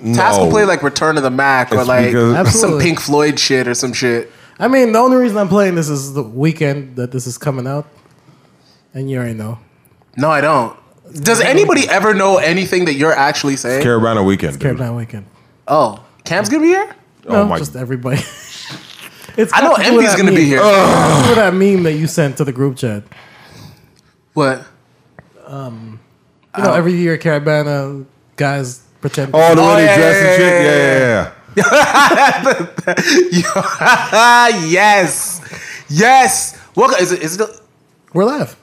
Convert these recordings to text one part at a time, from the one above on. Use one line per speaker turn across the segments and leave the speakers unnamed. Taz
No.
can play like Return of the Mac or
It's
like
because-
some
Absolutely.
Pink Floyd shit or some shit.
I mean, the only reason I'm playing this is the weekend that this is coming out, and you already know.
No, I don't. Does anybody ever know anything that you're actually saying?
Carolina weekend. dude.
Carolina weekend.
Oh, Cam's gonna be here.
Oh
No,
my-
just everybody. it's
I know
got to do with
Empty's
that
gonna be
meme.
here.
Uh.
It's got to do with that meme that you sent to the group chat.
What?
You know, every year Carabana guys pretend.
Oh, the
Oh,
way they
yeah,
dress
yeah,
and shit.
yeah,
Yeah,
yeah,
yeah, yeah.
Ah, yes, yes. Welcome. Is it? Is it?
we're live.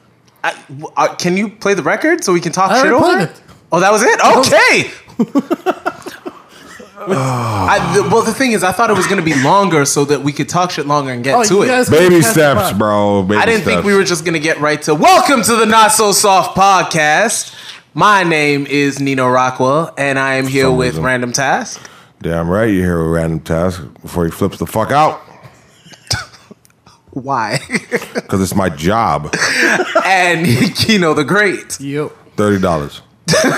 I, uh, can you play the record so we can talk
I
shit
already
over
played
it?
it.
Oh, that was it. Okay. I, the, well, the thing is, I thought it was going to be longer so that we could talk shit longer and get
Oh,
to
you
it.
guys can
Baby
pass the
steps,
pot.
bro. Baby
I didn't think
steps.
we were just going to get right to welcome to the Not So Soft podcast. My name is Nino Rockwell, and I am here
Some
with
reason.
Random Task.
Damn right, you hear a random task before he flips the fuck out
Why?
because it's my job.
and Kino the Great.
Yo,
Thirty dollars.
Yo,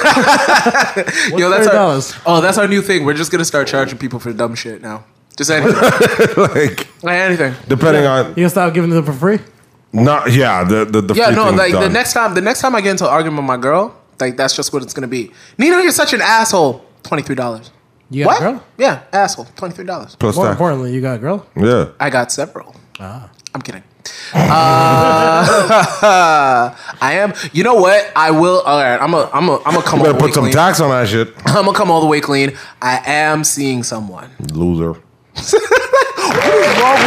that's our,
$30?
oh, that's our new thing. We're just gonna start charging people for dumb shit now. Just anything,
like
anything.
depending on
you gonna stop giving them for free?
not yeah the the, the
Yeah,
free
no.
thing's
Like the
done.
next time, the next time I get into an argument with my girl, like that's just what it's gonna be. Nino, you're such an asshole. Twenty three dollars.
You got
What?
a girl?
Yeah, asshole. Twenty three dollars.
plus
More
that.
importantly, you got a girl.
Yeah,
I got several.
Ah.
I'm kidding. Uh, I am. You know what? I will. All right. I'm a. I'm a. I'm a come.
you
all
better
the way
put some
clean.
tax on that shit,
I'm gonna come all the way clean. I am seeing someone.
loser.
What is wrong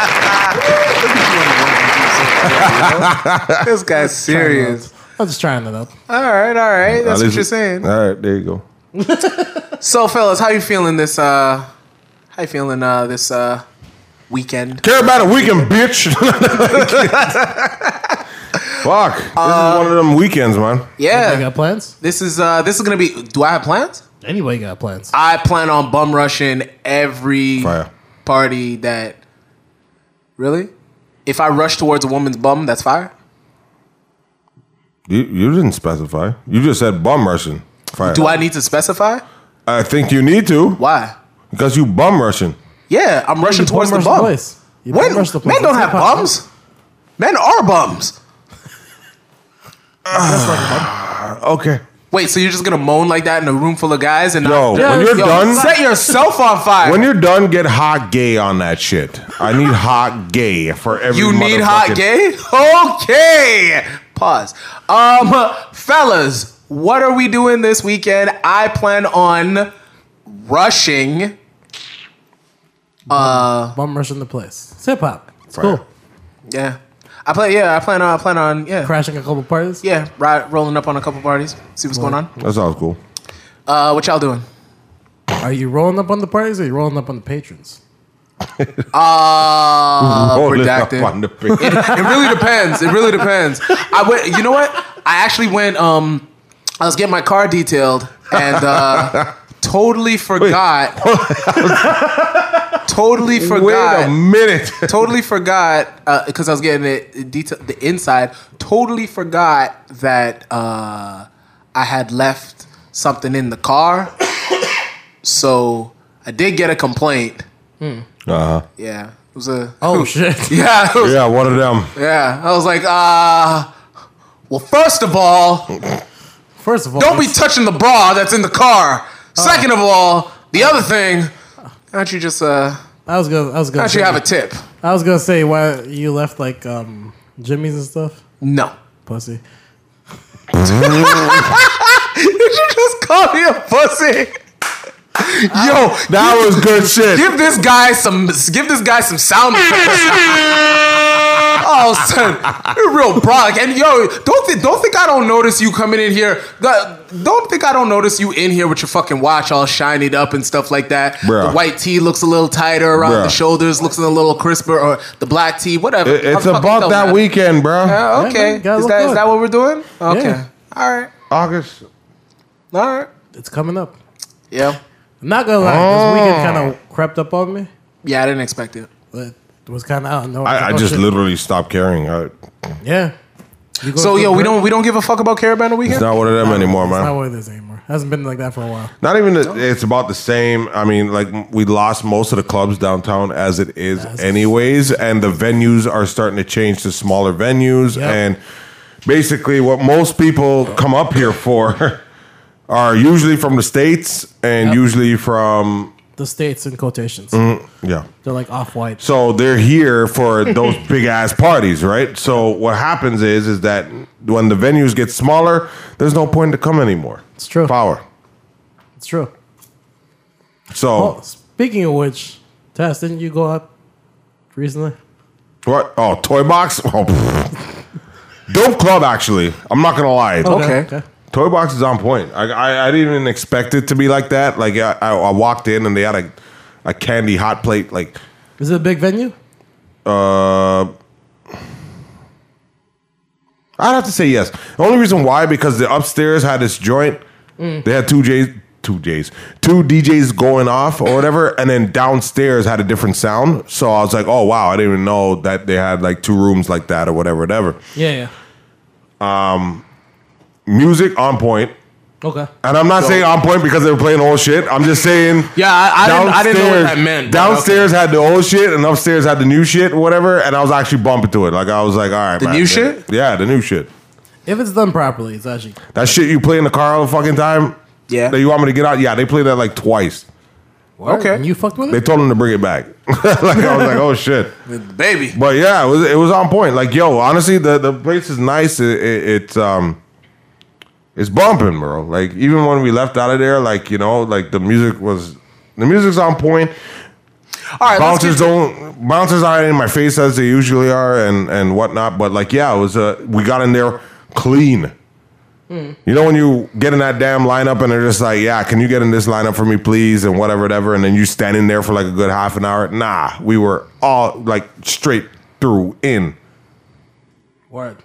with seeing someone? this guy's serious.
I'm just trying it up.
All right, all right. That's
At
what
least-
you're saying.
All right, there you go.
So, fellas, how you feeling this? Uh, how you feeling uh, this uh, weekend?
Care about a weekend, bitch. Fuck. This is one of them weekends, man.
Uh,
I
Yeah,
got plans.
this is uh, this is gonna be. Do I have plans?
Anyway, got plans.
I plan on bum rushing every
Fire.
party that. Really, if I rush towards a woman's bum, that's fire.
You, you didn't specify. You just said bum rushing. Fire.
Do I need to specify?
I think you need to
Why?
because you bum rushing.
Yeah, I'm rushing
You
towards the
bum rush
bum.
place. You
When,
bum rush the place.
men don't
That's
have
not possible.
bums. Men are bums.
Okay.
Wait, so you're just gonna moan like that in a room full of guys and
Yo,
not,
when you're
Yo,
done,
set yourself on fire.
when you're done, get hot gay on that shit. I need hot gay for every.
you need hot
motherfucking-
gay? Okay. Pause. Um, fellas, what are we doing this weekend? I plan on rushing.
Bum rushing the place. It's hip hop. It's
Right.
cool.
Yeah, I plan. Yeah, I plan on. I plan on. Yeah,
Crashing a couple parties.
yeah. Right, rolling up on a couple parties. See what's going on.
That sounds cool.
Uh, what y'all doing?
Are you rolling up on the parties or are you rolling up on the patrons?
Uh,
Roll it up
redacted.
on the page.
it really depends. It really depends. I went. You know what? I actually went. Um, I was getting my car detailed and uh, totally forgot. totally
Wait a
forgot.
minute.
Totally forgot because I was getting it detail the inside. Totally forgot that uh, I had left something in the car. so I did get a complaint.
Uh-huh.
Yeah, it was a.
Oh shit!
Yeah, it was
Yeah, one of them.
yeah, I was like, uh, well, first of all,
First of all,
don't be touching the bra that's in the car. Second of all, the other thing, why don't you just, uh, why
I was gonna, I was gonna,
don't
say,
you have a tip?
I was gonna say why you left like um Jimmy's and stuff,
No.
pussy.
Did you just call me a pussy? Yo,
That was good shit.
give this guy some, give this guy some sound effects. Oh, son, you're real broad. And yo, don't thi- don't think I don't notice you coming in here. The- Don't think I don't notice you in here with your fucking watch all shinied up and stuff like that.
Bruh.
The white tee looks a little tighter around
Bruh.
the shoulders, looks a little crisper, or the black tee, whatever.
It-
How
It's
the fuck you
about
feel,
that
man?
weekend, bro.
Uh,
Yeah,
okay,
man, gotta
is
look
that is
good.
that what we're doing? Okay,
Yeah.
all right,
August.
all right,
It's coming up.
yeah,
I'm not gonna lie, this weekend kind
Oh.
of crept up on me,
yeah. I didn't expect it.
but it was kind of out. of nowhere.
I, I
oh,
just
shit.
literally stopped caring. I,
yeah. You go
So
to
yo, we
Brit-
don't we don't give a fuck about Care Bear the
It's
weekend.
not one of them anymore,
It's
man.
not what it is anymore. Hasn't been like that for a while.
Not even. The, it's about the same. I mean, like we lost most of the clubs downtown as it is, anyways, and the venues are starting to change to smaller venues,
Yep.
and basically, what most people come up here for are usually from the states and usually from
The states in quotations.
Mm. yeah.
They're like off white.
So they're here for those big ass parties, right? So what happens is is that when the venues get smaller, there's no point to come anymore.
It's true.
Power.
It's true.
So
Oh,
Well, Oh, speaking of which, Tess, didn't you go out recently?
what? Oh, toy box. Oh, pfft. dope club. Actually, I'm not gonna lie.
Okay.
Toy box is on point. I, I I didn't even expect it to be like that. Like I, I, I walked in and they had a a candy hot plate. Like
Is it a big venue?
Uh, I'd have to say yes. The only reason why because the upstairs had this joint. They had two J's, two J's, two DJs going off or whatever, and then downstairs had a different sound. So I was like, oh wow, I didn't even know that they had like two rooms like that or whatever, whatever.
Yeah, yeah.
Music on point.
Okay.
And I'm not
So-
saying on point because they were playing old shit. I'm just saying.
Yeah, I- I didn't- I didn't know what that meant, but
Downstairs had the old shit, and upstairs had the new shit, whatever. And I was actually bumping to it. Like I was like, all right, the
new shit?
Yeah, the new shit.
If it's done properly, it's actually
That shit you play in the car all the fucking time.
Yeah.
That you want me to get out? Yeah, they played that like twice.
Okay.
And you fucked with
They
it?
told him to bring it back. like I was like, oh shit.
Baby.
But yeah, it was it was on point. Like yo, honestly, the the place is nice. It, it, it's um, it's bumping, bro. Like even when we left out of there, like you know, like the music was the music's on point.
All right. Let's
Bouncers
get,
don't bouncers aren't in my face as they usually are and and whatnot. But like yeah, it was uh, we got in there clean.
Hmm.
You know when you get in that damn lineup and they're just like, yeah, can you get in this lineup for me, please, and whatever, whatever, and then you stand in there for like a good half an hour. Nah, we were all like straight through in.
Word.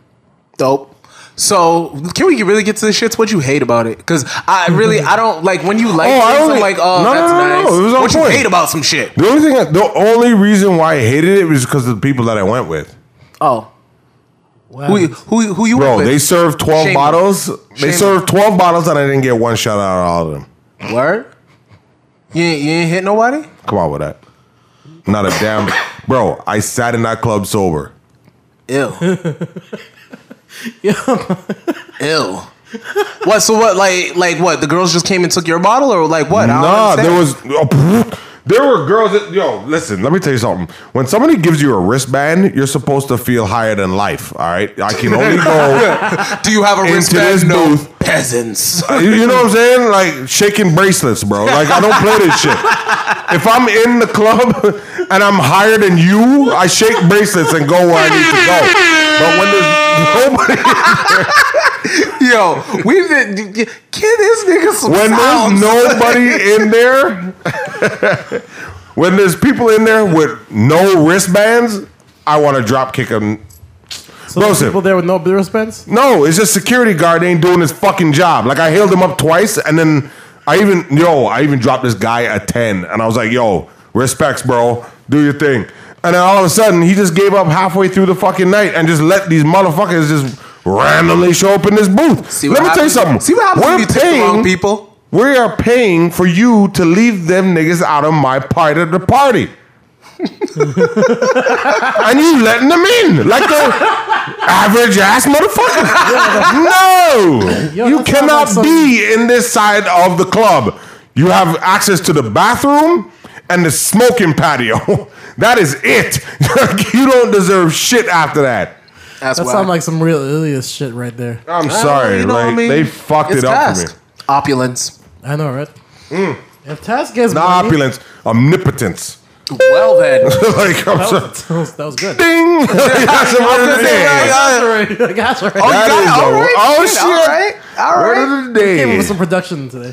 dope. So can we really get to the shits? What you hate about it? Because I really I don't like when you like
Oh, I
things. I'm
only-
like, oh,
No, no,
that's
no, no,
nice.
no, it was on
what
point.
you hate about some shit?
The only thing, the only reason why I hated it was because of the people that I went with.
Oh,
Wow.
who who who you
Bro,
with?
they served twelve
Shame.
bottles. They
Shame.
served twelve bottles, and I didn't get one shot out of all of them.
Word. You ain't, you ain't hit nobody.
Come on with that. Not a damn bro. I sat in that club sober.
Ew. Ew. What? So what? Like like what? The girls just came and took your bottle, or like what? I don't
Nah, there
understand.
was oh, there were girls. That, yo, listen. Let me tell you something. When somebody gives you a wristband, you're supposed to feel higher than life. All right, I can only go.
Do you have a
into this
wristband? No,
booth.
peasants.
you, you know what I'm saying? Like shaking bracelets, bro. Like I don't play this shit. If I'm in the club and I'm higher than you, I shake bracelets and go where I need to go. But when there's nobody.
Yo, we did. Give this nigga some
when
sounds.
there's nobody in there, when there's people in there with no wristbands, I want to drop kick them.
So there's
Rosen.
people there with no wristbands?
No, it's just security guard ain't doing his fucking job. Like I held him up twice, and then I even yo, I even dropped this guy a ten, and I was like, yo, respects, bro, do your thing. And then all of a sudden, he just gave up halfway through the fucking night and just let these motherfuckers just randomly show up in this booth.
See
let
what
me tell you
happens-
something.
See what happens
We're
when you take the wrong
paying-
people.
we are paying for you to leave them niggas out of my part of the party. and you letting them in like the average ass motherfucker. No,
Yo,
you
that's not like
cannot
some-
be in this side of the club. You have access to the bathroom and the smoking patio. that is it. you don't deserve shit after that.
That's
That
why.
sounds like some real elitist shit right there.
I'm
I don't know,
sorry,
you know what
like
I mean?
they fucked
It's
it up for
task.
me.
Opulence.
I know, right?
Mm.
If Taz gets
Not
money,
opulence, omnipotence.
Well then.
like I'm
That
sorry.
was, that was, that was good.
Ding! That's a word of the
Yeah,
day.
yeah.
I got you right.
Oh, you
That
got
is
it. All right. shit.
a- oh,
All
shit.
right. All right.
Word of the
Came up with some
day.
production today.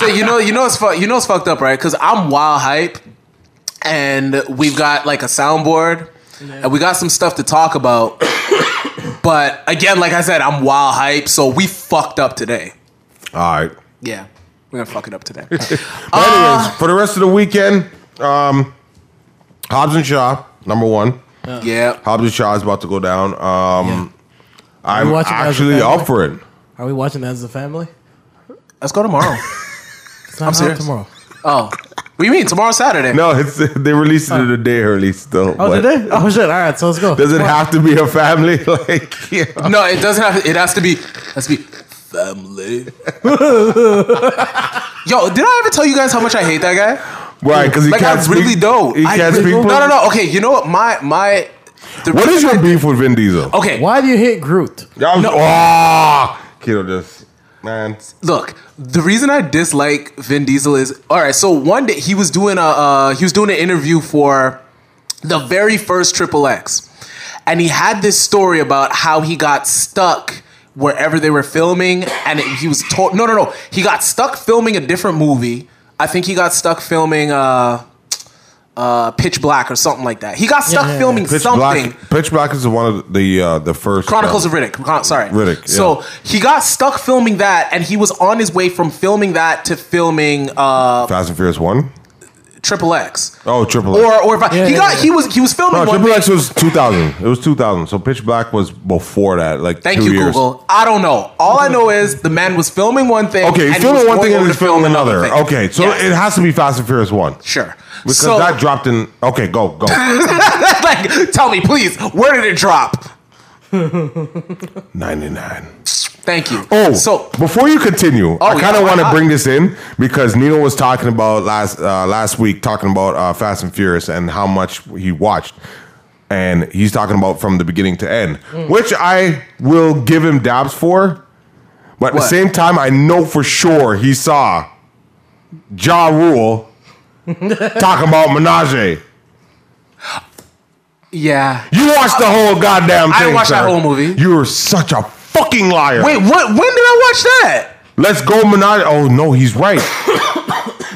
So you know, you know, it's fu- you know, it's fucked up, right? Because I'm wild hype, and we've got like a soundboard, and we got some stuff to talk about. but again, like I said, I'm wild hype, so we fucked up today.
All right.
Yeah, we're gonna fuck it up today. Uh,
But
Ah.
anyways, for the rest of the weekend, um, Hobbs and Shaw, number one.
Yeah.
Hobbs and Shaw's about to go down. Um, I'm
You watching as a
actually
family?
up for it.
Are we watching that as a family?
Let's go tomorrow.
It's not out
serious.
tomorrow.
oh. What do you mean? Tomorrow Saturday.
No, it's they released it a day early still.
Oh,
but
did they? Oh shit! All right, so let's go.
Does it have to be a family? like, yeah.
No, it doesn't have. It has to be. Has to be family. Yo, did I ever tell you guys how much I hate that guy?
right? Because he
Like
can't
I
speak.
really don't.
He
I
can't
really-
speak.
No, no,
properly?
no. Okay, you know what? My my. The
What is your beef with Vin Diesel?
Okay,
Why do you hate Groot?
That was, oh, Keto just man.
look. The reason I dislike Vin Diesel is all right. So one day he was doing a uh, he was doing an interview for the very first Triple X, and he had this story about how he got stuck wherever they were filming, and it, he was told no, no, no. He got stuck filming a different movie. I think he got stuck filming uh, uh, Pitch Black or something like that. He got stuck
yeah, yeah.
filming
Pitch
something.
Black. Pitch Black is one of the uh, the first
Chronicles
uh,
of Riddick. Chron- sorry,
Riddick, yeah.
So he got stuck filming that, and he was on his way from filming that to filming uh
Fast and Furious One.
Triple X.
Oh, Triple X.
Or or if I,
Yeah,
he
yeah,
got
yeah.
he was he was filming
no,
one.
Triple X was 2000. It was 2000. So Pitch Black was before that, like
Thank
two
you,
years.
Google. I don't know. All I know is the man was filming one thing.
Okay,
and
he's
he
filming
was
one
going
thing and
over
he's
to
filming
film
another.
thing.
Okay, so
Yes.
it has to be Fast and Furious One
sure
because
so,
that dropped in. Okay, go go.
like, tell me, please, where did it drop?
Ninety nine.
Thank you.
Oh,
so oh,
before you continue, I kind
yeah,
of
why
want to
not?
bring this in because Nino was talking about last uh, last week, talking about uh, Fast and Furious and how much he watched, and he's talking about from the beginning to end,
Hmm.
which I will give him dabs for, but at the
What?
same time, I know for sure he saw Ja Rule talking about Menage.
yeah.
You watched the whole goddamn thing.
I didn't watch that
sir.
whole movie.
You're such a fucking liar.
Wait, what? When did I watch that?
Let's go Minaj. Oh no, he's right.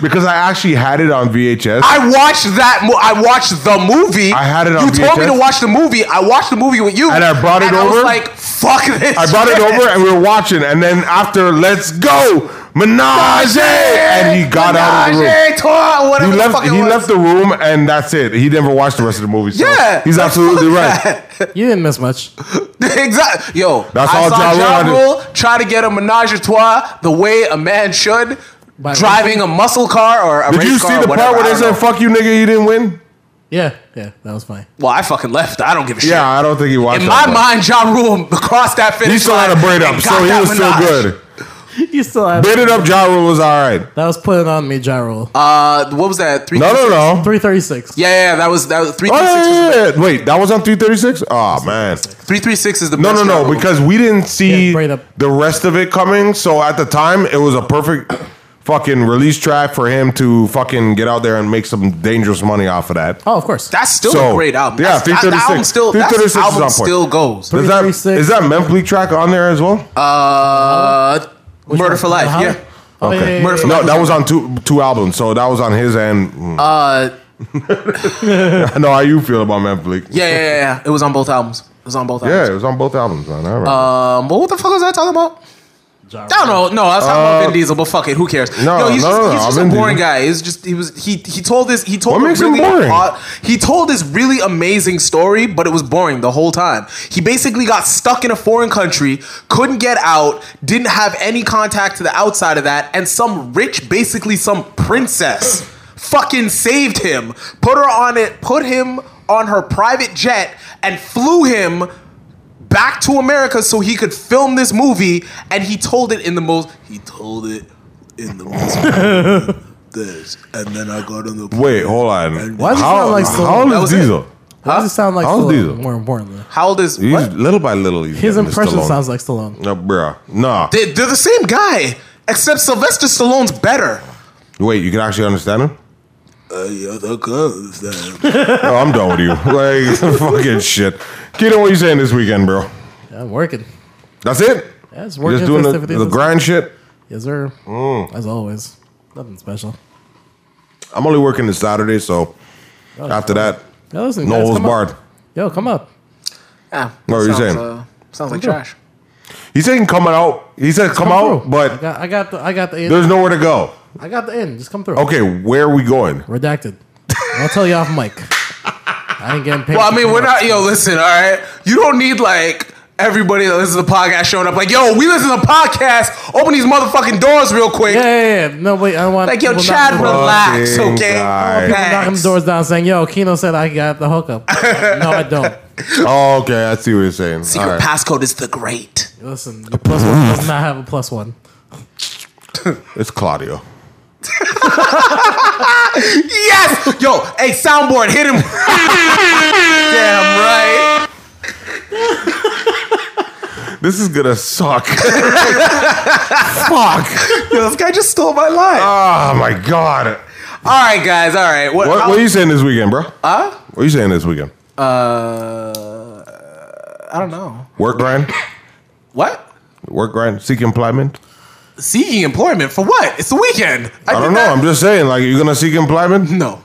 because I actually had it on VHS.
I watched that. Mo- I watched the movie.
I had it on
You told me
VHS.
to watch the movie. I watched the movie with you,
And I brought it
and I
over.
was like, "Fuck this!"
I brought it
shit.
over and we were watching, and then after Let's Go Minaj, and he got out of the room.
Menage, tour, whatever
He
the
left.
fuck it
He
was.
left the room, and that's it. He never watched the rest of the movie. So
Yeah,
he's
the
absolutely
fuck
right.
You didn't miss much.
exactly. Yo,
That's
I
all Ja
saw
Rule
Ja
had to-
Rule try to get a menage a trois the way a man should,
By-
driving a muscle car or a
Did
race
you see
car
the
or whatever.
part where
I
they
don't
said
know.
"fuck you, nigga"? You didn't win.
Yeah, yeah, that was fine.
Well, I fucking left. I don't give a shit.
Yeah, I don't think he watched.
In my
that part.
mind, Ja Rule crossed that finish
he still had a
line
braid
and
up, so
got
he
that
was still
Menage.
good.
You still have
Braided up, Ja Rule was all right.
that was putting on me, gyro.
Uh, what was that? Three.
No, no, no.
Three thirty six.
Yeah, yeah, that was that was three.
Oh,
three, six was
yeah, yeah, yeah. Wait, that was on 336? Oh, man.
Three three six is the
No,
best
no, no,
round.
because we didn't see
Yeah, straight up.
the rest of it coming. So at the time, it was a perfect fucking release track for him to fucking get out there and make some dangerous money off of that.
Oh, of course.
that's still
So,
a great album.
yeah,
That's- that- That
336.
album still, that
336 is
album
on point.
still goes.
Is that,
336.
is that Memphis track on there as well?
Uh, Murder for Life.
Uh-huh.
Yeah.
Oh, yeah, yeah, yeah,
Murder for
No,
Life.
that was on two two albums. So that was on his end. Mm.
Uh,
I know how you feel about Memphis.
yeah, yeah, yeah, yeah. It was on both albums. It was on both
Yeah, it
albums.
was on both albums, man. All right.
Um, but what the fuck was I talking about?
Ja
I don't
Rule.
know. No, I was talking about
Uh,
Vin Diesel, but fuck it. Who cares?
no,
Yo, he's
no,
just,
no, no,
he's just
Vin
a boring
Diesel.
guy. He's just he was he he told this he told
What
a
makes him
really
boring?
odd- he told this really amazing story, but it was boring the whole time. He basically got stuck in a foreign country, couldn't get out, didn't have any contact to the outside of that, and some rich, basically some princess, fucking saved him, put her on it, put him on her private jet, and flew him back to America so he could film this movie, and he told it in the most. He told it in the most. this, and then I got on the.
Wait, hold on.
Why does it
how,
sound like so-
how
That
old is
was it.
Diesel?
Why does it sound like
How old is
Stallone?
he?
More importantly,
How old is
He's
what?
little by little. He's
his
getting this
impression
Stallone.
sounds like Stallone.
No, bruh. Nah.
They, they're the same guy, except Sylvester Stallone's better.
Wait, you can actually understand him?
Uh, yeah, that goes. Then.
No, I'm done with you. Like, fucking shit. Keto, what you saying this weekend, bro?
Yeah, I'm working.
That's it?
Yeah, it's
We're
working
just doing the,
festivities
the
and
grind shit?
stuff. Yes, sir.
Mm.
As always, nothing special.
I'm only working this Saturday,
Oh,
so after that,
Yo, listen,
no
guys,
holds
come up.
barred.
Yo, come up.
Yeah,
What were you
sounds,
saying?
Uh, sounds like
Yeah.
trash.
He said come out. He said come, out,
through. I
but
got, I got the, I got the in.
there's nowhere to go.
I got the in. Just come through.
Okay, where are we going?
Redacted. I'll tell you off mic. I ain't getting paid.
Well, I
for
mean, we're
peanuts.
not. Yo, listen. All right, you don't need like everybody that listens to the podcast showing up. Like, yo, we listen to podcasts. Open these motherfucking doors real quick.
Yeah, yeah, yeah. No, wait. I want.
Like, yo,
we'll knock
Chad,
on the door.
relax,
Fucking
okay?
guy. People
knocking the
Relax.
doors down saying, "Yo, Kino said I got the hookup." no, I don't.
Oh, okay. I see what you're saying.
Secret
All right.
passcode is the great.
Listen, the plus one does not have a plus one.
It's Claudio.
Yes! Yo, hey, soundboard, hit him. Damn right.
This is gonna suck. Fuck.
Yo, this guy just stole my line.
Oh my god.
Uh, all right, guys, all right. What,
What, what are you saying this weekend, bro? Huh? What are you saying this weekend?
uh, I don't know.
Work grind?
What?
Work grind? Seek employment?
Seeking employment for what? It's the weekend.
I
did
don't know.
not-
I'm just saying, like, you're gonna seek employment?
No.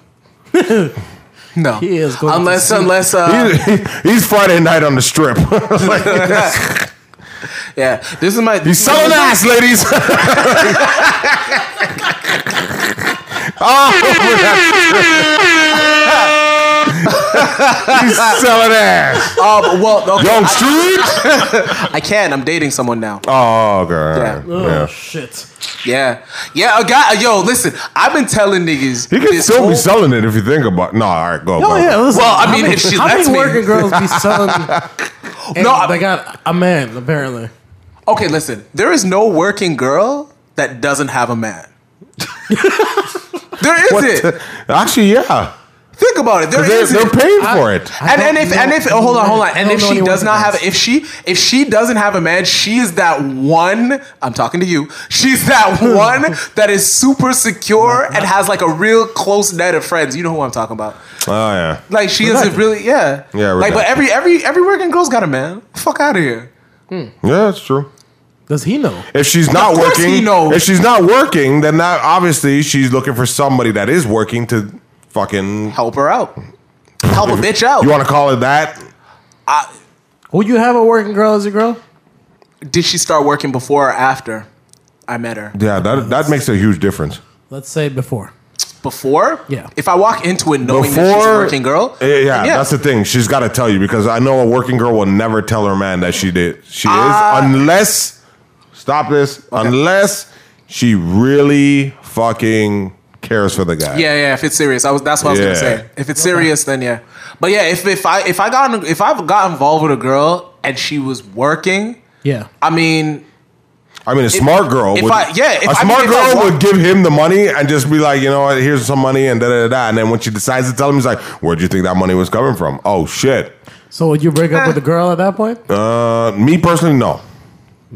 no.
He is going to
unless,
seek-
unless, uh,
He's, he's Friday night on the strip. Like,
yeah. This is my.
he's selling ass, ladies. oh, he's selling ass.
Uh, well, okay,
Young
I-
Street.
I can. I'm dating someone now.
Oh, okay.
Oh
Yeah.
shit!
Yeah, yeah. A guy. Yo, listen. I've been telling niggas.
He can
this
still
whole-
be selling it if you think about. No, all right, go.
Oh
go.
yeah. Listen,
Well, I
how
mean,
many-
if she
how
lets
many
me.
working girls be selling? and
No, I-
they got a man apparently.
Okay, listen. There is no working girl that doesn't have a man. there
What
isn't.
the- Actually, yeah.
Think about it. There
They're,
isn't.
they're paying for it.
I
and, and
don't
if and
know
if oh, hold on
any
hold on
working-
and
I
if
don't know
she
any
does
working
not have
girls.
if she if she doesn't have a man she is that one I'm talking to you she's that one that is super secure and has like a real close net of friends you know who I'm talking about
Oh yeah.
like she isn't really yeah
Yeah,
like but
redacted.
every every every working girl's got a man fuck out of here
Yeah, that's true.
Does he know?
If she's not
course
working,
he knows.
if she's not working, then that obviously she's looking for somebody that is working to fucking
help her out help a bitch out
You want to call it that?
Would you have a working girl as your girl?
did she start working before or after I met her?
Yeah, that that makes a huge difference.
Let's say before.
Before?
Yeah.
If I walk into it knowing that she's a
Before
working girl,
yeah, yeah, that's the thing. She's got to tell you because I know a working girl will never tell her man that she did. She
Ah.
is unless stop this unless she really fucking cares for the guy.
yeah, yeah. If it's serious, I was that's what I was
Yeah.
gonna say. If it's serious, then yeah. But yeah, if if I if I got if I got involved with a girl and she was working,
Yeah.
I mean,
I mean, a smart girl.
if
would,
I- yeah, if
a
I- I mean,
smart
if I
girl
wa-
would give him the money and just be like, you know what, here's some money and da da da. da. And then when she decides to tell him, he's like, where'd you think that money was coming from? Oh shit.
So would you break up with a girl at that point?
Uh, me personally, no.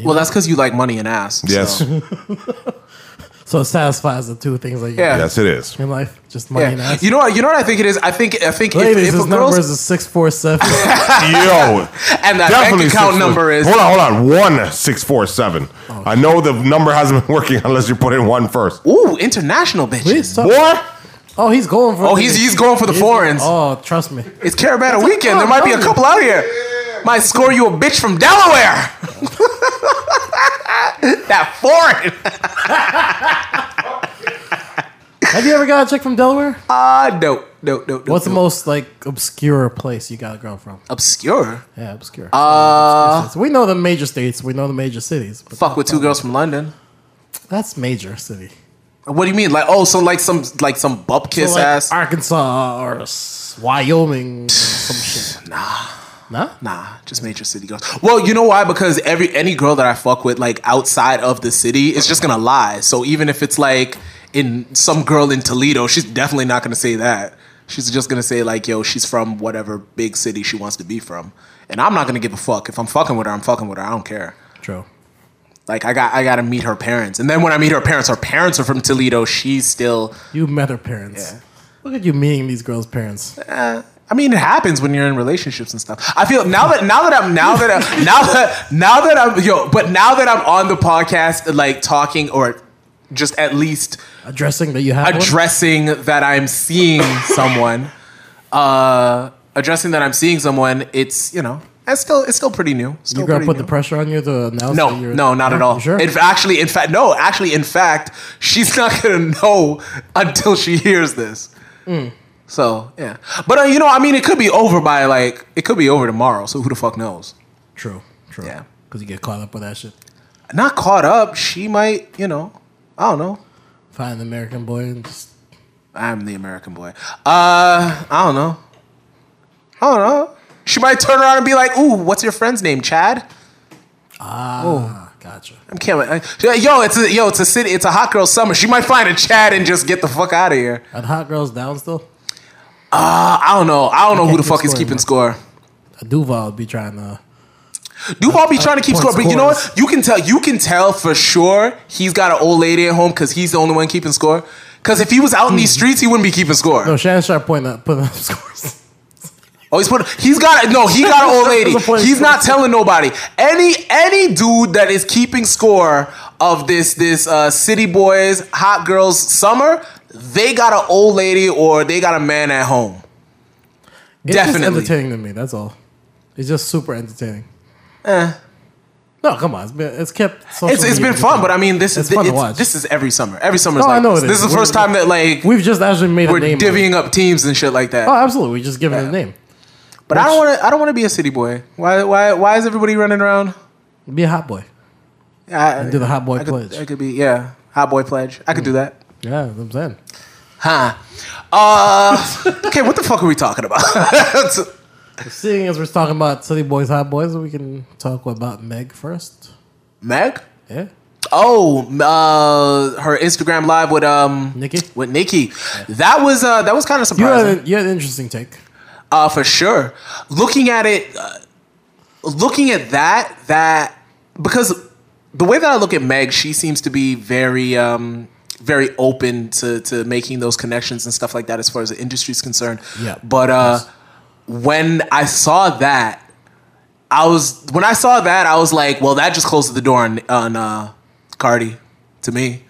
well, that's because you like money and ass. so.
Yes,
So it satisfies the two things that you
Yeah.
yes, it is.
in life, just money and
Yeah.
ass.
You know what? You know what I think it is. I think I think if,
Ladies,
if
his
a girl's
number is six four seven.
Yo,
and that bank account number is Oh,
Hold on, hold on. One six four seven. I know the number hasn't been working unless you put in one first.
ooh international bitches.
Please talk-
What?
Oh, he's going for.
Oh,
the-
he's he's going for the foreigns.
Oh, trust me.
It's Caravana Weekend. There
I'm
might be a
telling you.
couple out here. Might score you a bitch from Delaware. that foreign.
Have you ever got a chick from Delaware?
Ah, uh, no, no, no, no.
What's the
no.
most like obscure place you got a girl from?
obscure?
Yeah, obscure. Uh, we know the major states. We know the major cities. But
Fuck with two girls from London.
that's major city.
What do you mean? Like, oh, so like some like some bub kiss
So, like,
ass?
Arkansas or s- Wyoming, or some shit. Nah, nah.
Nah, just major city girls. Well, you know why? Because every any girl that I fuck with, like outside of the city, is just gonna lie. So even if it's like in some girl in Toledo, she's definitely not gonna say that. She's just gonna say like, yo, she's from whatever big city she wants to be from, and I'm not gonna give a fuck if I'm fucking with her. I'm fucking with her. I don't care.
True.
Like I got I gotta meet her parents, and then when I meet her parents, her parents are from Toledo. She's still.
You met her parents.
Yeah.
Look at you meeting these girls' parents.
Uh, I mean, it happens when you're in relationships and stuff. I feel now that now that I'm now that I'm now that now that I'm yo, but now that I'm on the podcast, like talking or just at least
Addressing that you have. one?
addressing that I'm seeing someone, uh, addressing that I'm seeing someone. It's you know, it's still it's still pretty new. Still
You gonna
pretty
put
new.
the pressure on you to announce?
No,
that you're,
no, not at
Yeah,
all.
Sure.
In, actually, in fact, no,
Hmm.
actually, in fact, she's not gonna know until she hears this. So yeah, but uh, you know, I mean, it could be over by like it could be over tomorrow. So who the fuck knows?
True. True.
Yeah.
Because you get caught up with that shit.
Not caught up. She might, you know, I don't know.
Find an American boy and just
I'm the American boy. Uh, I don't know. I don't know. She might turn around and be like, "Ooh, what's your friend's name? Chad." Oh.
ah, gotcha.
I'm can't. I, yo, it's a, yo, it's a city. It's a hot girl summer. She might find a Chad and just get the fuck out of here.
Are the hot girls down still?
Uh, I don't know. I don't know who
can't
the
keep
fuck is
score
keeping
anymore.
score.
A Duval would be trying to.
Duval be trying to keep
point
score, but you know
Uh, scores.
what? You can tell. You can tell for sure he's got an old lady at home because he's the only one keeping score. Because if he was out in these streets, he wouldn't be keeping score.
Hmm. No, oh, Shannon Sharp pointing up, putting up scores.
Oh, he's put. He's got. No, he got an old lady.
That's a point.
He's not telling nobody. Any any dude that is keeping score of this this uh, city boys hot girls summer, they got an old lady or they got a man at home.
It's
Definitely.
just entertaining to me. That's all. It's just super entertaining.
Eh.
No, come on. It's been it's kept. social
It's, it's
media
been fun, but I mean, this is
It's fun to
it's-
watch.
this is every summer. Every summer is
Oh, I
like
know
this.
it
This
is.
is the 1st time that like
we've just actually made
we're
a name. of it.
divvying up teams and shit like that.
Oh, absolutely. We just giving it
Yeah.
a name.
but I don't want to. I don't want to be a city boy. Why? Why? Why is everybody running around?
Be a hot boy.
I,
Do the hot boy
I could,
pledge. Mm.
I could be. Yeah, hot boy pledge. I could do that.
Yeah, that's what I'm saying.
Huh. Uh, okay, what the fuck are we talking about?
Seeing as we're talking about City Boys, Hot Boys, we can talk about Meg first.
Meg?
Yeah.
Oh, uh, her Instagram live with um
Nikki?
with Nikki. That was uh that was kind of
You had,
surprising.
an, you had an interesting take.
Uh, for sure. Looking at it, uh, looking at that, that because the way that I look at Meg, she seems to be very, um, very open to to making those connections and stuff like that as far as the industry's concerned.
Yeah.
But uh, when I saw that, I was when I saw that, I was like, well, that just closes the door on on uh, Cardi to me.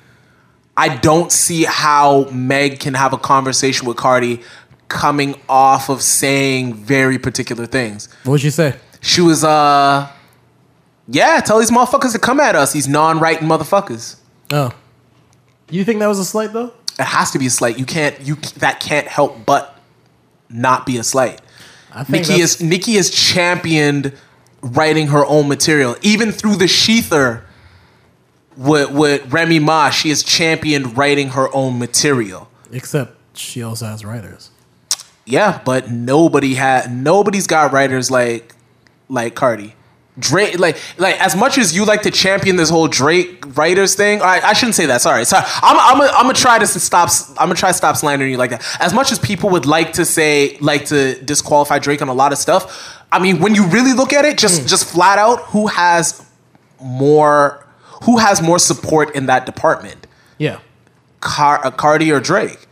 I don't see how Meg can have a conversation with Cardi coming off of saying very particular things.
What would you say?
She was, uh, yeah, tell these motherfuckers to come at us, these non writing motherfuckers.
Oh. You think that was a slight, though?
It has to be a slight. You can't, you, that can't help but not be a slight.
I think
Nikki
that's-
is, Nikki is championed writing her own material. Even through the Sheether with, with Remy Ma, she has championed writing her own material.
Except she also has writers.
Yeah, but nobody had nobody's got writers like like Cardi. Drake like like as much as you like to champion this whole Drake writers thing, I, I shouldn't say that. Sorry. Sorry. I'm I'm a, I'm gonna try to stop I'm gonna try to stop slandering you like that. As much as people would like to say like to disqualify Drake on a lot of stuff, I mean when you really look at it, just just flat out who has more who has more support in that department?
Yeah.
Car, uh, Cardi or Drake?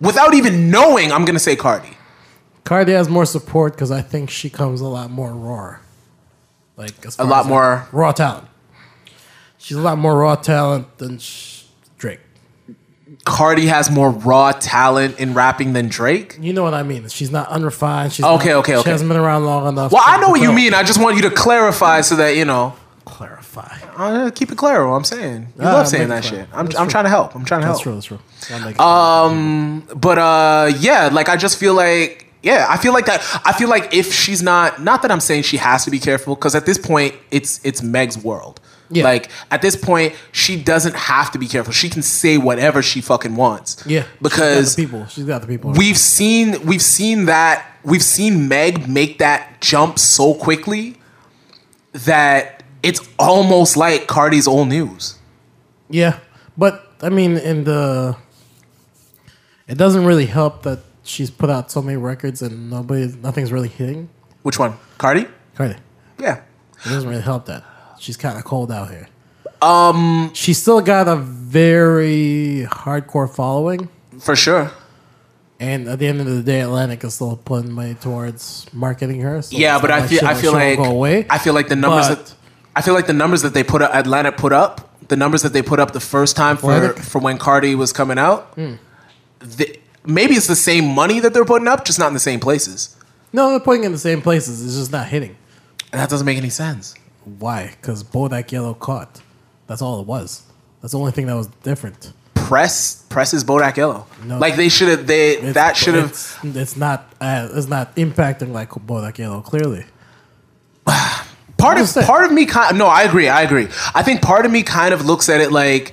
Without even knowing, I'm gonna say Cardi.
Cardi has more support because I think she comes a lot more raw. Like as
A
far
lot
as, like,
more-
raw talent. She's a lot more raw talent than sh- Drake.
Cardi has more raw talent in rapping than Drake?
You know what I mean? She's not unrefined. She's
Okay,
not-
okay,
She
okay.
hasn't been around long enough.
Well,
to
I know what you
develop.
mean. I just want you to clarify so that you know.
Clarify.
Uh, keep it clear. What I'm saying. You
Ah,
love saying that
make it clear.
shit. I'm,
That's
I'm
true.
trying to help. I'm trying to help.
That's true. That's true. I'll make it
Uh, But uh, yeah, like I just feel like yeah, I feel like that. I feel like if she's not, not that I'm saying she has to be careful, because at this point, it's it's Meg's world.
Yeah.
Like at this point, she doesn't have to be careful. She can say whatever she fucking wants.
Yeah,
Because
she's got the people, she's got the people.
we've seen we've seen that we've seen Meg make that jump so quickly that it's almost like Cardi's old news.
yeah, but I mean, in the it doesn't really help that she's put out so many records and nobody, nothing's really hitting.
Which one, Cardi?
Cardi, it
Yeah,
doesn't really help that she's kind of cold out here. Um, she's still got a very hardcore following,
for sure.
and at the end of the day, Atlantic is still putting money towards marketing her. so
yeah,
it's
but
not
I
like
feel
she'll-
I feel
she'll
like
go away.
I feel like the numbers
But-
that I feel like the numbers that they put up, Atlanta put up the numbers that they put up the first time for
Atlantic?
for when Cardi was coming out. The, maybe it's the same money that they're putting up, just not in the same places.
no, they're putting it in the same places. It's just not hitting.
And that doesn't make any sense.
Why? Because Bodak Yellow caught. That's all it was. That's the only thing that was different.
press presses Bodak Yellow.
No.
Like they should have. They
It's-
that should have.
It's, it's not. Uh, it's not impacting like Bodak Yellow. Clearly,
part of
Understand.
part of me kind no i agree i agree i think part of me kind of looks at it like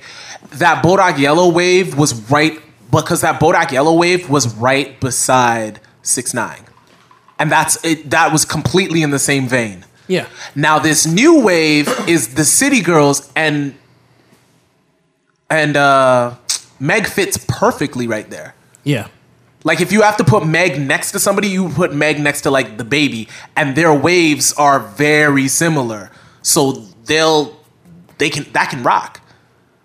that bodak yellow wave was right because that bodak yellow wave was right beside 6-9 and that's it that was completely in the same vein
yeah.
now this new wave is the city girls and and uh meg fits perfectly right there
Yeah.
like if you have to put Meg next to somebody, you put Meg next to like the baby, and their waves are very similar. So they'll they can that can rock.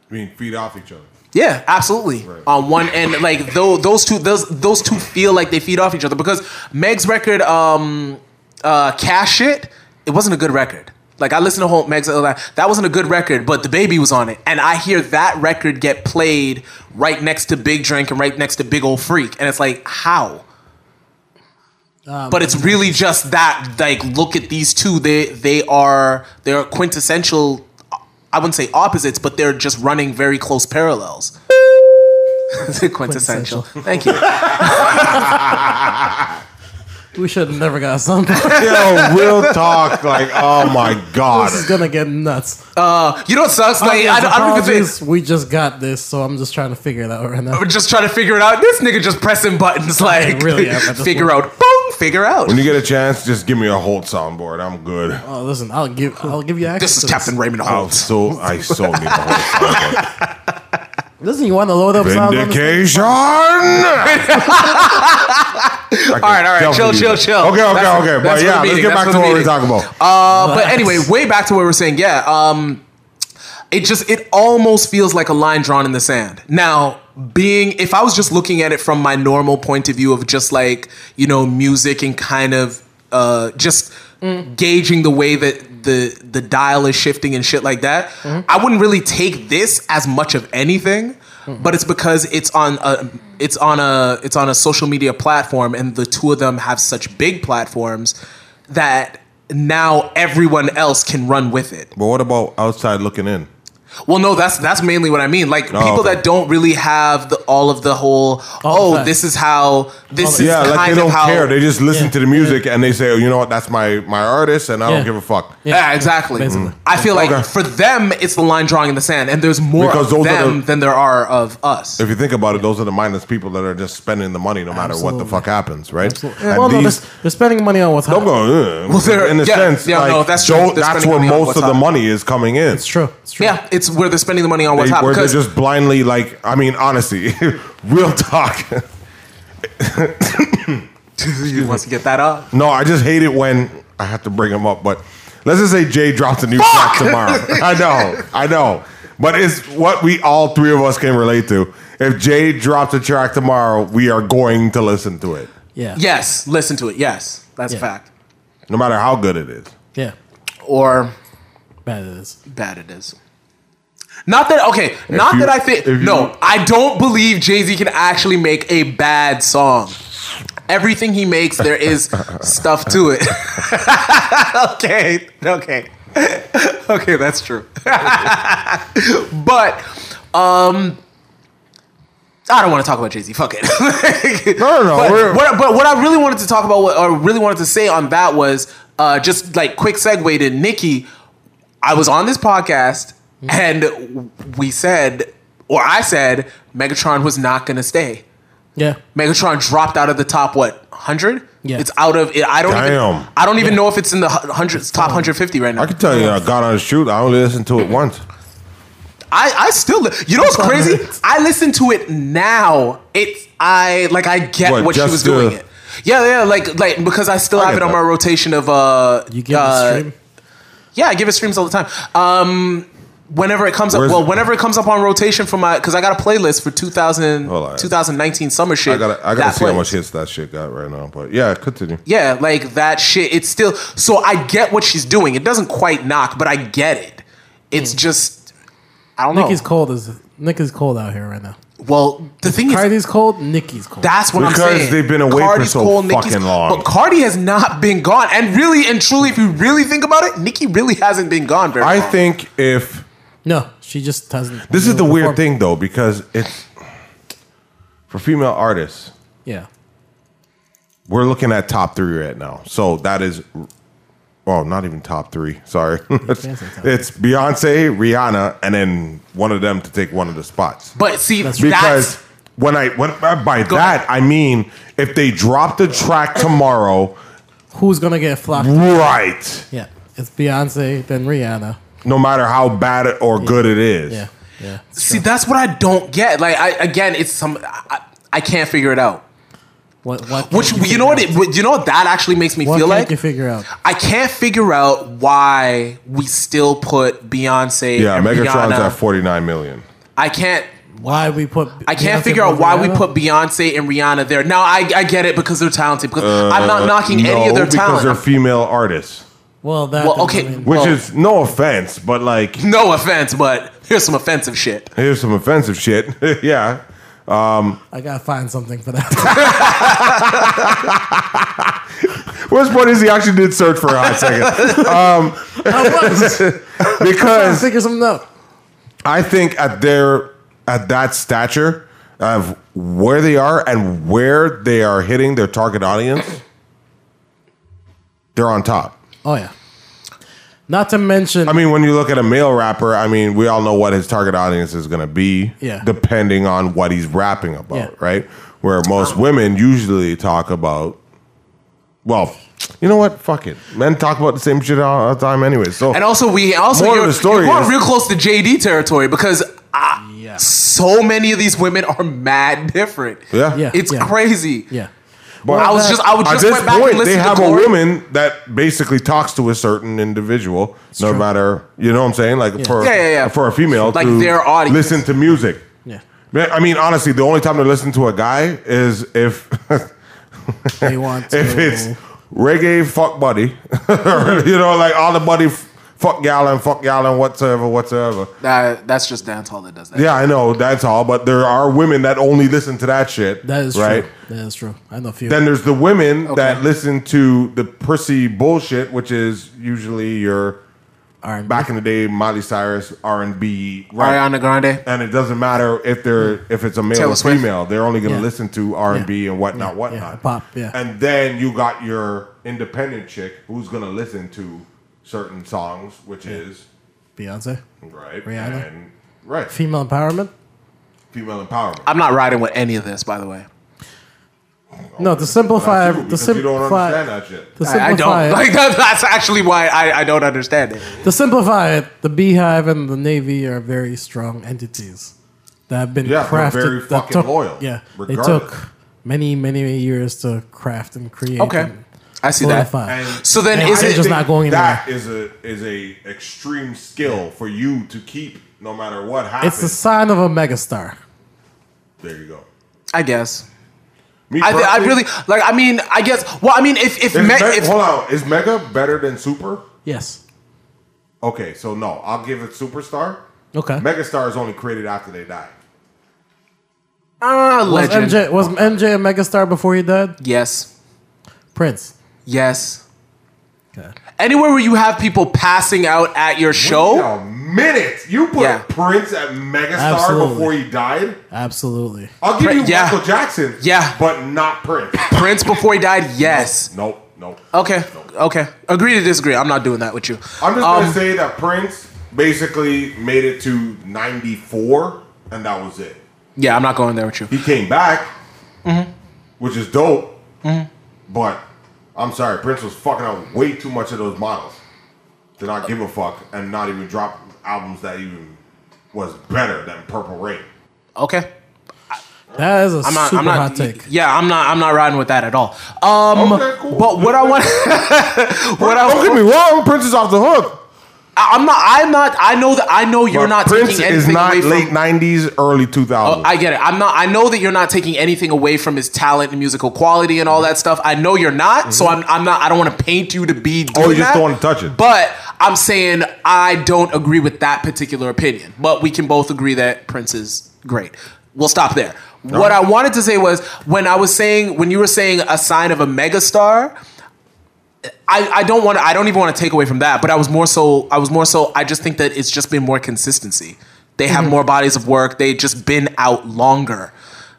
I mean, feed off each other.
Yeah, absolutely. On one end, like those those two those those two feel like they feed off each other because Meg's record, um, uh, Cash It, it wasn't a good record. Like I listened to whole Meg's that wasn't a good record, but the baby was on it, and I hear that record get played right next to Big Drink and right next to Big Old Freak, and it's like how. but it's really just that like look at these two they they are they're quintessential I wouldn't say opposites, but they're just running very close parallels. quintessential.
Quintessential.
Thank you.
We should have never got something.
Yo, real talk. Like, oh my god.
this is gonna get nuts.
You know what sucks? Like Oh, I,
Yes,
don't- I don't even
Oh, apologies,
think
we just got this, so I'm just trying to figure it out right now.
we're just trying to figure it out. This nigga just pressing buttons like
really am at this
figure out, boom, figure out.
When you get a chance, just give me a Holt soundboard. I'm good.
Oh, listen, I'll give I'll give you access.
This
to
is Captain Raymond
I'll
Holmes.
so I so need a Holt soundboard.
Listen, you want to load up sounds on this?
Vindication. all
All right, all right, chill, chill, chill.
Okay, okay,
That's-
okay.
that's
But
for the
yeah, let's
meeting,
get
that's
back
for
to
the
what we're
meeting.
talking about.
Uh, but anyway, way back to what we were saying. Yeah, um, it just it almost feels like a line drawn in the sand. Now, being if I was just looking at it from my normal point of view of just like you know music and kind of uh, just gauging the way that the the dial is shifting and shit like that, I wouldn't really take this as much of anything. But it's because it's on a it's on a it's on a social media platform, and the two of them have such big platforms that now everyone else can run with it.
But what about outside looking in?
Well, no, that's that's mainly what I mean. Like people
Oh, okay.
that don't really have the all of the whole.
All
oh,
of that.
this is how this is
Yeah,
kind
like they
of
don't
how.
care. They just listen
Yeah.
to the music and they say, oh, you know what, that's my my artist, and I
Yeah.
don't give a fuck.
yeah, exactly.
Basically.
I feel like
Okay.
for them, it's the line drawing in the sand, and there's more
Because
of
those are
them
the-
than there are of us.
If you think about it, those are the mindless people that are just spending the money no matter what
Absolutely.
the fuck happens, right? And
Well, no,
these-
they're, they're spending money on what's hot.
I'm going, "Ugh."
they're-
in a
yeah,
sense,
yeah,
like,
no, that's
Joe-
true. They're
that's
spending
where
money on
most of
what's
the
hot.
money is coming in.
It's true. It's true.
yeah, it's where they're spending the money on what's
They-
hot
where they're
because
just blindly like I mean honestly real talk
he wants to get that up.
no I just hate it when I have to bring them up but let's just say Jay drops a new track tomorrow I know I know but it's what we all three of us can relate to if Jay drops a track tomorrow we are going to listen to it
Yeah.
Yes, listen to it. Yes, that's a
Yeah.
fact.
no matter how good it is
Yeah.
Or
Bad it is.
bad it is. Not that okay. not
you-
that I think.
if you-
No, I don't believe Jay Z can actually make a bad song. Everything he makes, there is stuff to it. okay, okay, okay. That's true. but um, I don't want to talk about Jay Z. Fuck it.
no no, no
But
we're-
what, but what I really wanted to talk about, what- or really wanted to say on that was uh, just like quick segue to Nikki. I was on this podcast and we said, or I said, Megatron was not going to stay.
Yeah.
Megatron dropped out of the top what hundred?
Yeah.
it's out of. I don't even.
Damn.
I don't even know if it's in the hu- hundreds, top hundred fifty right now.
I can tell you I got on the shoot I only listened to it once
I, I still li- you know what's
Sorry.
crazy? I listen to it now. It's I like I get what,
What,
she
just
was doing
the-
it. Yeah, yeah, like like because I still
I
have
get
it on my
that.
rotation of uh
You give
uh,
a stream.
Yeah, I give it streams all the time. Um whenever it comes up
Where's-
well, whenever it comes up on rotation for my cuz I got a playlist for 2000
Hold on.
2019 summer shit.
I gotta I
that
gotta see how
plays.
much hits that shit got right now but yeah continue
Yeah, like that shit. It's still so I get what she's doing. It doesn't quite knock, but I get it. It's just I don't
Nikki's
know.
cold Hmm. is Nikki's cold out here right now.
Well, the thing is,
Cardi's cold. Nikki's cold.
That's what I'm
Because
saying.
they've been away for so fucking long.
But Cardi has not been gone, and really and truly, if you really think about it, Nikki really hasn't been gone very
I
long.
think if
No, she just doesn't.
This is the weird
perform.
thing though, because it's for female artists.
Yeah.
We're looking at top three right now, so that is, well, not even top three. Sorry, it's,
Can't say top
Beyonce, Rihanna, and then one of them to take one of the spots.
But see, that's,
That's
Because when I when I- by that I mean if they drop the track tomorrow,
Who's gonna get flopped?
Mm-hmm.
right?
Yeah, it's Beyonce, then Rihanna.
No matter how bad or good it is,
Yeah, yeah.
see that's what I don't get. Like I again, it's some I, I can't figure it out.
What? What?
Which
can't
you know what?
figure out?
It, you know what that actually makes me
What
feel
can't
like.
you figure out?
I can't figure out why we still put Beyonce.
yeah.
and
Megatron's
Rihanna.
at forty nine million.
I can't.
Why we put?
I can't figure out why we put Beyonce and Rihanna there. Now I, I get it because they're talented. Because I'm not knocking any of
Uh, No,
their
because
talent. Oh.
they're female artists.
Well, that.
Well,
doesn't
okay.
mean-
Which
Well-
is no offense, but like
no offense, but here's some offensive shit.
here's some offensive shit. yeah.
I gotta find something for that.
Worst point is he actually did search for a hot second.
I was trying to
Because
figure something out.
I think at their at that stature of where they are and where they are hitting their target audience, they're on top.
Oh yeah. Not to mention.
I mean, when you look at a male rapper, I mean, we all know what his target audience is going to be,
Yeah.
depending on what he's rapping about,
Yeah.
right? Where most women usually talk about, well, you know what? Fuck it. Men talk about the same shit all the time anyway. So
And also, we also
Moral of
you're,
the story
you're going
is-
real close to JD territory because I,
yeah.
so many of these women are mad different.
yeah,
Yeah.
It's crazy.
Yeah.
But
I was just I was
at
just
this
went back
point,
and listened
they have
to
a
Corey.
woman that basically talks to a certain individual, no
true.
matter you know what I'm saying, like for
Yeah, yeah, yeah.
for a female,
Like
to
their audience.
listen to music.
Yeah.
Man, I mean, honestly, the only time to listen to a guy is if
They want. To,
if it's reggae fuck buddy, or, you know, like all the buddy f- fuck y'all and fuck y'all and whatsoever, whatsoever.
That, that's just dancehall that does that.
Yeah, I know that's all, but there are women that only listen to that shit.
That is
right.
true. That is true. I know a few.
Then there's the women
Okay.
that listen to the prissy bullshit, which is usually your
are in-
back in the day Miley Cyrus R and B, right?
Ariana Grande.
And it doesn't matter if they're if it's a male
Taylor
or
Swift.
female, they're only gonna
Yeah.
listen to R and B and whatnot,
Yeah,
whatnot.
pop, yeah.
And then you got your independent chick who's gonna listen to certain songs, which is
Beyonce.
right
Rihanna.
and right
Female empowerment.
female empowerment.
I'm not riding with any of this, by the way.
No, to simplify.
That's you,
To
because you don't understand
simplify.
that shit.
To
I, I don't
simplify. it-
like that, that's actually why I, I don't understand it.
To simplify it, the Beehive and the Navy are very strong entities that have been
Yeah, they're
crafted.
very
that
fucking
took-
loyal,
Yeah,
regardless.
they took many, many, many years to craft and create.
Okay,
and
I see that.
solidify.
And-
So then,
And
is
I
it
just not going
That is a is a extreme skill for you to keep no matter what happens.
It's the sign of a megastar.
there you go.
I guess.
Me
I, I
personally,
really like. I mean, I guess. Well, I mean, if if,
is
me,
Me-
if
hold on. Is Mega better than Super?
Yes.
Okay, so no, I'll give it Superstar.
Okay.
Megastar is only created after they die.
ah,
was
legend,
MJ was MJ a megastar before he died?
yes,
Prince.
yes.
Okay.
Anywhere where you have people passing out at your
Wait
show,
a minute! You put
Yeah.
Prince at Megastar
Absolutely.
before he died.
Absolutely.
I'll give
Pri-
you
yeah.
Michael Jackson.
Yeah.
but not Prince.
Prince before he died, yes.
nope, nope.
Okay, okay. Agree to disagree. I'm not doing that with you.
I'm just
Um,
gonna say that Prince basically made it to '94, and that was it.
yeah, I'm not going there with you.
He came back,
Mm-hmm.
which is dope. But I'm sorry, Prince was fucking out way too much of those models. Did not give a fuck and not even drop albums that even was better than Purple Rain.
Okay,
That is a
I'm not.
super
I'm not. e-
hot take.
Yeah, I'm not. I'm not riding with that at all. Um,
Okay, cool.
but what I want, what I,
Don't get me wrong, Prince is off the hook.
I'm not. I'm not. I know that. I know you're
But
not
Prince
taking
is
anything
not
away from.
late '90s, early 2000s.
Oh, I get it. I'm not. I know that you're not taking anything away from his talent and musical quality and all that stuff. I know you're not. So I'm. I'm not. I don't want to paint you to be. Doing
Mm-hmm. Oh, you just
that,
don't wanna touch it.
But I'm saying I don't agree with that particular opinion. But we can both agree that Prince is great. We'll stop there. What I wanted to say was when I was saying when you were saying a sign of a megastar, I, I don't want to, I don't even want to take away from that, but I was more so I was more so I just think that it's just been more consistency. They have more bodies of work. They just been out longer,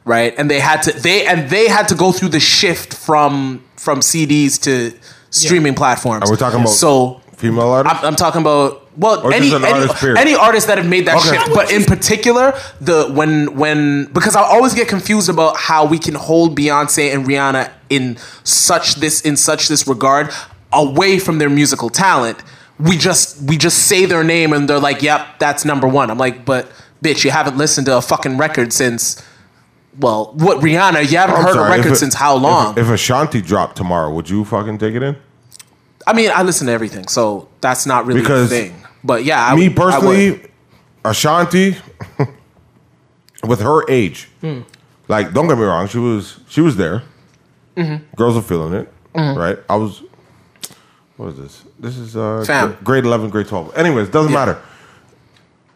right? And they had to they and they had to go through the shift from from CDs to streaming platforms.
Are we talking about
so
female artists?
I'm, I'm talking about well
Or
any
just an
any,
artist, period.
any artist that have made that
Okay.
shift, but in particular the when when because I always get confused about how we can hold Beyonce and Rihanna in such this in such this regard away from their musical talent. We just we just say their name and they're like, "Yep, that's number one." I'm like, "But bitch, you haven't listened to a fucking record since." Well, what Rihanna? You haven't
I'm
heard
sorry,
a
if
record
it-
since how
if-
long?
If, Ashanti dropped tomorrow, would you fucking take it in?
I mean, I listen to everything, so that's not really
Because
the thing. But yeah, I,
Me
would- I would.
personally, Ashanti, with her age,
Hmm.
like don't get me wrong, she was she was there.
Mm-hmm.
Girls were feeling it, right? I was. What is this? This is uh,
Fam.
gr- grade eleven, grade twelve. Anyways, doesn't matter.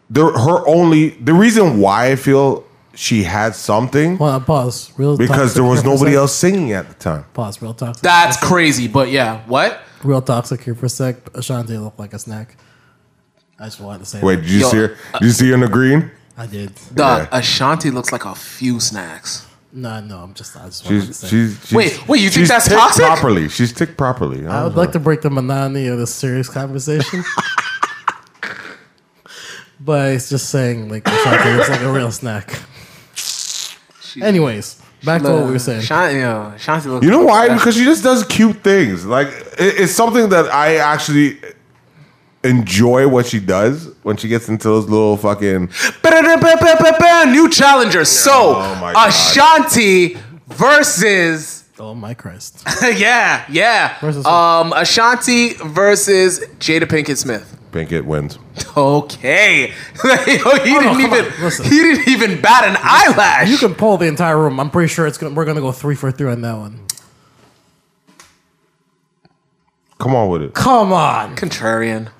The, her only the reason why I feel she had something
Well, pause. Real
because
toxic
there was
here for a
nobody
sec.
else singing at the time.
Pause. Real toxic.
That's crazy, but yeah, what?
real toxic here for a sec. Ashanti looked like a snack. I just wanted to say.
Wait,
that.
did you
Yo, uh,
see her? Did you see her in the green?
I did.
Dog,
Yeah.
Ashanti looks like a few snacks.
No, no. I'm just. I just wanted to
She's,
say.
she's, she's
Wait, wait, you think
she's
that's
ticked
toxic?
Properly, she's ticked properly.
I would like to break the monotony of this serious conversation. But it's just saying, like, Ashanti looks like a real snack. Anyways, back to what we were saying.
Ashanti, yeah, Ashanti looks
You know why? Because she just does cute things. Like it, it's something that I actually enjoy what she does when she gets into those little fucking.
Ba-da-da-ba-ba-ba-ba, new challenger. so
Oh my God.
Ashanti versus
Oh my Christ!
yeah, yeah.
Versus who?
um Ashanti versus Jada Pinkett Smith.
Pinkett wins.
Okay. Yo, he didn't
Oh, come
even
on, listen.
he didn't even bat an eyelash.
You can pull the entire room. I'm pretty sure it's gonna. We're gonna go three for three on that one.
Come on with it.
Come on!
contrarian.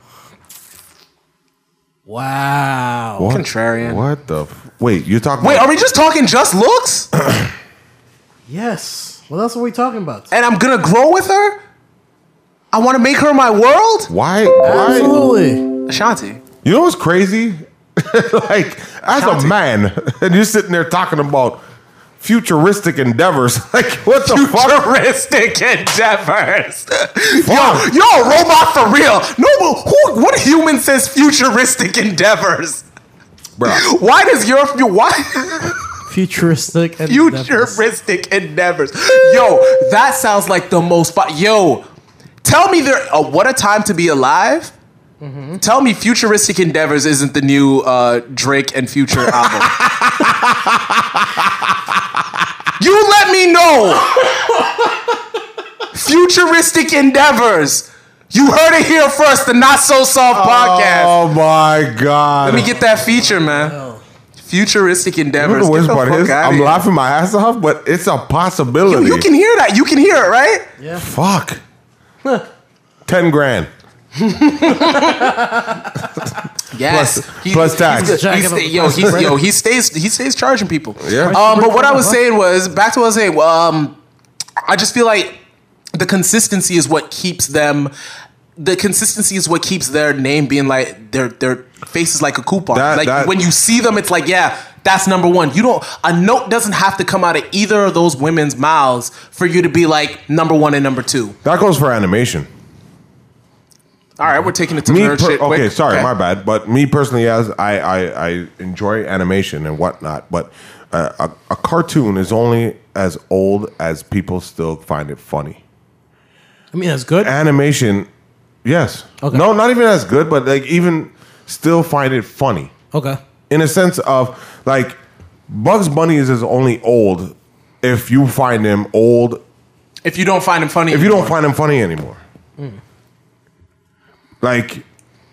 Wow!
What?
Contrarian.
What the? F- Wait, you're talking.
Wait,
about-
are we just talking just looks?
Yes. What else are we talking about?
and I'm gonna grow with her? I wanna make her my world?
why? Why?
Absolutely.
Ashanti.
You know what's crazy? like as
Ashanti.
a man, and you're sitting there talking about futuristic endeavors. Like what the fuck?
Futuristic endeavors.
Fuck.
Yo, you're a robot for real. No, but who? What human says futuristic endeavors?
Bruh.
Why does your fu- why
Futuristic. and devils.
futuristic endeavors? Yo, that sounds like the most. Fu- Yo, tell me there. Uh, what a time to be alive. Tell me, futuristic endeavors isn't the new uh, Drake and Future album. you let me know. futuristic endeavors. You heard it here first. The Not So Soft podcast.
Oh my god.
Let me get that feature, man. Futuristic
You know
endeavors. Get
the worst
the
part
fuck
is
outta
I'm
here.
laughing my ass off, but it's a possibility.
You can hear that. You can hear it, right?
Yeah.
fuck. Ten grand.
Yes.
Plus- plus tax.
He's, the-
Jack
he's
of
the-
the-
yo, he's, yo, he stays. He stays charging people.
Yeah.
Um, but what I was
Huh?
saying was back to what I was saying. Well, um, I just feel like the consistency is what keeps them. The consistency is what keeps their name being like their their face is like a coupon.
That-
like
that-
when you see them, it's like yeah, that's number one. You don't a note doesn't have to come out of either of those women's mouths for you to be like number one and number two.
That goes for animation.
All right, we're taking it to
Me,
nerd
per-
shit.
okay,
quick.
sorry, my bad. But me personally, as I, I, I enjoy animation and whatnot, but uh, a, a cartoon is only as old as people still find it funny.
I mean, that's
Uh,
good.
Animation, yes,
Okay.
no, not even as good, but like even still find it funny.
Okay.
in a sense of like Bugs Bunny is as only old if you find him old
If you don't find him funny,
if you don't find him funny anymore. Like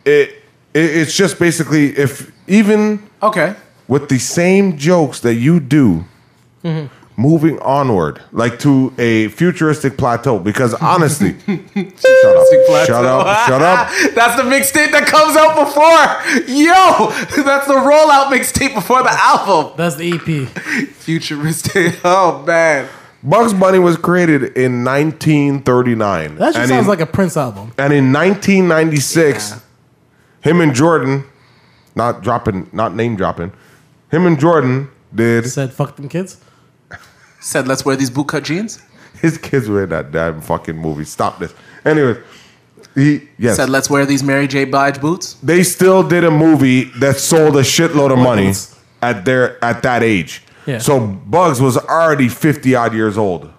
it, it it's just basically if even
okay,
with the same jokes that you do moving onward like to a futuristic plateau because honestly shut up shut up shut up
that's the mixtape that comes out before. Yo, that's the
E
rollout mixtape before the album.
That's the EP.
Futuristic. Oh man.
Bugs Bunny was created in 1939.
That just
and
sounds
in,
like a Prince album.
And in 1996, him and Jordan, not dropping, not name dropping, him and Jordan did.
Said fuck them kids.
Said, let's wear these bootcut jeans.
His kids were in that damn fucking movie. Stop this. Anyways, he yes,
Said, let's wear these Mary J. Blige boots.
they still did a movie that sold a shitload of money
Bugs.
at their at that age.
Yeah.
So Bugs was already fifty odd years old,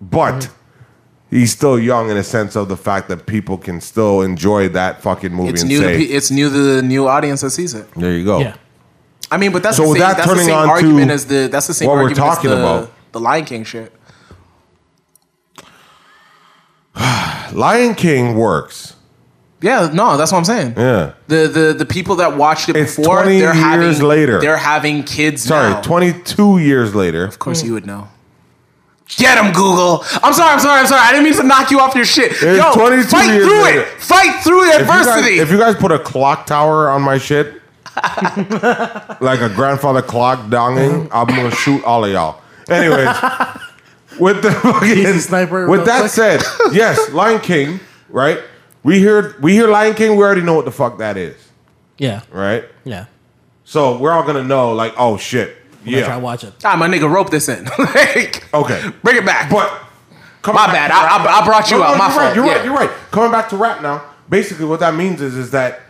but
Mm-hmm.
he's still young in a sense of the fact that people can still enjoy that fucking movie
It's
and
new. To
say,
pe- it's new to the new audience that sees it.
"There you go."
Yeah.
I mean, but that's
So
the
with
same,
that
that's the
turning
same
on to
argument as the that's the same
what we're
argument
talking
as the,
about.
the Lion King shit.
Lion King works.
Yeah, no, that's what I'm saying.
Yeah.
The the the people that watched it
It's
before,
20
they're
years
having
later.
they're having kids
Sorry,
now.
twenty two years later.
Of course, you would know. Get him, Google. I'm sorry, I'm sorry, I'm sorry. I didn't mean to knock you off your shit.
was
Yo,
22
fight
years
through
later.
it. Fight through the
If you guys-
adversity.
If you, guys, put a clock tower on my shit, like a grandfather clock donging, I'm gonna shoot all of y'all. Anyways, with the fucking
Easy sniper
With
real
that
quick.
said, yes, Lion King, right? We hear we hear Lion King. We already know what the fuck that is,
Yeah.
right?
Yeah.
So we're all gonna know, like, oh shit,
Yeah. Try to
yeah,
watch it.
ah, my nigga, rope this in. like,
okay.
bring it back.
But come
My bad.
back to
I-
rap.
I- I brought you out. My
Oh, you're
fault.
Right, you're
Yeah.
right. You're right. Coming back to rap now. Basically, what that means is is that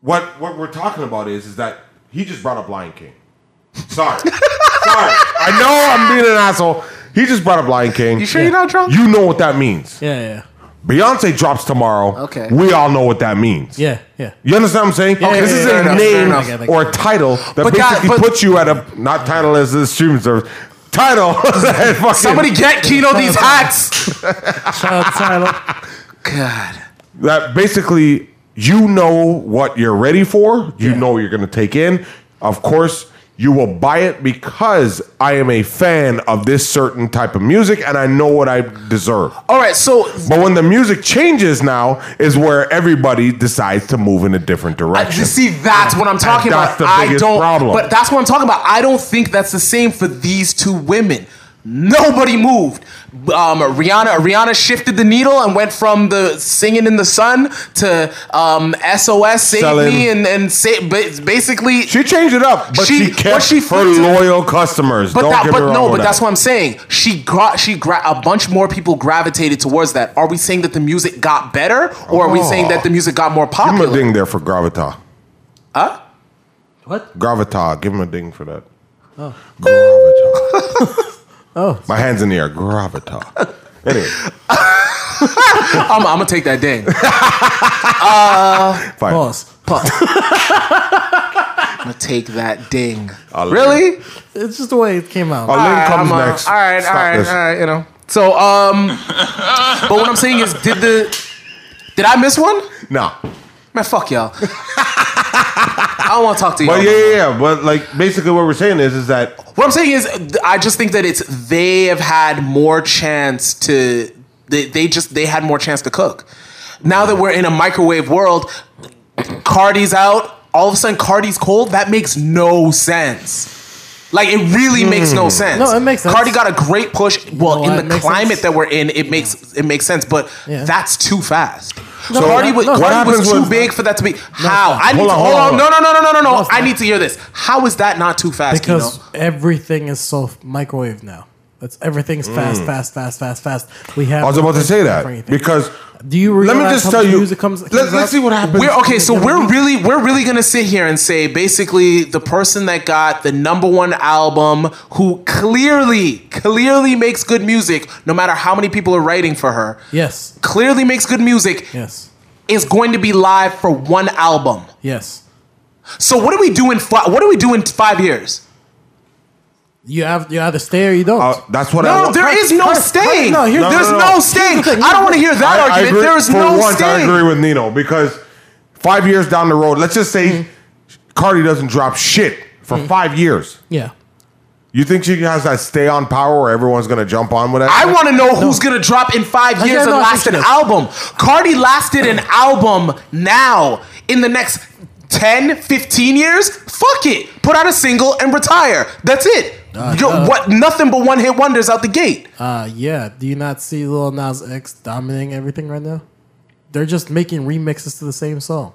what what we're talking about is is that he just brought up Lion King. Sorry, sorry. I know I'm being an asshole. He just brought up Lion King.
you sure you're not drunk?
You know what that means.
Yeah. Yeah.
Beyonce drops tomorrow.
Okay.
We all know what that means.
Yeah. Yeah.
You understand what I'm saying?
yeah,
this
yeah,
is
fair
a
enough, fair
name
enough. I get it,
or a title that
But guys,
basically
but-
puts you at a not title as a streaming service. Title. that fucking-
Somebody get Keno these hats.
Shout out to Tyler.
God.
that basically you know what you're ready for. You know what you're going to take in. Of course, you will buy it because I am a fan of this certain type of music and I know what I deserve.
All right, so
But when the music changes now is where everybody decides to move in a different
I,
direction.
you see, that's what I'm talking
that's
about.
the
I
biggest
don't.
problem.
But that's what I'm talking about. I don't think that's the same for these two women. Nobody moved. Um, Rihanna, Rihanna shifted the needle and went from the singing in the sun to um, SOS save
Selling.
me and and say, ba- basically
She changed it up, but she,
She-
kept
what she
her
flipped it-
loyal customers.
But
Don't
that,
get me
but
wrong
no,
on
but
that.
that's what I'm saying. She gra- she gra- a bunch more people gravitated towards that. Are we saying that the music got better, or are we saying that the music got more
Oh. Give him
popular?
a ding there for Gravita.
What?
Gravita. Give him a ding for that. Oh. Gravita. oh. My hands in the air. Gravita. Anyway,
I'm, I'm gonna take that ding.
fine.
Pause.
I'm gonna take that ding.
I'll let
really?
It's just the way it came out.
Oh, Lynn
Alright,
comes
I'm, uh,
next.
All right,
Stop
all right,
this.
all right. You know. So, um, but what I'm saying is, did the did I miss one?
Nah.
Man, fuck y'all. I don't want to talk to you.
But yeah, yeah, yeah. But like, basically, what we're saying is, is that
What I'm saying is, th- I just think that it's they have had more chance to they, they just they had more chance to cook. Now that we're in a microwave world, Cardi's out. All of a sudden, Cardi's cold. That makes no sense. Like it really makes no sense.
Hmm. No, it makes sense.
Cardi got a great push. Well,
No, it
in the
makes
climate
sense.
that we're in, it makes it makes sense. But
Yeah.
that's too fast.
No,
so Cardi,
no,
was,
no,
Cardi
what happens
was too
when-
big for that to be. How?
not.
I need
Hold
to,
on,
hold
hold
on.
on.
No, no, no, no, no, no,
No,
no.
it's
I
not.
need to hear this. How is that not too fast?
because
Kino?
everything is so f- microwave now. That's everything's fast, fast, fast, fast, fast. We have.
Mm. I was about to say
for
that
anything.
because
Do you
let me
realize
just
how
tell
much
you.
music comes-
let,
comes
us
out?
see what happens.
we're okay. So
Yeah,
we're
we-
really we're really gonna sit here and say basically the person that got the number one album, who clearly clearly makes good music, no matter how many people are writing for her,
Yes.
clearly makes good music,
Yes.
is going to be live for one album.
Yes.
So what do we do in fi- what do we do in five years?
You have you either stay or you don't.
Uh, that's what I.
No,
want.
there is no staying.
no, here's-
There's
No, no,
no
no.
staying.
Here's the thing.
I don't want to hear that
I- I
argument.
agree-
There is
for
no
once, I
staying.
agree with Nino because five years down the road, let's just say Mm-hmm. Cardi doesn't drop shit for five years.
yeah.
You think she has that stay on power where everyone's gonna jump on with that?
I
shit?
want to know who's gonna drop in five
yeah,
years and
no, I
last an
think she
album. Cardi lasted an album now in the next 10, 15 years. Fuck it. Put out a single and retire. That's it. Yo, what? Nothing but one hit wonders out the gate.
Uh, yeah. Do you not see Lil Nas X dominating everything right now? They're just making remixes to the same song.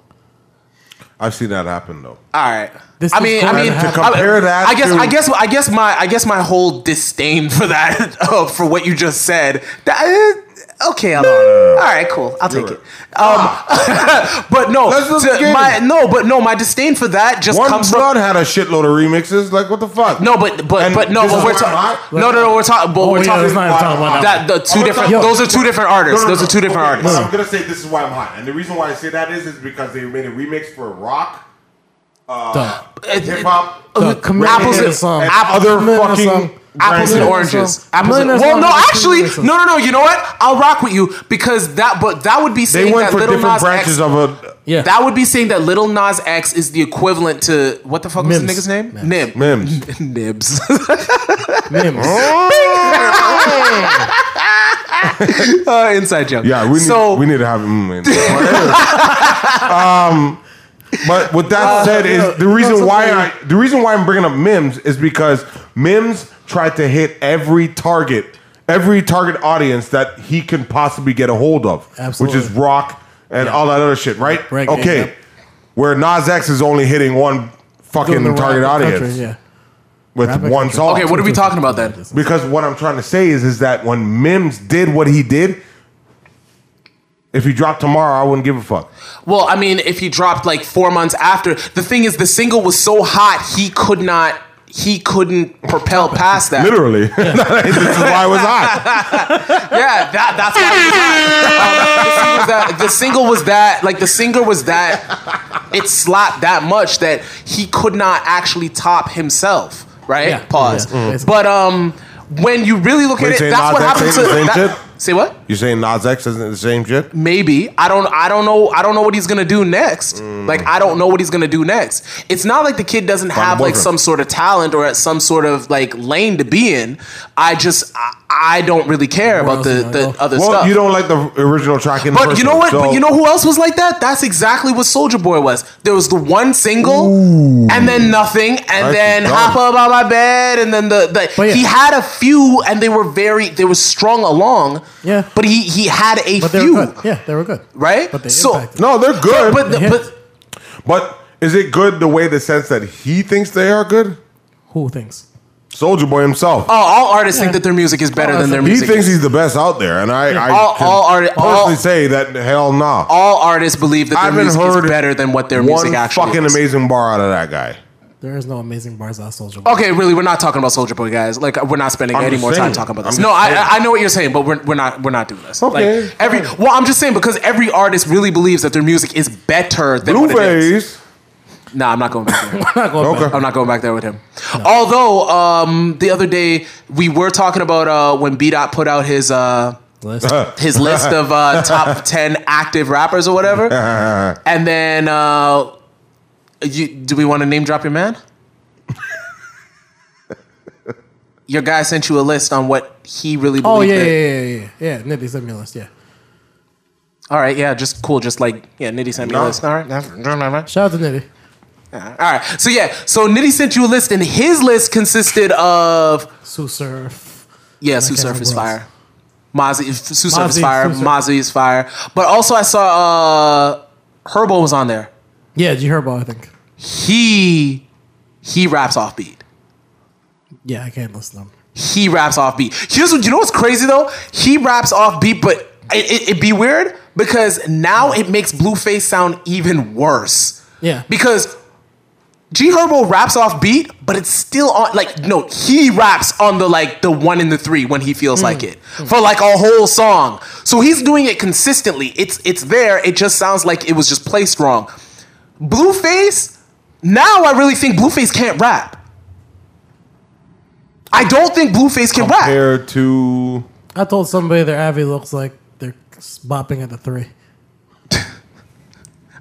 I've seen that happen though.
All right.
This
I
is
mean, I
going
mean,
to happen.
I-
Compare that
I guess,
to-
I guess, I guess my, I guess my whole disdain for that, uh, for what you just said. That, uh, okay, I'm all right, cool, I'll take it.
Ah.
Um, but no,
That's the
to
beginning.
my no, but no, my disdain for that just
One
comes
Blood
from.
had a shitload of remixes. Like what the fuck?
No, but but
And
but no,
this
but
is
we're
where
talking.
I'm Oh,
No, no, no, we're talking. But we're
yeah,
talking.
let's not even talk about
that the two
I'm
different.
gonna-
Those are two different artists.
No, no,
Those are two
no.
different
Okay,
artists.
I'm gonna say this is why I'm hot, and the reason why I say that is is because they made a remix for rock,
Duh.
hip hop,
Uh,
Look, come
apples
here,
and-
song.
and
Apple-
other
Millionaire
fucking
song.
apples and
brands.
Millionaire
oranges.
song.
Apples and,
Millionaire
well,
song,
no,
not
actually,
millionaire song.
no, no, no. You know what? I'll rock with you because that, but that would be saying
They went
that
for
Little
different
Nas X,
branches of a
Yeah.
That would be saying that Little Nas X is the equivalent to what the fuck was the
Mims.
nigga's name? Nib.
Mims.
Nibs.
Mims.
uh, inside joke.
Yeah, we need,
so
we need to have him in. um, but with
Uh,
that said,
yeah,
is the
no,
reason why
something-
I the reason why I'm bringing up Mims is because Mims tried to hit every target, every target audience that he can possibly get a hold of,
Absolutely.
which is rock and all that other shit, right?
Reggae,
okay,
yep.
where Nas X is only hitting one
Doing
fucking
the
target
rap
audience
country, yeah.
with
Rap and
one
country.
song.
okay, what are we talking about then?
Because what I'm trying to say is, is that when Mims did what he did, if he dropped tomorrow, I wouldn't give a fuck.
Well, I mean, if he dropped like four months after, the thing is, the single was so hot he could not, he couldn't propel past that.
Literally, this is why I was hot.
Yeah, that that's why it was that. Um, the, single was that the single was that like the singer was that it slapped that much that he could not actually top himself. Right?
Yeah.
Pause.
Yeah, Mhm. basically.
But um, when you really look
Wait,
at
say
it, that's
Nas
what
X
happened
ain't
to
the same shit?
that, say what?
You saying Nas X isn't the same shit?
Maybe I don't. I don't know. I don't know what he's gonna do next.
Mm.
Like I don't know what he's gonna do next. It's not like the kid doesn't
a
have like
boyfriend.
some sort of talent or at some sort of like lane to be in. I just I, I don't really care about
else
the
you gonna
the
go?
other
Well,
stuff.
you don't like the original track in the
But
first
you know what?
place, so-
But you know who else was like that? That's exactly what Soldier Boy was. There was the one single, and then nothing, and
That's
then
dumb.
hop up on my bed, and then the, the
But yeah.
he had a few, and they were very they were strung along.
Yeah.
but he he had a
But they
few,
were good. Yeah, they were good.
right?
But they
so,
impacted.
no, they're good.
but the,
Yeah.
but
but is it good the way the sense that he thinks they are good?
Who thinks?
Soldier Boy himself.
oh, all artists think
Yeah. Oh,
that their music is better
All
than their
he
music.
thinks
is.
he's the best out there, and I, I
All-
can
all arti-
personally
all-
say that hell no. Nah.
all artists believe that
I
their
haven't
music
heard
is better than what their
one
music actually
fucking
is.
amazing bar out of that guy.
There is no amazing bars out Soldier Boy.
Okay, really, we're not talking about Soldier Boy, guys. Like, we're not spending
I'm
any
just
more time
saying.
talking about
I'm
this.
just
No, I,
saying.
I I know what you're saying, but we're, we're not we're not doing this.
Okay,
Like, every
fine.
well, I'm just saying because every artist really believes that their music is better than what it is.
Blueface.
Nah, I'm not going back there.
I'm not going
Okay.
back.
I'm not going back there with him. Although um, the other day we were talking about uh, when B Dot put out his uh,
List.
his list of uh, top ten active rappers or whatever, and then uh, you, do we want to name drop your man? your guy sent you a list on what he really.
Oh
believed
yeah, yeah,
that-
yeah, yeah, yeah. Yeah, Nibby sent me a list. Yeah.
All right, yeah, just cool, just like yeah, Nitty sent me a
No.
list. All right, yeah.
Shout out to Nibby.
all right. So yeah, so Nitty sent you a list, and his list consisted of
Sue Surf.
yeah,
I
Sue
can't
Surf is
remember
fire, Mozzie, Sue Surf is
Mozzie,
fire,
Sue Surf.
Mozzie is fire. But also, I saw uh, Herbo was on there.
Yeah, G Herbo, I think.
He he raps off beat.
Yeah, I can't listen to him.
he raps off beat. Here's what you know what's crazy though? He raps off beat, but it, it, it be weird because now it makes Blueface sound even worse.
Yeah.
Because G Herbo raps off beat, but it's still on like no, he raps on the like the one and the three when he feels like it. For like a whole song. So he's doing it consistently. It's it's there. It just sounds like it was just placed wrong. Blueface, now I really think Blueface can't rap. I don't think Blueface can rap.
compared to
I told somebody their Avi looks like they're bopping at the three.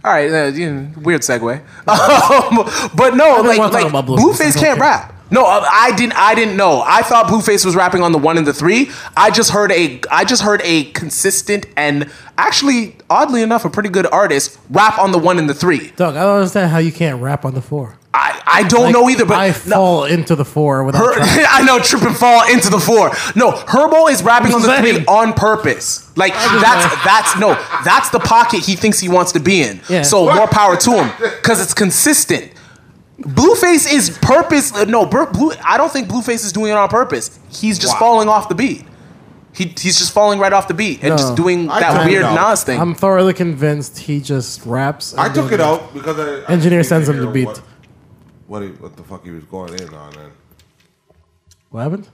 All right, uh, you know, weird segue. Um, but no,
don't wanna
like,
talk
like
about
Blueface,
Blueface. I don't
can't
care.
rap. No, I, I didn't. I didn't know. I thought Blueface was rapping on the one and the three. I just heard a. I just heard a consistent and actually, oddly enough, a pretty good artist rap on the one and the three.
Doug, I don't understand how you can't rap on the four.
I I don't
Like,
know Oh, either, but
I fall into the four without
Her,
trying.
I know, trip and fall into the four. No, Herbo is rapping on the
Exactly.
three on purpose. Like that's that's no, that's the pocket he thinks he wants to be in.
Yeah.
So more power to him because it's consistent. Blueface is purpose. uh, No, Bur- blue. I don't think Blueface is doing it on purpose. He's just
Wow.
falling off the beat. He, he's just falling right off the beat and
No.
just doing
I
that
don't
weird
know.
Nas thing.
I'm thoroughly convinced he just raps. and
I took it
doesn't-
out because I, I
Engineer
needed to
sends him
hear
the beat.
What, what, he, what the fuck he was going in on? And
What happened?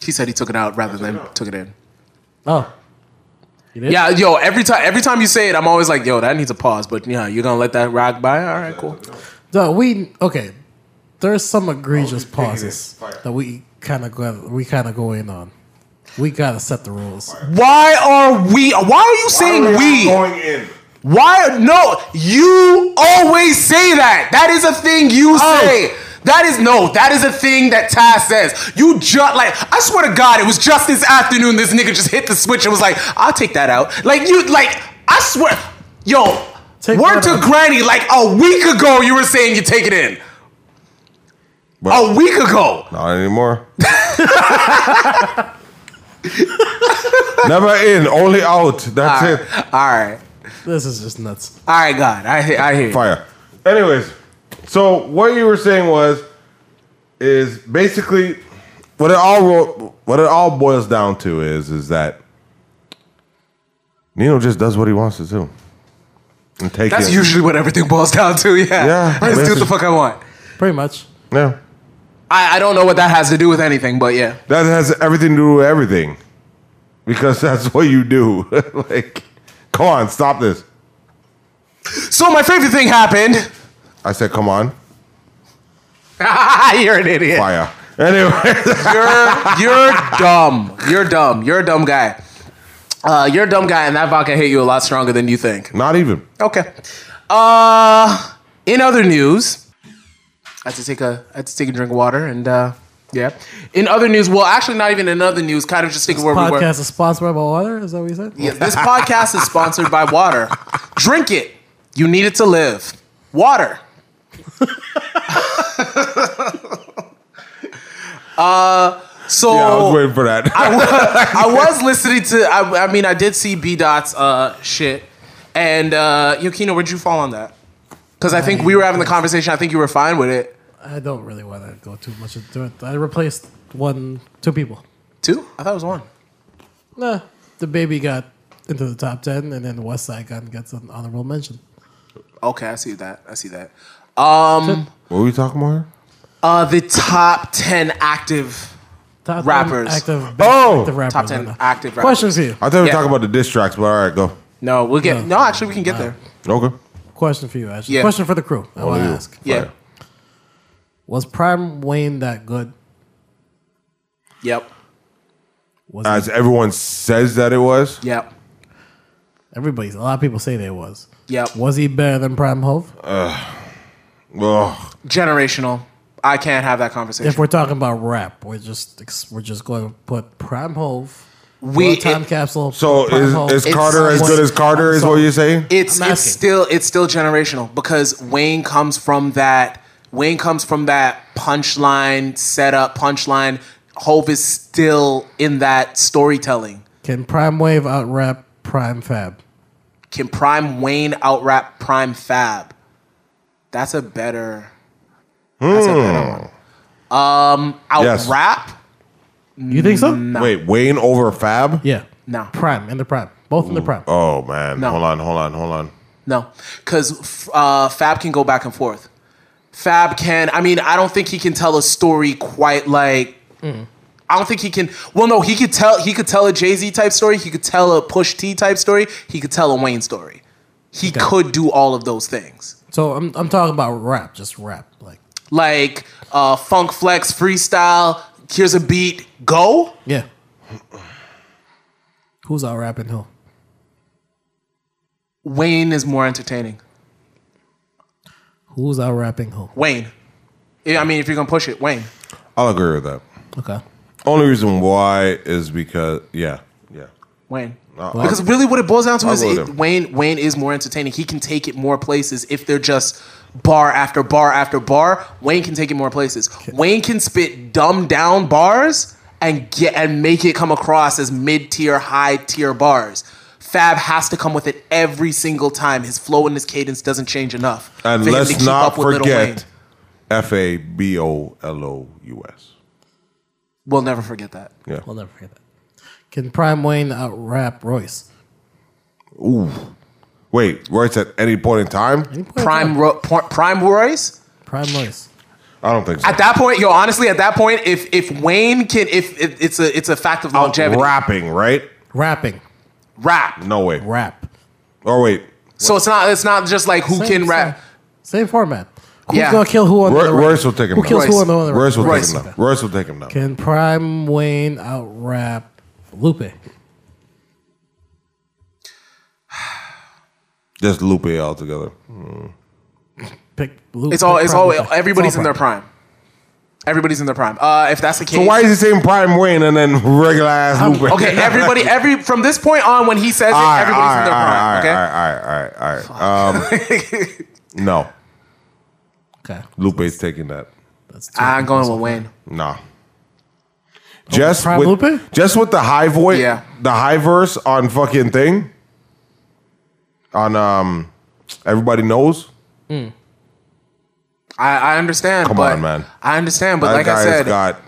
he said he took it out rather than
it out.
took it in.
Oh, you did?
Yeah, yo. Every time, every time you say it, I'm always like, yo, that needs a pause. But yeah, you're gonna let that rock by. All right, cool.
No, we okay. There's some egregious
picking Oh, it.
pauses
Fire.
that we kind of go. We kind of go in on. We gotta set the rules.
Why are we? Why are you saying
Why are
we?
going in.
Why? No, you always say that. That is a thing you say. That is no. That is a thing that Taz says. You just like I swear to God, it was just this afternoon. This nigga just hit the switch and was like, "I'll take that out." Like you, like I swear, yo.
Take
word
that
to
out.
Granny, like a week ago, you were saying you take it in.
But
A week ago.
not anymore. Never in, only out. That's
All
it.
right. All right.
This is just nuts.
All right, God. I, he- I hear you.
Fire. Anyways, so what you were saying was, is basically what it all ro- what it all boils down to is is that Nino just does what he wants to do and take
That's
it.
usually what everything boils down to. Yeah.
Yeah,
I just do what the
basically.
fuck I want.
Pretty much.
yeah.
I, I don't know what that has to do with anything, but yeah.
That has everything to do with everything. Because that's what you do. like, come on, stop this.
So my favorite thing happened.
I said, come on,
You're an idiot.
fire. Anyway,
You're you're dumb. You're dumb. You're a dumb guy. Uh, you're a dumb guy, and that vodka hit you a lot stronger than you think.
not even.
Okay. Uh, in other news, I had to take a I had to take a drink of water, and uh, yeah. In other news, well, actually, not even in other news. Kind of just thinking where we were.
Podcast is sponsored by Water. Is that what you said?
Yeah, this podcast is sponsored by water. Drink it. You need it to live. Water. uh, so
Yeah, I was
I,
waiting for that.
was listening to. I, I mean, I did see B Dot's uh, shit, and uh, Yukino, where'd you fall on that? Because I think we were having the conversation. I think you were fine with it
I don't really want to go too much into it. I replaced one, two people.
too. I thought it was one.
Nah, the baby got into the top ten, and then West Side Gun gets an honorable mention.
Okay, I see that. I see that. Um,
what were we talking about here?
uh, the top ten active
Top
Rappers.
ten active,
Oh!
active rappers.
top
I
ten
know.
active rappers.
Questions for you.
I thought we were
Yeah.
talking about the diss tracks, but all right, go.
No, we'll get. No,
No.
actually, we can get there.
Okay.
Question for you, actually.
Yeah.
Question for the crew. I want to
you.
ask:
Yeah.
Fire.
Was Prime Wayne that good?
Yep.
Was
As everyone says that it was,
Yep.
everybody's a lot of people say that it was.
Yep.
Was he better than Prime Hove?
ugh,
Generational. I can't have that conversation.
If we're talking about rap, we're just ex- we're just going to put Prime Hove.
We-
World time
it-
capsule.
so
Prime Hove.
is, is
It's-
Carter as
it's-
good as Carter? Is what you're saying?
it's
I'm
it's
asking.
still it's still generational because Wayne comes from that Wayne comes from that punchline setup punchline. Hove is still in that storytelling.
Can Prime Wave out rap Prime Fab?
Can Prime Wayne outrap Prime Fab? That's a better. That's a better one. Um, out
Yes.
rap?
You think so?
Wait, Wayne over Fab?
Yeah.
No.
Prime in the prime. Both in the prime.
Oh man,
No.
hold on, hold on, hold on.
No, because uh, Fab can go back and forth. Fab can. I mean, I don't think he can tell a story quite like. I don't think he can. Well, no, he could tell. He could tell a Jay Z type story. He could tell a Push T type story. He could tell a Wayne story. He could do all of those things.
So I'm I'm talking about rap, just rap. Like
Like uh, Funk Flex freestyle. Here's a beat. Go.
yeah. Who's out rapping who?
Wayne is more entertaining.
Who's out rapping who?
Wayne. Yeah, I mean, if you're gonna push it, Wayne.
I'll agree with that.
Okay.
Only reason why is because yeah, yeah.
Wayne.
I'll-
because really, what it boils down to
I'll
is
go with
it-
him.
Wayne. Wayne is more entertaining. He can take it more places if they're just bar after bar after bar, Wayne can take it more places. Wayne can spit dumbed down bars and get and make it come across as mid tier, high tier bars. Fab has to come with it every single time. His flow and his cadence doesn't change enough. for
And
him to
let's
keep
not
up with Lil Wayne.
forget F A B O L O U S.
We'll never forget that.
Yeah.
I'll never forget that. Can Prime Wayne out rap Royce?
Ooh. Wait, Royce at any point in time?
Prime Ro- Pri- Prime Royce.
Prime Royce.
I don't think so.
At that point, yo, honestly, at that point, if if Wayne can, if, if it's a it's a fact of longevity, rap.
Rapping, right?
Rapping.
No way.
Rap.
Or wait.
So it's not it's not just like who
Same-
can rap.
Same, same format. Who's
Yeah.
gonna kill who on
Roy-
the other
Royce will take him
Who
out.
kills
Royce.
who on the other
Royce will
Royce.
take him now. Royce will take him now.
Can Prime Wayne out rap Lupe?
Just Lupe all together.
Pick Lupe.
It's all
pick
it's
Prime
all
Lupe.
everybody's
It's all
in their prime. Everybody's in their prime. Uh, if that's the case,
So why is he saying Prime Wayne and then regular ass Lupe?
okay, everybody, every from this point on, when he says it,
All right,
everybody's in their
all right,
prime. okay,
all right, All right, all right, all right, all right. Um, no,
Okay,
Lupe's taking that.
that's two.
I'm going with Wayne.
Nah. Just
Oh, Prime
with
Lupe?
just with the high voice,
Yeah.
the high verse on fucking thing, on um, everybody knows.
I, I understand.
Come
but-
on, man.
I understand, but
That
like I
guy has
said,
got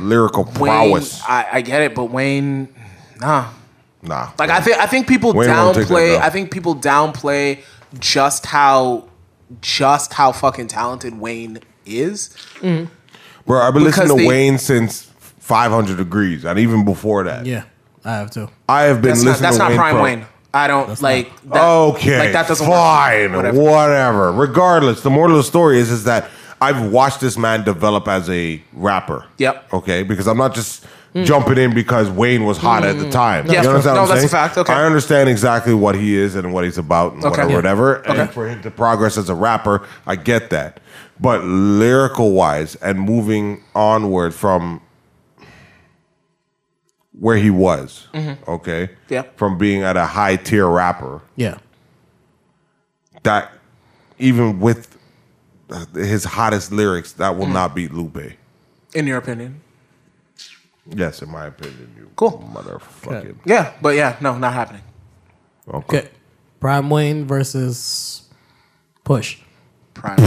lyrical
Wayne.
prowess.
I, I get it, but Wayne, nah.
nah,
Like I think I think people
Wayne won't take that,
downplay.
though.
I think people downplay just how just how fucking talented Wayne is.
bro, I've been listening to
because they-
Wayne since 500 degrees, and even before that,
Yeah, I have two.
I have been
That's not,
listening.
that's
to
not
Wayne
prime
Pro.
Wayne. I don't like that.
okay,
Like that doesn't
fine,
work.
whatever.
Whatever.
Regardless, the moral of the story is is that I've watched this man develop as a rapper.
Yep.
Okay, because I'm not just jumping in because Wayne was hot at the time.
Mm. Yes,
you understand
no,
what I'm
that's a
saying?
fact, okay.
I understand exactly what he is and what he's about and
Okay.
whatever,
Yeah.
whatever. And
Okay.
for him to progress as a rapper, I get that. But lyrical wise and moving onward from where he was,
Mm-hmm.
okay,
Yeah.
from being at a high tier rapper,
Yeah,
that even with uh, his hottest lyrics, that will not beat Lupe.
In your opinion.
Yes, in my opinion, you
Cool.
motherfucking.
Yeah, but yeah, no, not happening.
Okay.
okay. Prime Wayne versus Push.
Prime.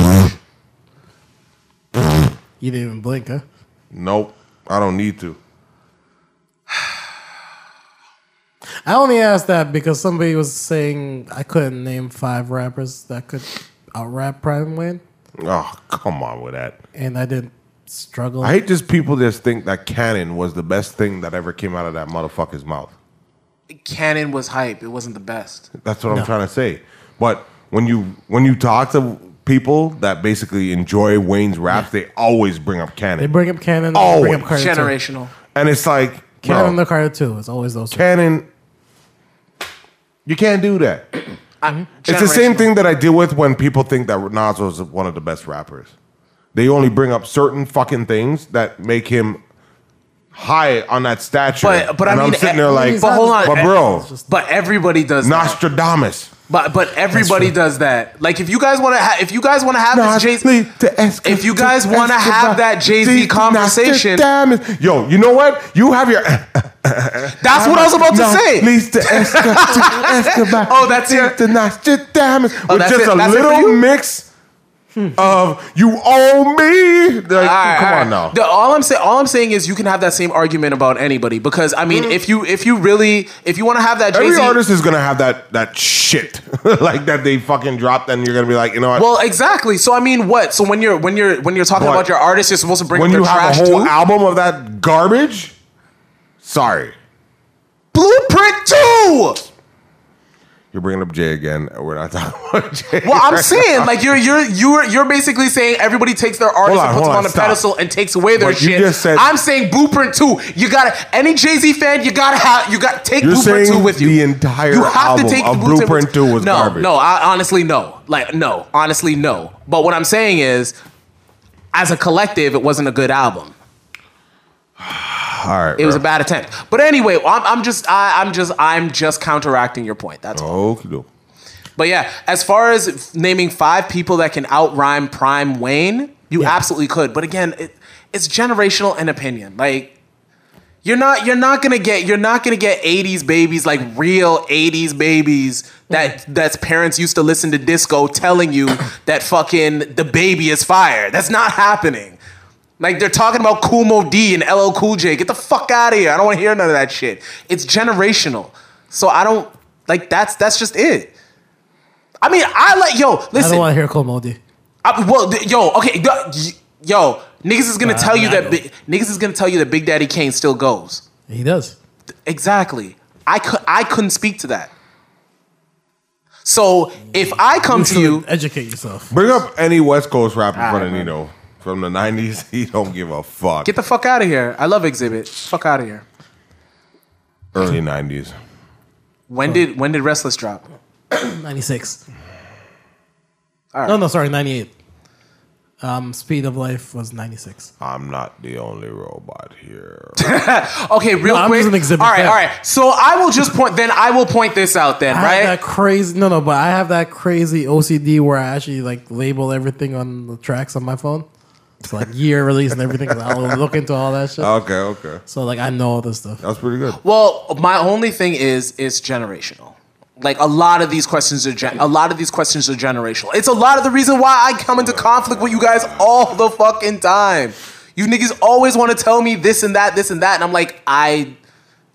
You didn't even blink, huh?
Nope, I don't need to.
I only asked that because somebody was saying I couldn't name five rappers that could out rap Prime Wayne,
Oh, come on with that.
and I didn't struggle.
I hate just people just think that Cannon was the best thing that ever came out of that motherfucker's mouth.
Canon was hype. It wasn't the best.
That's what I'm trying to say. But when you when you talk to people that basically enjoy Wayne's raps, they always bring up
they
Cannon,
bring up Cannon.
Oh,
they bring up Carter too.
Generational.
and it's like bro,
Cannon the Carter too. It's always those. two.
Cannon, you can't do that.
I-
It's the same
generational.
thing that I deal with when people think that Nas was one of the best rappers. They only bring up certain fucking things that make him high on that stature.
But- but I
and
mean,
I'm sitting there
eh,
like,
but hold on,
but
eh,
bro,
But everybody does that.
Nostradamus.
But but everybody
true.
does that. Like if you guys want to ha- if you guys want to have this Jay Z if you guys want to have that Jay Z conversation,
Nostradamus. yo, you know what? You have your.
that's what I was about to say.
Leads to Esca- to Escobar.
Oh, that's
Leads
it?
To Nostradamus.
Oh,
with
that's
just
it?
a
That's it for
little
you?
mix of you owe me. Like,
All right,
come
all
on
right.
now.
The- all I'm saying, all I'm saying is you can have that same argument about anybody because I mean, if you if you really if you want to have that Jay
Every
Z,
artist is gonna have that that shit like that they fucking dropped, and you're gonna be like, you know what?
well, exactly. So I mean, what? So when you're when you're when you're talking
But
about your artist, you're supposed to bring
when
up
you
their
have
trash
a whole
too.
album of that garbage, sorry,
Blueprint two.
you're bringing up Jay again. We're not talking about Jay.
Well, I'm saying like you're you're you're you're basically saying everybody takes their artists
on,
and puts
hold
them
on,
on a
stop.
pedestal and takes away their
But you
shit.
just said-
I'm saying Blueprint two. You got to any Jay Z fan. You gotta have you got to take
You're
Blueprint
saying
two with you.
the entire
you have
album
to take
of
Blueprint,
Blueprint 2 was
no,
garbage.
No, I, honestly no. Like no, honestly no. But what I'm saying is, as a collective, it wasn't a good album.
all right,
It was a bad attempt. But anyway, I'm, I'm just I, I'm just I'm just counteracting your point. That's all.
okay.
But yeah, as far as f- naming five people that can out rhyme Prime Wayne, you
Yeah.
absolutely could. But again, it, it's generational and opinion. Like you're not you're not gonna get you're not gonna get 80s babies like real 80s babies that that's parents used to listen to disco telling you that fucking the baby is fire. That's not happening. Like they're talking about Kumo D and LL Cool J. Get the fuck out of here. I don't want to hear none of that shit. It's generational. So I don't like that's that's just it. I mean, I like yo,
I don't
listen.
want to hear Komodi.
I, well, th- yo, okay, duh, y- yo, niggas is gonna
Nah,
tell you
I
that
know.
Bi- niggas is gonna tell you that Big Daddy Kane still goes.
He does.
Exactly. I could I couldn't speak to that. So if I come to
So
you,
educate yourself.
Bring up any West Coast rapper
Ah,
from the
man.
Nino from the '90s. He don't give a fuck.
get the fuck out of here. I love Exhibit. Fuck out of here.
Early '90s.
When did when did Restless drop?
Ninety six.
right.
No, no, sorry, ninety eight. Um, Speed of Life was ninety six.
I'm not the only robot here.
Okay, real
I'm
quick.
just an exhibit
all right,
fan.
all right. So I will just point. Then I will point this out. Then
I
right.
have that crazy. No, no, but I have that crazy OCD where I actually like label everything on the tracks on my phone. It's like year release and everything. 'cause I'll look into all that
Oh.
shit.
okay, okay,
So like I know all this stuff.
that's pretty good.
Well, my only thing is it's generational. Like a lot of these questions are gen- a lot of these questions are generational. It's a lot of the reason why I come into conflict with you guys all the fucking time. You niggas always want to tell me this and that, this and that, and I'm like, I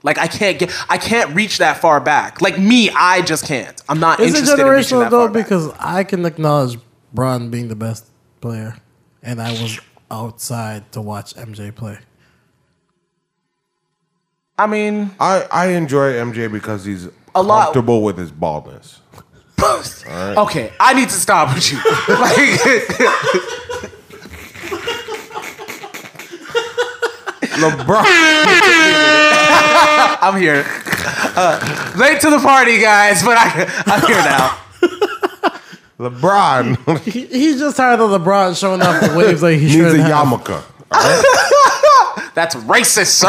like I can't get I can't reach that far back. Like me, I just can't. I'm not
Is it
interested in reaching
generational
that
though?
far back.
Because I can acknowledge Bron being the best player, and I was outside to watch MJ play.
I mean,
I I enjoy MJ because he's
A lot-
comfortable with his baldness.
okay, I need to stop with you. like
LeBron.
I'm here. Uh, late to the party, guys, but I, I'm here now.
LeBron.
He, he's just tired of LeBron showing off the waves like he
He's
should
a
have.
yarmulke.
That's racist, sir.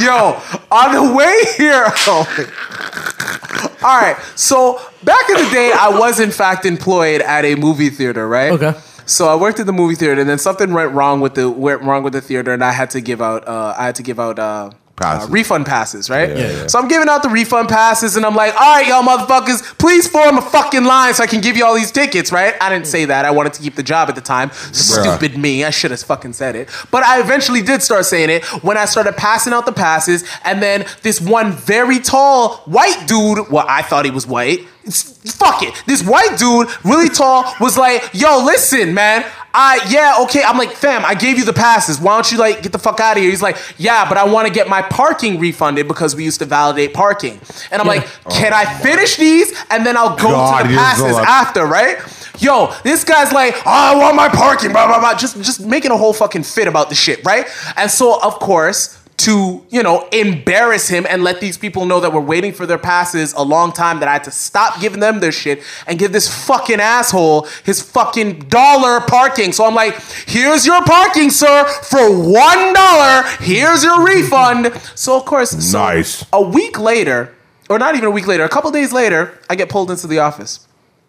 Yo, on the way here. oh. all right. So back in the day, I was in fact employed at a movie theater, right?
Okay.
So I worked at the movie theater, and then something went wrong with the went wrong with the theater, and I had to give out uh, I had to give out uh,
Passes.
uh, refund passes, right?
Yeah,
yeah.
So I'm giving out the refund passes, and I'm like, all right, y'all motherfuckers, please form a fucking line so I can give you all these tickets, right? I didn't say that. I wanted to keep the job at the time. Stupid me. I should have fucking said it. But I eventually did start saying it when I started passing out the passes, and then this one very tall white dude, well, I thought he was white. s- Fuck it. This white dude, really tall, was like, yo, listen, man. I yeah, okay. I'm like, fam, I gave you the passes. Why don't you like get the fuck out of here? He's like, yeah, but I want to get my parking refunded because we used to validate parking. And I'm
Yeah.
like, can I finish these and then I'll go
Oh God,
to the
you're so
passes
lucky.
after, right? Yo, this guy's like, oh, I want my parking, blah blah blah. Just just making a whole fucking fit about the shit, right? And so of course. To you know, embarrass him and let these people know that we're waiting for their passes a long time. That I had to stop giving them their shit and give this fucking asshole his fucking dollar parking. So I'm like, here's your parking, sir, for one dollar. Here's your refund. So of course, so
Nice.
a week later, or not even a week later, a couple days later, I get pulled into the office.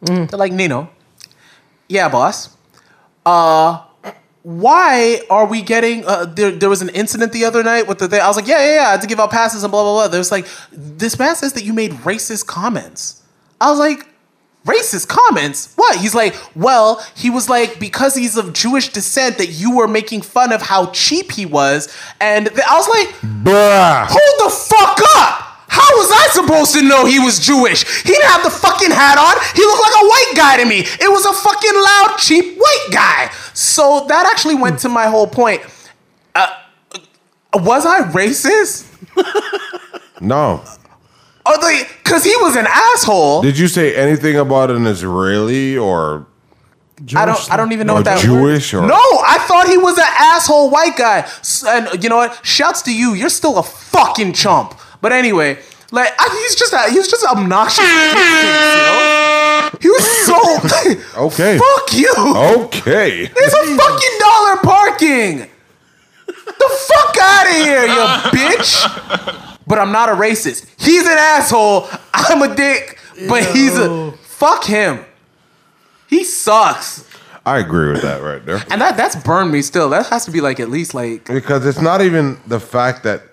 They're like, Nino, yeah, boss. Uh, why are we getting? Uh, there, there was an incident the other night with the thing. I was like, yeah, yeah, yeah. I had to give out passes and blah blah blah. There's like, this man says that you made racist comments. I was like, racist comments? What? He's like, well, he was like, because he's of Jewish descent, that you were making fun of how cheap he was, and th- I was like,
Bruh.
Hold the fuck up! How was I supposed to know he was Jewish? He didn't have the fucking hat on. He looked like a white guy to me. It was a fucking loud, cheap white guy. So that actually went to my whole point. Uh, was I racist?
No.
Or the because he was an asshole.
Did you say anything about an Israeli or
I don't. I don't even know what
Or
that
Jewish
word.
or-
no, I thought he was an asshole white guy. S- And you know what? Shouts to you. You're still a fucking chump. But anyway, like I, he's just a, he's just obnoxious. you know? He was so
Okay.
Fuck you.
Okay.
It's a fucking dollar parking. The fuck out of here, you bitch. But I'm not a racist. He's an asshole. I'm a dick. But he's a fuck him. He sucks.
I agree with that right there.
And that that's burned me still. That has to be like at least like
Because it's not even the fact that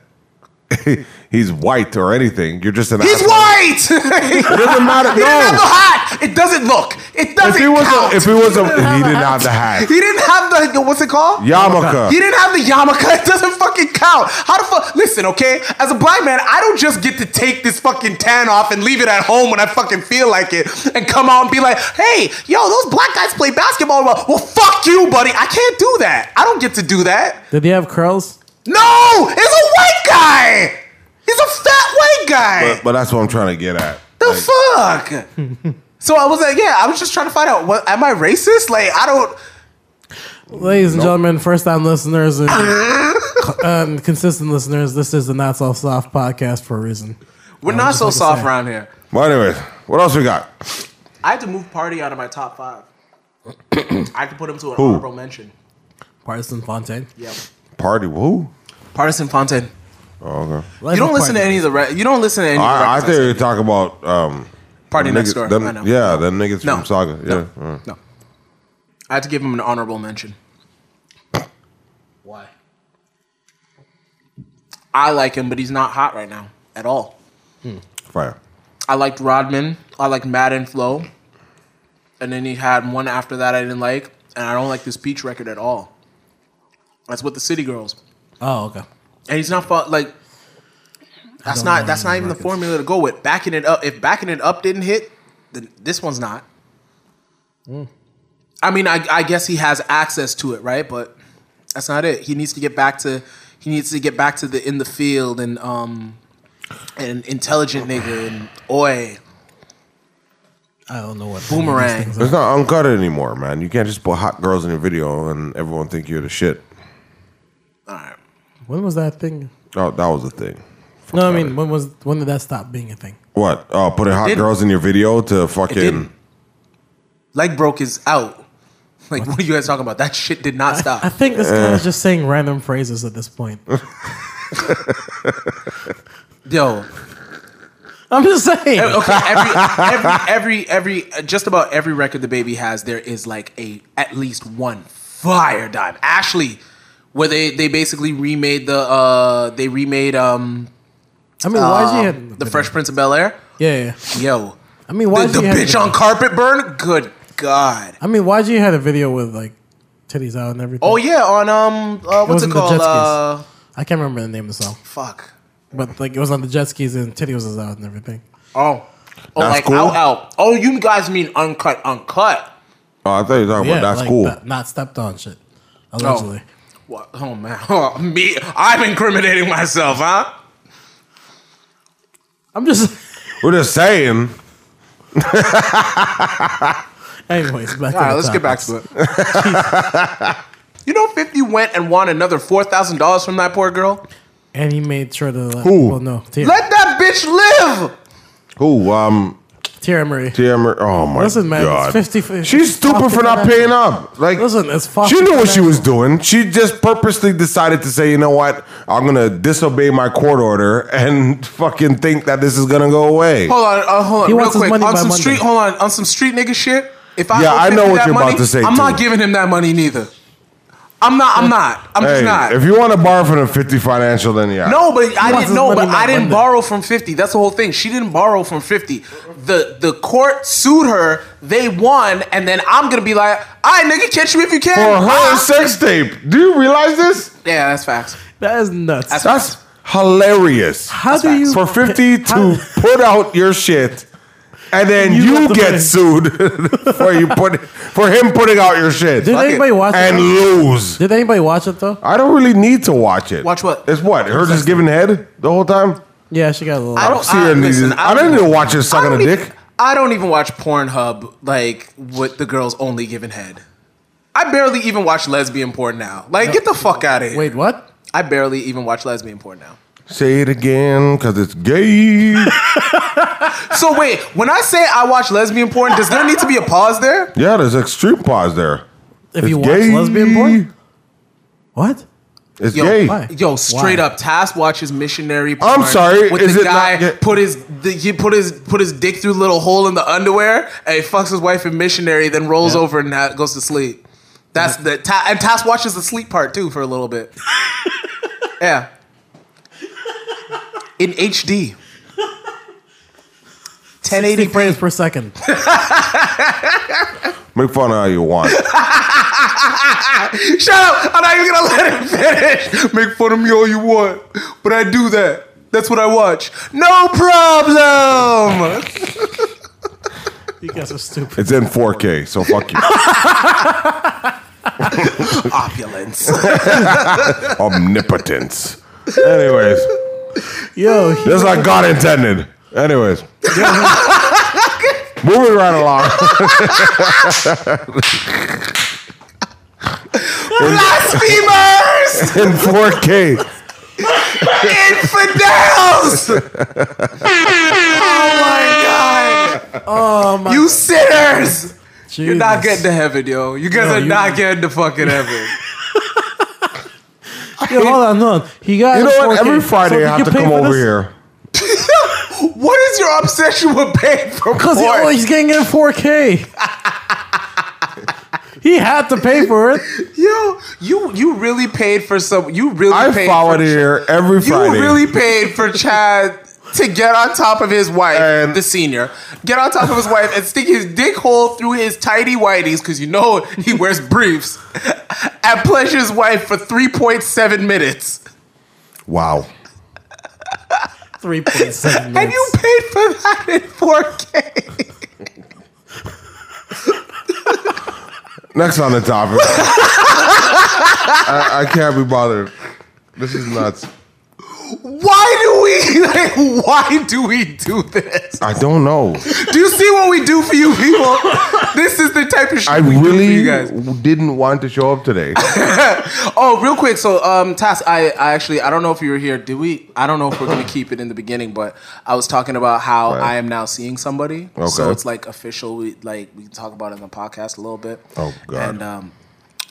he's white or anything. You're just an
He's
asshole.
white! He's
It doesn't matter.
not
No.
hot! It doesn't look. It doesn't
If he was
count.
a, if he was a, he did not have the hat.
he didn't have the what's it called? He
Yarmulke.
didn't have the yarmulke. It doesn't fucking count. How the fuck? Listen, okay. As a black man, I don't just get to take this fucking tan off and leave it at home when I fucking feel like it, and come out and be like, "Hey, yo, those black guys play basketball well." Well, fuck you, buddy. I can't do that. I don't get to do that.
Did he have curls?
No, it's a white guy. He's a fat white guy.
But, but that's what I'm trying to get at.
The
Like,
fuck. so I was like, yeah, I was just trying to find out. What am I racist? Like, I don't.
Ladies and gentlemen, first time listeners and, and consistent listeners, this is the Not So Soft podcast for a reason.
We're not so
like I
soft
said.
around here.
Well, anyways, what else we got?
I had to move Party out of my top five. I could put him to an
Who?
honorable mention.
Partisan Fontaine.
Yeah,
Party woo.
Partisan Fontaine.
Oh, okay.
Life
You don't
of
listen to
Party.
any of the re- you don't listen to any.
I, I
of the
thought
records
you were talking about um,
Party
niggas-
Next Door.
Them,
I know.
Yeah, them niggas
No.
from Saga. Yeah.
No.
Mm.
No, I had to give him an honorable mention. Why? I like him, but he's not hot right now at all.
Fire.
I liked Rodman. I liked Madden Flow. And then he had one after that I didn't like. And I don't like this Peach record at all. That's with the City Girls.
Oh, okay.
And he's not fu- like that's
don't
not
know
that's
any
not even the
records.
formula to go with. Backing it up if backing it up didn't hit, then this one's not.
Mm.
I mean, I, I guess he has access to it, right? But that's not it. He needs to get back to he needs to get back to the in the field and um and intelligent nigga and oi
I don't know what any of these
Boomerang.
things are.
It's not uncut anymore, man. You can't just put hot girls in your video and everyone think you're the shit.
All right.
When was that thing?
Oh, that was a thing.
No, I
Sorry.
mean, when was when did that stop being a thing?
What? Oh, putting hot
didn't.
girls in your video to
didn't.
fucking.
Leg broke is out. Like, what are you guys talking about? That shit did not
I
stop.
think this guy is just saying random phrases at this point.
Yo,
I'm just saying.
okay. Every, every, every, every, just about every record the baby has, there is like a at least one fire dime. Ashley, where they they basically remade the uh they remade um
I mean, why is he
the Fresh Prince of Bel Air.
Yeah, yeah.
Yo,
I
the,
mean, why
the bitch on carpet burn. Good God.
I mean, YG had a video with like titties out and everything.
Oh yeah, on um uh, what's it
wasn't the
called?
Jet Skis.
Uh,
I can't remember the name of the song,
fuck.
but like it was on the jet skis and titties was out and everything.
Oh. Oh,
That's
like
cool.
out, out. Oh, you guys mean uncut, uncut.
Oh, I thought you were talking
yeah,
about that's
like
cool.
that- not stepped on shit, allegedly.
What? Oh man, me? I'm incriminating myself, huh?
I'm just.
We're just saying.
Anyways, back.
All right, let's get back to it. you know, Fifty went and won another four thousand dollars from that poor girl.
And he made sure to let
Who?
people know. Tier,
Let that bitch live.
Who? Um,
Tiara Marie.
Tia Mer- Oh my
Listen, man,
god.
it's 50
She's stupid for not paying up. Like,
Listen, it's fucking
She knew what she was
international.
doing. She just purposely decided to say, you know what? I'm gonna disobey my court order and fucking think that this is gonna go away.
Hold on, uh, hold on,
He
real
wants his
quick.
money
on
by
some
Monday.
street, hold on, on some street nigga shit. If I
Yeah,
owe
I know
50
what
that
you're about
money,
to say,
I'm not
too.
giving him that money neither. I'm not. I'm not. I'm
Hey,
just not.
if you want to borrow from the 50 financial, then yeah.
No, but I didn't
wants his
know.
money
But
back
I didn't
Monday.
borrow from fifty. That's the whole thing. She didn't borrow from fifty. The the court sued her. They won, and then I'm gonna be like, "All right, nigga, catch me if you can."
For her
Ah.
sex tape. Do you realize this?
yeah, that's facts.
That is nuts.
That's-
That's hilarious.
how do you
For 50
how-
to put out your shit and then
You
you,
got the
get
money.
sued for you put for him putting out your shit
Did anybody watch
and
it?
lose.
Did anybody watch it though?
I don't really need to watch it.
Watch what?
It's what? Her just giving head the whole time?
Yeah, she got a little.
I don't-
See her
listen,
knees. I don't need to watch her sucking
I
a
don't
dick.
even- I don't even watch Pornhub like with the girls only giving head. I barely even watch lesbian porn now. Like, get the fuck out of here.
Wait, what?
I barely even watch lesbian porn now.
Say it again, cause it's gay.
So wait, when I say I watch lesbian porn, does there need to be a pause there?
yeah, there's extreme pause there.
If
It's
you watch
gay.
lesbian porn? What?
It's
Yo,
gay.
why?
yo, straight
Why?
up, Task watches missionary.
I'm
porn
sorry,
With
is
the
it
guy
not gay?
put his the, he put his put his dick through the little hole in the underwear and he fucks his wife in missionary, then rolls
Yeah.
over and ha- goes to sleep. That's the ta- and Task watches the sleep part too for a little bit. yeah, in HD, 1080
frames per second.
Make fun of how you want.
Shut up! I'm not even gonna let it finish. Make fun of me all you want, but I do that. That's what I watch. No problem.
You guys are stupid.
It's in 4K, so fuck you.
Opulence.
Omnipotence. Anyways,
Yo, he-
that's like God intended. Anyways. Moving right along.
Blasphemers!
in 4K.
Infidels! oh my god!
oh my.
You sinners! You're not
Jesus.
getting to heaven, yo. You guys
No,
are
you-
not getting to fucking heaven.
Yo, hold on, hold on. He got.
You know what?
4K.
Every
So
Friday
did
I
you
have to
pay
come
for
over
this?
here.
what is your obsession with paying for porn?
Cause he, oh, he's getting it in 4K. he had to pay for it.
Yo, you you really paid for some. You really
I
paid
follow
for
it here every
You
Friday.
really paid for Chad to get on top of his wife,
And-
the senior, get on top of his wife and stick his dick hole through his tidy whities because you know he wears briefs, and pleasure his wife for three point seven minutes.
wow.
3.7
And you paid for that in four K.
Next on the topic. I, I can't be bothered. This is nuts.
Why do we? Like, why do we do this?
I don't know.
Do you see what we do for you people? This is the type of shit
I
we do for
really
you guys.
didn't want to show up today.
Oh, real quick. So, um, Tass, I, I actually, I don't know if you were here. Did we? I don't know if we're gonna keep it in the beginning, but I was talking about how
Right.
I am now seeing somebody. So
Okay.
it's like official. We like we can talk about it in the podcast a little bit.
Oh, God.
And um,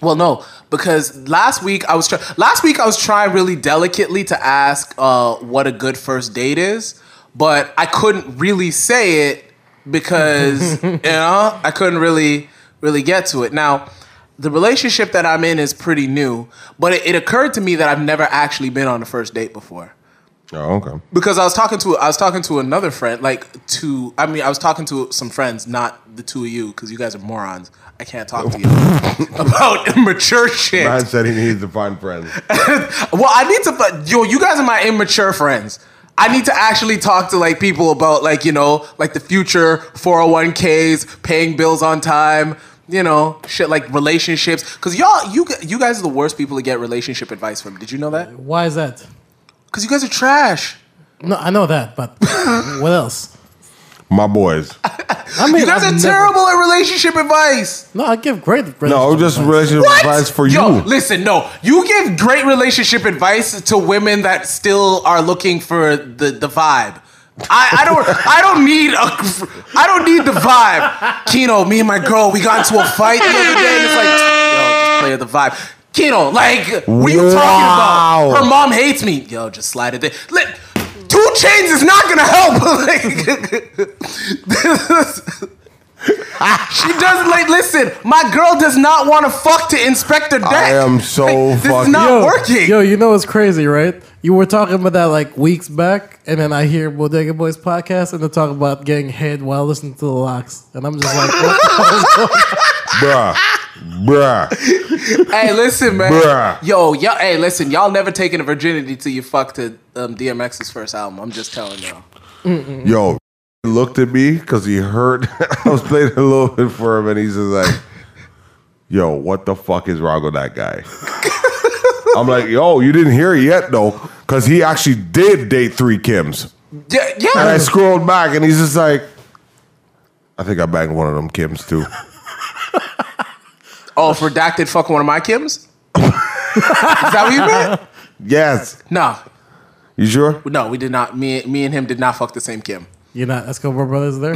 well, no, because last week I was try- last week I was trying really delicately to ask uh, what a good first date is, but I couldn't really say it because you know I couldn't really really get to it. Now, the relationship that I'm in is pretty new, but it, it occurred to me that I've never actually been on a first date before
Oh, okay.
because I was talking to I was talking to another friend, like to I mean I was talking to some friends, not the two of you, because you guys are morons. I can't talk to you about immature shit.
Man said he needs to find friends.
Well, I need to fi- yo, you guys are my immature friends. I need to actually talk to like people about like you know like the future, four hundred one ks, paying bills on time. You know, shit like relationships, because y'all, you g- you guys are the worst people to get relationship advice from. Did you know that?
Why is that?
Because you guys are trash.
No, I know that, but what else?
My boys.
I mean,
You guys
I've
are
never-
terrible at relationship advice.
No, I give great.
No, just relationship advice for
Yo,
you.
listen, no. You give great relationship advice to women that still are looking for the, the vibe. I, I don't I don't need a I don't need the vibe. Kino, me and my girl, we got into a fight the other day and it's like, yo, just play the vibe. Kino, like, what are you talking
Wow.
about? Her mom hates me. Yo, just slide it there. Let, two chains is not gonna help. like, this- she doesn't like. Listen, my girl does not want to fuck to Inspector Deck.
I am so
Like, This is
fucking-
not
yo,
working.
Yo, you know what's crazy, right? You were talking about that like weeks back, and then I hear Bodega Boys podcast, and they talk about getting head while listening to the locks, and I'm just like, what the hell is going on?
Bruh. Bruh.
Hey, listen, man.
Bruh.
Yo, yo. Hey, listen. Y'all never taking a virginity till you fuck to um, DMX's first album. I'm just telling y'all.
Yo, he looked at me because he heard I was playing a little bit for him and he's just like, Yo, what the fuck is wrong with that guy? I'm like, yo, you didn't hear it yet though, because he actually did date three Kims.
Yeah,
And
Oh.
I
yeah.
scrolled back and he's just like, I think I banged one of them Kims too.
Oh, if redacted fuck one of my Kims. is that what you meant?
Yes.
No,
You sure?
no, we did not. Me, me and him did not fuck the same Kim.
You're not Escobar Brothers there?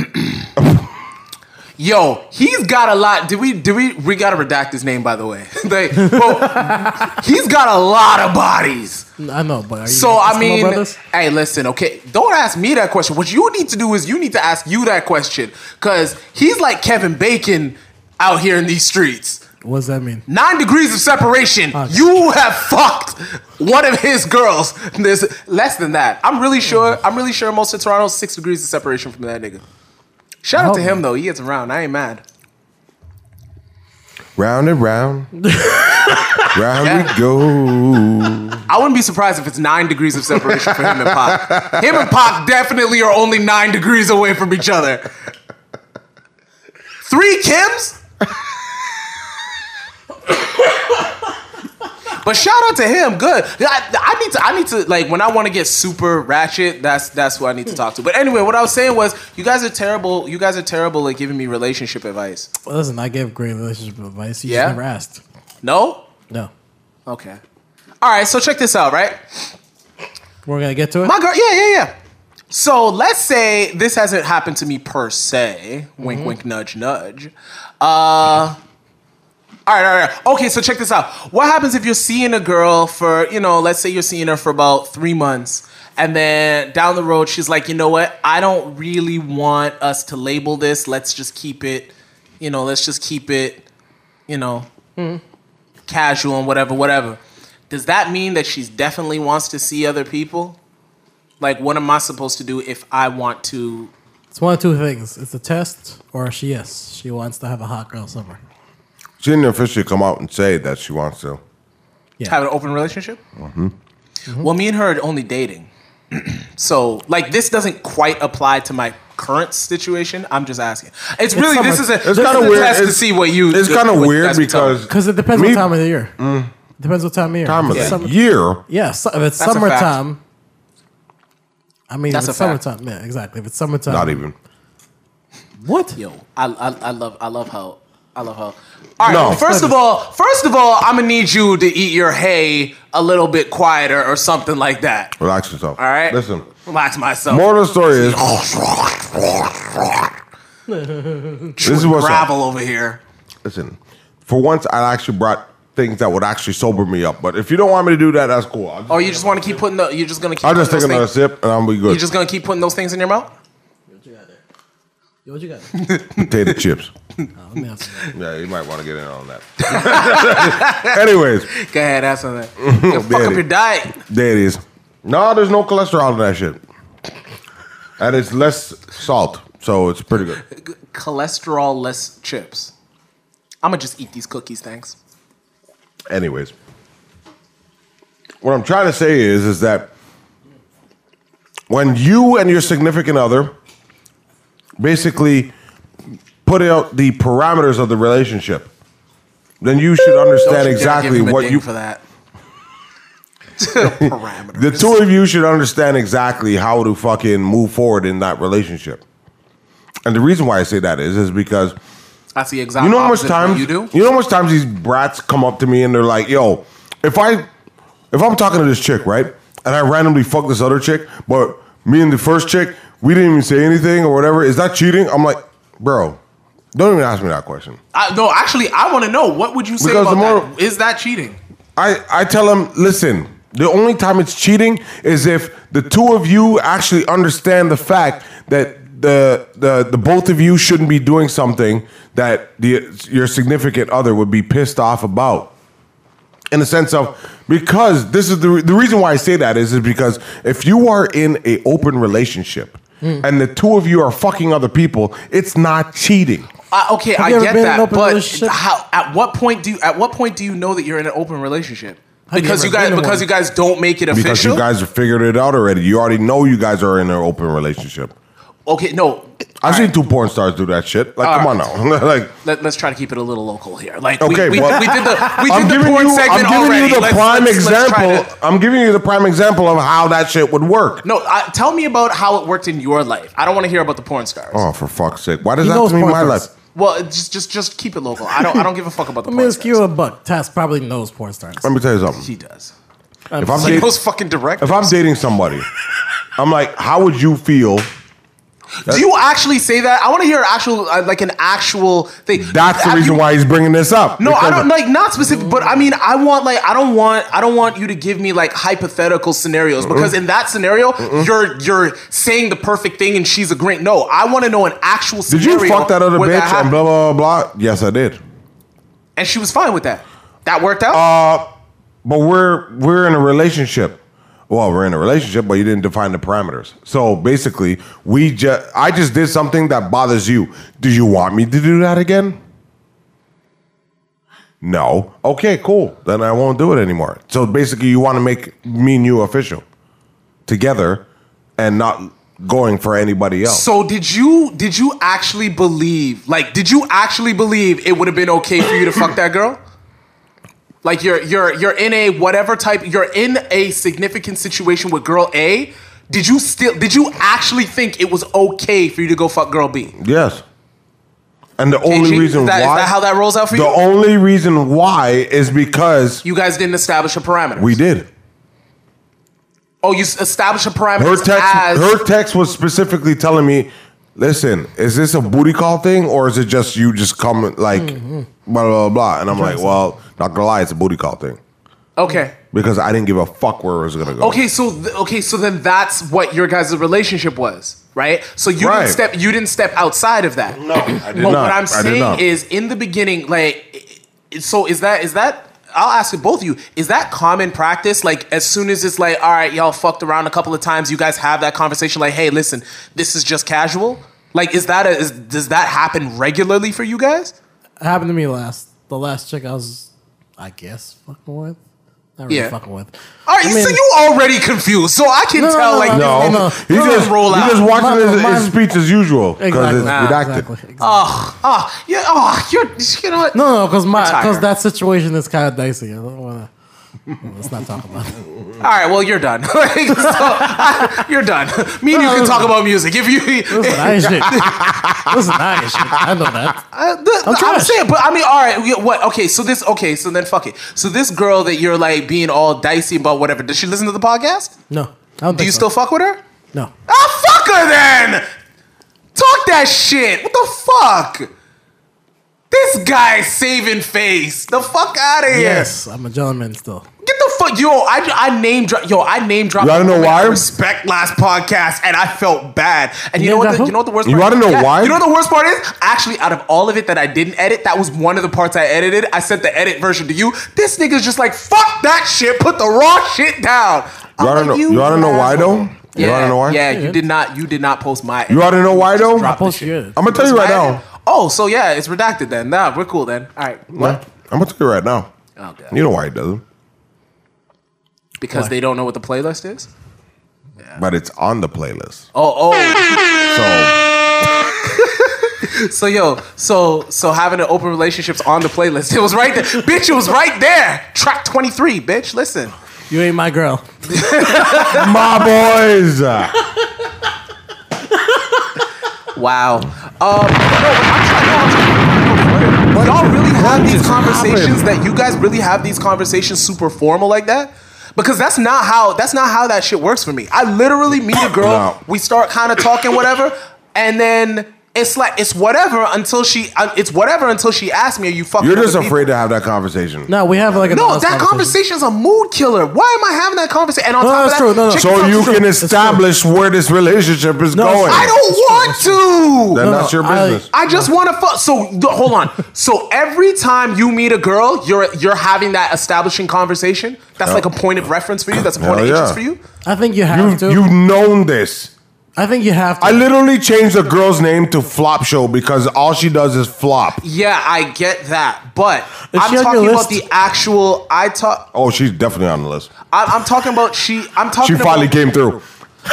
Yo, he's got a lot. Did we? Did we? We gotta redact his name, by the way. like, well, he's got a lot of bodies.
I know, but are you
So
Eskimo
I mean,
brothers?
hey, listen, okay, don't ask me that question. What you need to do is you need to ask you that question because he's like Kevin Bacon out here in these streets.
what does that mean?
Nine degrees of separation.
Okay.
You have fucked one of his girls. There's less than that. I'm really sure. I'm really sure most of Toronto's six degrees of separation from that nigga. Shout out to
Oh.
him though. He gets around. I ain't mad.
Round and round. round
Yeah.
we go.
I wouldn't be surprised if it's nine degrees of separation for him and Pac. Him and Pac definitely are only nine degrees away from each other. Three Kims? but shout out to him. Good. I, I need to. I need to. Like when I want to get super ratchet, that's that's who I need to talk to. But anyway, what I was saying was, you guys are terrible. You guys are terrible at giving me relationship advice.
Well, listen, I gave great relationship advice. You
Yeah?
just never asked.
No.
No,
Okay. All right. So check this out. Right.
we're gonna get to it.
My girl, yeah, yeah, yeah. So let's say this hasn't happened to me per se. Wink,
Mm-hmm.
wink, nudge, nudge. Uh, all right, all right. Okay, so check this out. What happens if you're seeing a girl for, you know, let's say you're seeing her for about three months, and then down the road she's like, you know what? I don't really want us to label this. Let's just keep it, you know, let's just keep it, you know,
Mm-hmm.
casual and whatever, whatever. Does that mean that she's definitely wants to see other people? Like, what am I supposed to do if I want to?
It's one of two things: it's a test, or she yes, she wants to have a hot girl summer.
She didn't officially come out and say that she wants to.
have an open relationship? Well, me and her are only dating. so, like, this doesn't quite apply to my current situation. I'm just asking. It's, really,
summer.
this is a,
It's
this
kinda
is a
weird.
test to
It's-
see what you.
It's
what
kind of
you
weird
guys would tell me.
because
Because it depends
Me- Mm.
what time of the year. Depends what time of year.
time of
If it's
the
summer-
year.
Yeah, su- if it's
That's a fact.
summertime. I mean,
That's
if it's
a fact.
summertime. Yeah, exactly. If it's summertime,
Not even.
what?
Yo, I, I, I love I love how I love how. All right.
No.
First of all, first of all, I'm gonna need you to eat your hay a little bit quieter or something like that.
Relax yourself.
All right.
Listen.
Relax myself.
Moral of the story is this is what's up.
gravel over here.
Listen, for once I actually brought things that would actually sober me up. But if you don't want me to do that, that's cool. I'll just,
Oh, you just want to keep putting the. You're just gonna keep.
I'll just
putting
take another
those things-
sip and I'll be good.
You're just gonna keep putting those things in your mouth.
What you got there? Yo, what you got? There?
Potato chips.
Oh, let me have some.
Yeah, you might want to get in on that. Anyways,
Go ahead, ask them that. You'll fuck up
Daddy.
your diet.
there it is. No, there's no cholesterol in that shit. And it's less salt, so it's pretty good.
Cholesterol less chips. I'm gonna just eat these cookies. Thanks.
Anyways, what I'm trying to say is, is that when you and your significant other basically put out the parameters of the relationship, then you should understand
Don't you dare give
exactly
him a
what
ding
you.
for that. Parameters.
The two of you should understand exactly how to fucking move forward in that relationship. And the reason why I say that is, is because
That's the exact.
you know how much
opposite of what
times
you do.
know how much times these brats come up to me and they're like, "Yo, if I if I'm talking to this chick, right, and I randomly fuck this other chick, but me and the first chick, we didn't even say anything or whatever, is that cheating?" I'm like, "Bro, don't even ask me that question."
I, no, actually, I want to know what would you say
Because
about
the more-
that? Is that cheating?
I I tell them, "Listen, the only time it's cheating is if the two of you actually understand the fact that the the the both of you shouldn't be doing something that the your significant other would be pissed off about." in the sense of because this is the re- the reason why I say that is is because if you are in a open relationship and the two of you are fucking other people, it's not cheating.
I, okay,
you
I
ever
get
been in an
that,
open
but
relationship?
how? At what point do you? At what point do you know that you're in an open relationship?
Have you
because
ever
you guys,
been in
because
one?
you guys don't make it
Because
official.
you guys have figured it out already. You already know you guys are in an open relationship.
okay, no. All
I've seen
right,
two porn stars do that shit. Like, come on now. like,
Let, us try to keep it a little local here. Like,
Okay,
we, we,
well,
we did the we did
I'm
the
giving
porn
you,
segment
I'm giving
already.
you the
Let's-
prime
let's- let's try
example.
to-
I'm giving you the prime example of how that shit would work.
no, I, tell me about how it worked in your life. I don't want to hear about the porn stars.
Oh, for fuck's sake! Why does
He
that have
knows
to mean
porn
my
stars.
life?
Well, just just just keep it local. I don't I don't give a fuck about the
Let me
porn
ask you
stars.
a buck. Tess probably knows porn stars.
Let me tell you something.
He does.
if I'm
Like
dating-
those fucking directors.
if I'm dating somebody, I'm like, how would you feel
Do you actually say that? I want to hear actual, uh, like an actual thing.
That's the
Have
reason
you-
why he's bringing this up.
No, I
because-
don't like not specific, but I mean, I want like I don't want I don't want you to give me like hypothetical scenarios because in that scenario, you're you're saying the perfect thing and she's a great. No, I want to know an actual.
Did
Scenario
you fuck that other
where
bitch and
happened.
blah, blah blah blah? Yes, I did.
and she was fine with that. That worked out.
Uh, but we're we're in a relationship. Well, we're in a relationship, but you didn't define the parameters. So basically, we just I just did something that bothers you. Do you want me to do that again? No. Okay, cool. Then I won't do it anymore. So basically, you want to make me and you official together, and not going for anybody else.
So did you did you actually believe like did you actually believe it would have been okay for you to fuck that girl? Like you're you're you're in a whatever type you're in a significant situation with girl A. Did you still did you actually think it was okay for you to go fuck girl B?
Yes. And the
Gee,
only reason
is that, is
why
that how that rolls out for
the
you?
only reason why is because
you guys didn't establish a parameter.
we did.
Oh, you s- established a parameter
Her text
as
her text was specifically telling me, listen, is this a booty call thing or is it just you just come like
Mm-hmm.
blah blah blah? And I'm like, well, not gonna lie, it's a booty call thing.
okay.
Because I didn't give a fuck where it was gonna go.
Okay, so th- okay, so then that's what your guys' relationship was, right? So you
Right.
didn't step you didn't step outside of that. No,
I did
but
not.
what I'm
I did
saying
not.
is in the beginning, like i- i- so is that is that I'll ask it both of you. Is that common practice? Like, as soon as it's like, all right, y'all fucked around a couple of times, you guys have that conversation. Like, hey, listen, this is just casual. Like, is that a, is, does that happen regularly for you guys?
It happened to me last the last chick I was, I guess, fucking with. Not really
Yeah.
fucking with.
All right,
I mean-
so you already confused. So I can
No, no,
tell,
no,
like,
no,
No,
this-
no.
this
he
is
just
roll out.
he just watching
Mine-
his, his
mine-
speech as usual because
Exactly.
it's redacted.
Exactly. exactly.
Ah, yeah. Oh, you're. You know what?
No, no, because my
Retire.
because that situation is kind of dicey. I don't want to. Let's not talk about it.
All right. Well, you're done. Like, so, you're done. Me and you can talk about music if you.
Listen, I ain't shit. Listen, I ain't shit. I know that.
Uh, the, the- I'm,
trash.
saying, but I mean, all right. we- What? Okay. So this. Okay. So then, fuck it. So this girl that you're like being all dicey about, whatever. Does she listen to the podcast?
No, I don't
Do
think
you still
so.
fuck with her?
No,
Ah, fuck her then. Talk that shit. What the fuck? This guy's saving face. The fuck out of here.
yes, I'm a gentleman still.
Get the fuck, yo! I, I name drop, yo! I name drop.
You wanna know why?
Respect last podcast, and I felt bad. And you, know
Name
what?
drop
The,
who?
you know what the worst?
You
part
wanna
is?
know why?
You know what the worst part is? Actually, out of all of it that I didn't edit, that was one of the parts I edited. I sent the edit version to you. This nigga's just like, fuck that shit. Put the raw shit down.
You wanna know you wanna know why though?
Yeah,
You wanna know why?
Yeah, you did not. You did not post my.
You wanna know why though?
I post you.
I'm gonna tell you right
My-
now.
Oh, so yeah, it's redacted then. Nah, we're cool then. All right. What?
I'm gonna tell you right now.
Oh god.
You know why he doesn't.
Because they don't know what the playlist is.
But it's on the playlist.
Oh, oh.
So
So yo, so so having an open relationships on the playlist. It was right there, bitch. It was right there. Track twenty three, bitch. Listen,
You ain't my girl.
my boys.
wow. Um, no, but I'm trying. No, I'm trying but y'all really have these
just
conversations
happened?
that you guys really have these conversations super formal like that. Because that's not how that's not how that shit works for me. I literally meet a girl,
No.
we start kind of talking whatever, and then it's like it's whatever until she uh, it's whatever until she asks me, "Are you fucking?"
You're just
other people?"
afraid to have that conversation.
No, we have like a
No,
honest
that conversation's a mood killer. Why am I having that conversation? And on
No,
top
that's
of that,
true. No, no.
check
So
this out.
you can
It's true.
establish where this relationship is
No,
going.
I don't want to.
Then
No,
that's
no,
your
I-
business.
I just want to fuck. So th- hold on. So every time you meet a girl, you're you're having that establishing conversation. That's
Hell.
like a point of reference for you. That's a point
Hell
of
yeah.
interest for you.
I think you have to.
you, you've known this.
I think you have to.
I literally changed the girl's name to Flop Show because all she does is flop.
Yeah, I get that, but
Is
I'm
she on
talking
your
about
list?
the actual. I talk.
Oh, she's definitely on the list.
I, I'm talking about she. I'm talking.
She finally
about,
came through.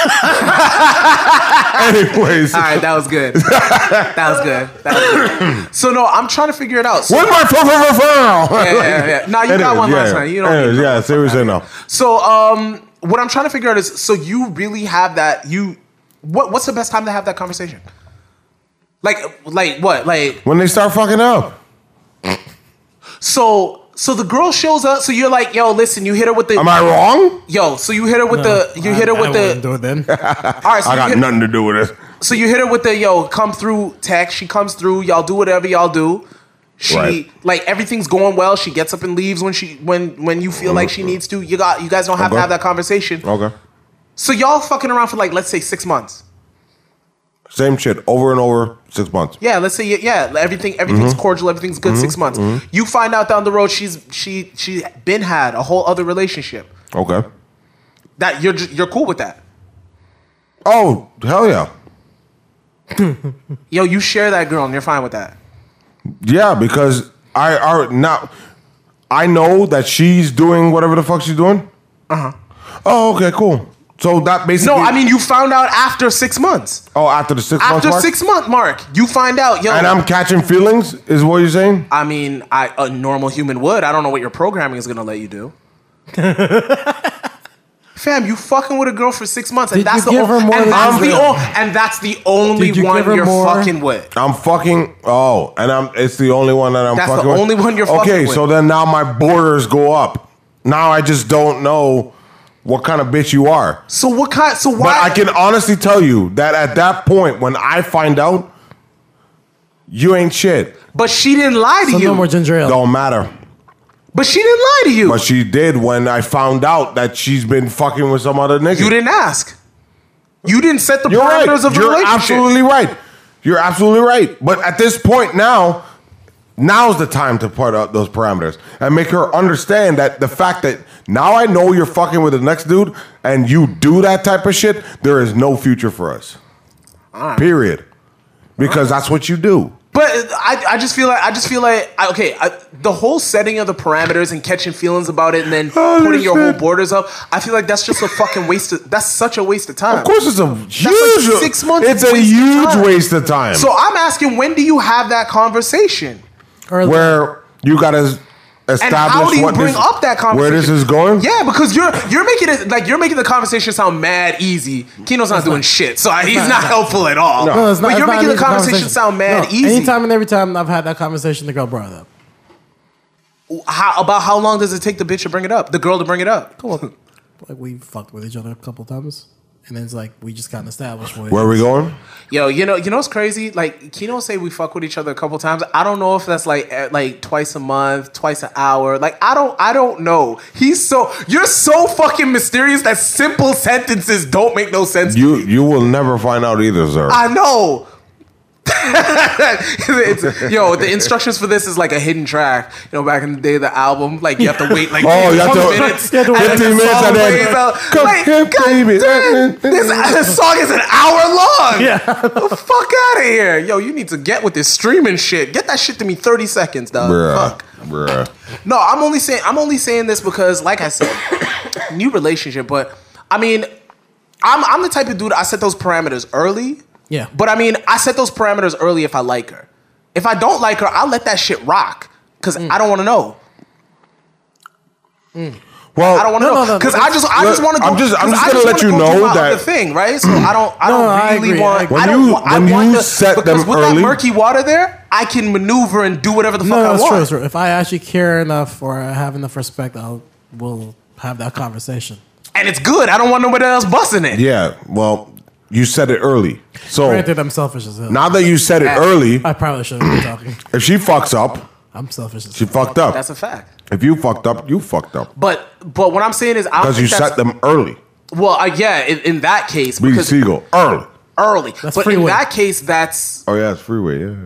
Anyways,
All right, that was good. that was good. That was good. so no, I'm trying to figure it out. So,
where's my fur fur fur fur?
yeah, yeah, yeah. Nah, you got one last night. You don't. need
Anyways,
no
yeah, seriously, no.
So, um, what I'm trying to figure out is, so you really have that? You, what? What's the best time to have that conversation? Like, like what? Like,
When they start fucking up,
so, so the girl shows up. So you're like, yo, listen, you hit her with the,
am I wrong?
yo. So you hit her with the, you hit her
I,
with
I wouldn't
the.
do it then.
All right, so
I
you
got
hit,
nothing to do with this.
So you hit her with the yo, come through text. She comes through. Y'all do whatever y'all do. She
Right.
like everything's going well. She gets up and leaves when she when when you feel like she needs to. You got you guys don't have to
Mm-hmm. Okay.
have that conversation.
Okay.
So y'all fucking around for like let's say six months.
Same shit over and over, six months.
Yeah, let's say you- yeah, everything everything's
Mm-hmm.
cordial, everything's good. Six months. You find out down the road she's she she been had a whole other relationship
Okay.
that you're j- you're cool with that.
Oh, hell yeah.
Yo, you share that girl and you're fine with that.
Yeah, because I are now I know that she's doing whatever the fuck she's doing. Uh-huh. Oh, okay, cool. So that basically
No, I mean you found out after six months.
Oh, after the six months
After
mark?
six month mark, you find out. Yo,
and I'm catching feelings, is what you're saying?
I mean, I a normal human would. I don't know what your programming is gonna let you do. Fam, you fucking with a girl for six months, and
Did
that's
you
the
give her
only,
more
and
than
that's the
that?
only, and that's the only
Did you
one
give her
you're
more?
fucking with.
I'm fucking oh, and I'm it's the only one that I'm
That's the
fucking with.
only one you're fucking
Okay,
with.
so then now my borders go up. Now I just don't know what kind of bitch you are.
So what kind? So why?
But I can honestly tell you that at that point when I find out you ain't shit.
But she didn't lie to
So
you.
no more ginger ale.
Don't matter.
but she didn't lie to you.
But she did when I found out that she's been fucking with some other nigga.
you didn't ask. You didn't set the
You're
parameters
right.
of the
You're
relationship.
absolutely right. You're absolutely right. But at this point now, now's the time to put out those parameters and make her understand that the fact that now I know you're fucking with the next dude and you do that type of shit, there is no future for us. Period. Because that's what you do.
But I, I just feel like I just feel like I, okay, I, the whole setting of the parameters and catching feelings about it, and then
I
putting your whole
understand.
borders up. I feel like that's just a fucking waste. Of, that's such a waste of time.
Of course, it's a huge.
six months
It's
of
a
wasted
huge
time.
waste of time.
So I'm asking, when do you have that conversation?
Or
where you got to establish
And how do you
what
bring
this,
up that conversation?
where this is going.
Yeah, because you're you're making it like you're making the conversation sound mad easy. Kino's not doing shit, so he's not helpful at all.
No, it's not,
but
it's
you're
not
making
an
the
easy
conversation, sound mad
No,
easy.
Anytime and every time I've had that conversation, the girl brought it up.
How, about how long does it take the bitch to bring it up? The girl to bring it up?
Well, like we fucked with each other a couple times, and then it's like we just got established. With
Where are we going?
Yo, you know, you know what's crazy? Like Kino say we fuck with each other a couple times. I don't know if that's like eh, like twice a month, twice an hour. Like I don't, I don't know. He's so you're so fucking mysterious that simple sentences don't make no sense.
You you will never find out either, sir.
I know. It's- yo, the instructions for this is like a hidden track. You know, back in the day, the album, like you have to wait like
Oh, you have
20
to-
minutes,
you have to wait.
and
15
the
minutes
song
and then,
plays out.
"Come
Like,
here,
God
baby."
damn, This, this song is an hour long.
Yeah.
the fuck out of here, yo. You need to get with this streaming shit. Get that shit to me thirty seconds, dog.
bruh,
Fuck.
bruh.
No, I'm only saying I'm only saying this because, like I said, new relationship. But I mean, I'm I'm the type of dude I set those parameters early.
Yeah.
But I mean, I set those parameters early if I like her. If I don't like her, I'll let that shit rock because
Mm.
I don't want to know.
Well,
I don't want to
No,
know
no, no,
because
no,
I just I
look,
just want to.
I'm just- I'm just gonna let you know that-
the thing, right? So I don't I
No,
don't
no, I
really
agree. I
want.
agree.
I
When
don't
you-
want. I
when
want
you
the-
set them
because with
early-
that murky water there, I can maneuver and do whatever the fuck
no,
I
that's
want.
true, that's true. If I actually care enough or I have enough respect, I'll will have that conversation.
And it's good. I don't want nobody else busting it.
yeah. Well, you said it early. So
uh,
Granted, I'm selfish as hell.
now that you said it early,
I probably shouldn't be talking.
if she fucks up,
I'm selfish as
she
hell.
fucked up.
That's a fact.
if you fucked up, you fucked up
But but what I'm saying is, I don't
because
think
you
that's-
set them early.
Well, uh, yeah, in, in that case,
B
because
Siegel early.
early. but in
freeway.
that case, that's
Oh yeah, it's freeway. Yeah.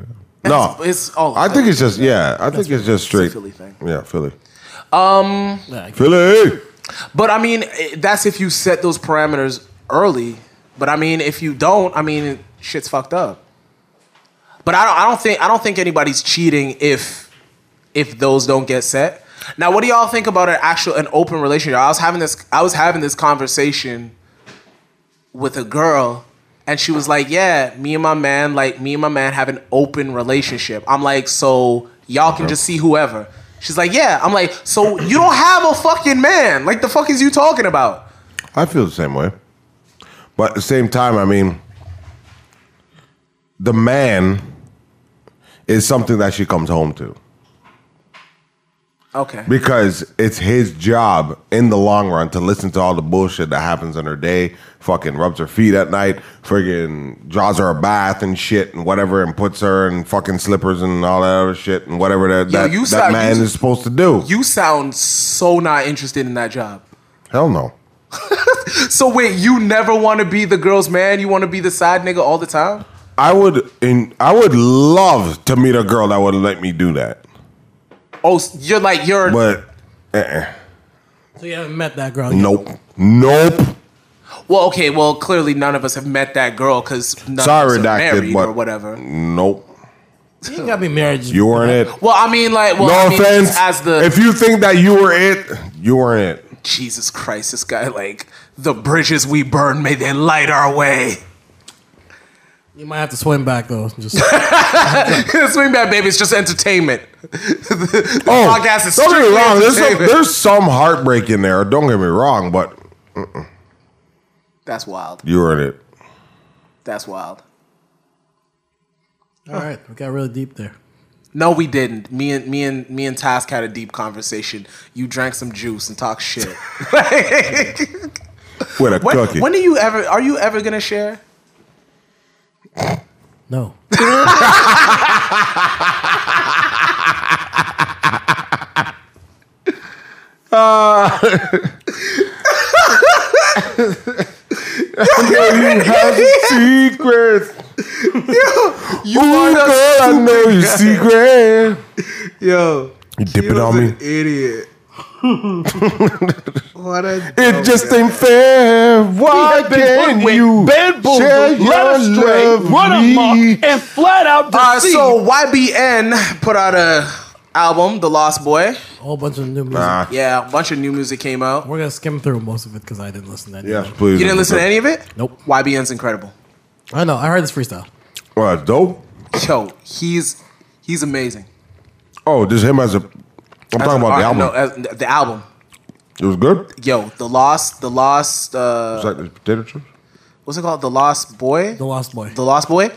That's-
No,
it's- oh,
I think it's just yeah. I think it's just straight.
Philly thing.
Yeah, Philly.
Yeah, I-
Philly.
But I mean, eh, that's if you set those parameters early. But I mean, if you don't, I mean, shit's fucked up. But I don't. I don't think. I don't think anybody's cheating if if those don't get set. Now, what do y'all think about an actual an open relationship? I was having this. I was having this conversation with a girl, and she was like, "Yeah, me and my man, like me and my man have an open relationship." I'm like, "So y'all can just see whoever." She's like, "Yeah." I'm like, "So you don't have a fucking man? Like the fuck is you talking about?"
I feel the same way. But at the same time, I mean, the man is something that she comes home to.
Okay.
Because it's his job in the long run to listen to all the bullshit that happens in her day, fucking rubs her feet at night, friggin' draws her a bath and shit and whatever, and puts her in fucking slippers and all that other shit and whatever that,
Yo,
that,
you
that
sound-
man
you-
is supposed to do.
You sound so not interested in that job.
Hell no.
So wait, you never want to be the girl's man? You want to be the side nigga all the time?
I would in I would love to meet a girl that would let me do that.
Oh, s- you're like you're.
But uh-uh.
So you haven't met that girl. yet.
nope. Nope.
Well, okay. Well, clearly none of us have met that girl because
Sorry,
of us are
redacted,
married
but-
or whatever.
Nope.
You ain't gotta be married.
You weren't it.
Well, I mean, like, well,
no
I mean,
offense.
As the
if you think that you were it, you weren't it.
Jesus Christ, this guy like the bridges we burn, may they light our way.
You might have to swim back though. Just
Swing back, baby. It's just entertainment. the
Oh,
podcast is
don't get
strictly
me wrong. There's some,
entertainment.
there's some heartbreak in there. Don't get me wrong, but
That's wild.
you were it.
That's wild.
all right, we got really deep there.
No, we didn't. Me and me and me and Task had a deep conversation. You drank some juice and talked shit.
With
when,
a cookie.
when are you ever? Are you ever gonna share?
No,
you have secrets.
You
Ooh, girl, I know your secret.
Yo,
You dip it on me.
idiot. what a
It just ain't fair. Why can't you
bend
share
boomer,
your
let us straight,
love
run
with me?
amok, and flat out
All right,
deceive.
Uh, so YBN put out a album, The Lost Boy.
a whole bunch of new music.
Nah.
Yeah, a bunch of new music came out.
We're gonna skim through most of it because I didn't listen to any.
Yes,
of it.
please.
You didn't listen to any of it?
Nope.
YBN's incredible.
I know. I heard this freestyle.
Well, that's dope.
Yo, he's he's amazing.
Oh, just him as a. I'm
As
talking
an
about
art-
the album.
no, uh, as- the album.
It was good. It's
Yo, the lost, the lost, uh,
like the potato chips.
what's it called? The lost boy,
The Lost Boy.
the lost boy.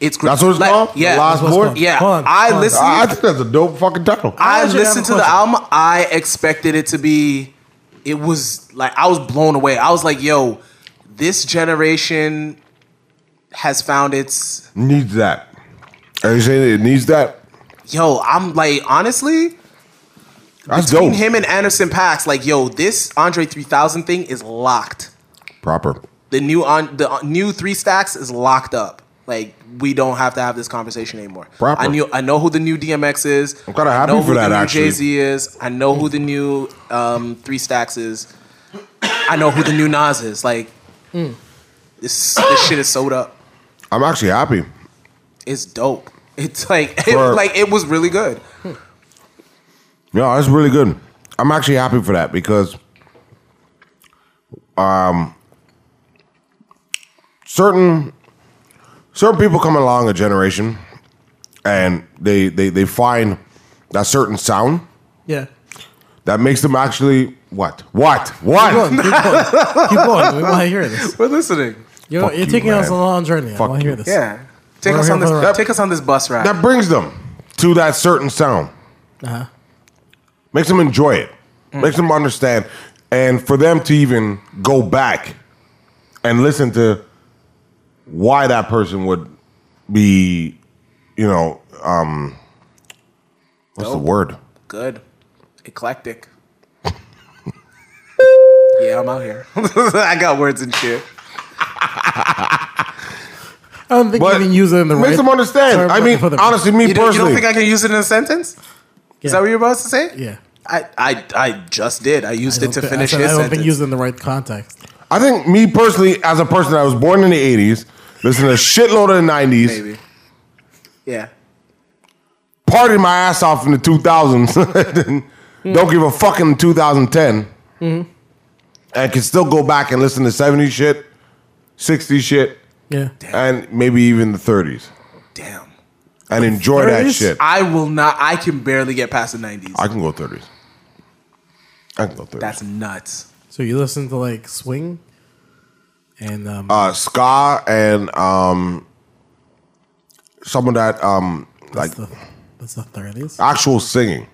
It's great.
That's what it's called? The
Yeah,
Lost
Boy?
Yeah,
Hold on,
I
hold on.
listened.
I, I
I,
think that's a dope fucking title.
actually have a
listened to the
question.
album. I expected it to be. It was like I was blown away. I was like, yo, this generation has found its
needs that. Are you saying it needs that?
yo, I'm like, honestly,
That's
between
dope.
him and Anderson Pax, like, yo, this Andre 3000 thing is locked.
Proper.
The new on the uh, new three stacks is locked up. Like, we don't have to have this conversation anymore.
Proper.
I knew I know who the new DMX is.
I'm kinda happy
I know
for
who
that,
the new
actually.
Jay Z is. I know who the new um, three stacks is. I know who the new Nas is. Like,
Mm.
this this shit is sewed up.
I'm actually happy.
It's dope. It's like it,
For-
like it was really good.
No, that's really good. I'm actually happy for that because um certain certain people come along a generation and they they, they find that certain sound
Yeah.
that makes them actually what? What?
Keep going.
What?
Keep going. keep going. We want to hear this.
We're listening.
You're,
Fuck
you're
you,
taking us
man.
on a long journey. I
Fuck
want to
you.
hear this.
Yeah. Take
We're
us
here
on
for the
this.
ride.
Take us on this bus ride.
That brings them to that certain sound.
Uh-huh.
makes them enjoy it, makes them understand, and for them to even go back and listen to why that person would be, you know, um, what's
Dope.
the word?
Good. Eclectic. yeah, I'm out here. I got words and shit.
I don't think you even use it in the
makes
right.
them understand.
term
I mean,
for the-
honestly, me
You don't, you
personally,
don't think I can use it in a sentence?
Yeah.
Is that what you're about to say?
Yeah.
I, I, I just did. I used
I
it to
don't thi- I
finish
said
his
I don't
sentence.
think use it in the right context.
I think me personally, as a person that was born in the '80s, listened to a shitload of the '90s,
Maybe. Yeah.
partied my ass off in the 2000s, don't give a fuck in 2010,
Mm-hmm.
and can still go back and listen to 70s shit, 60s shit,
Yeah.
and maybe even the 30s
Damn.
and enjoy that
30s?
shit.
I will not. I can barely get past the 90s.
I can go 30s. I can go 30s.
That's nuts.
So you listen to like swing, and um,
uh, ska and um, some of that um, like Uh,
that's the thirties.
actual singing.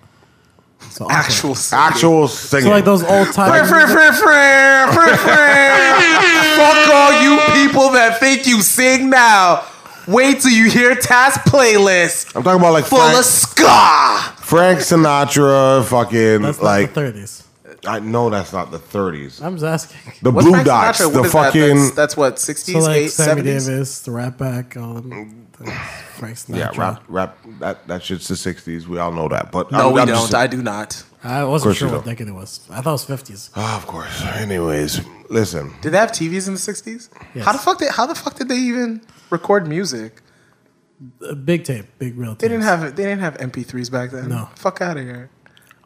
So awkward.
Actual singing.
Actual singing.
So like those old
Friend,
time.
friend, friend, friend, friend, friend. Fuck all you people that think you sing now. Wait till you hear Taz playlist
I'm talking about like
full
Frank,
of ska.
Frank Sinatra, fucking
That's not
like
the 30s.
I know that's not the 30s.
I'm just asking.
The
What's
Blue
Frank
Dots,
Sinatra? What
the
is that?
fucking
That's, that's what, 60s,
So like
8,
Sammy
70s?
Davis, the Rat Pack, all them. things. Frank
yeah,
Sinatra.
rap, rap. That that shit's the 60s. We all know that, but
No,
I'm-
we
I'm
don't.
just-
I do not.
I wasn't
course
sure
you
what
don't.
decade it was. I thought it was 50s.
Ah, of course. Anyways, listen.
Did they have TVs in the 60s?
Yes.
How the fuck did How the fuck did they even record music?
Uh, Big tape, big real tape.
They didn't have They didn't have MP3s back then.
No.
Fuck out of here.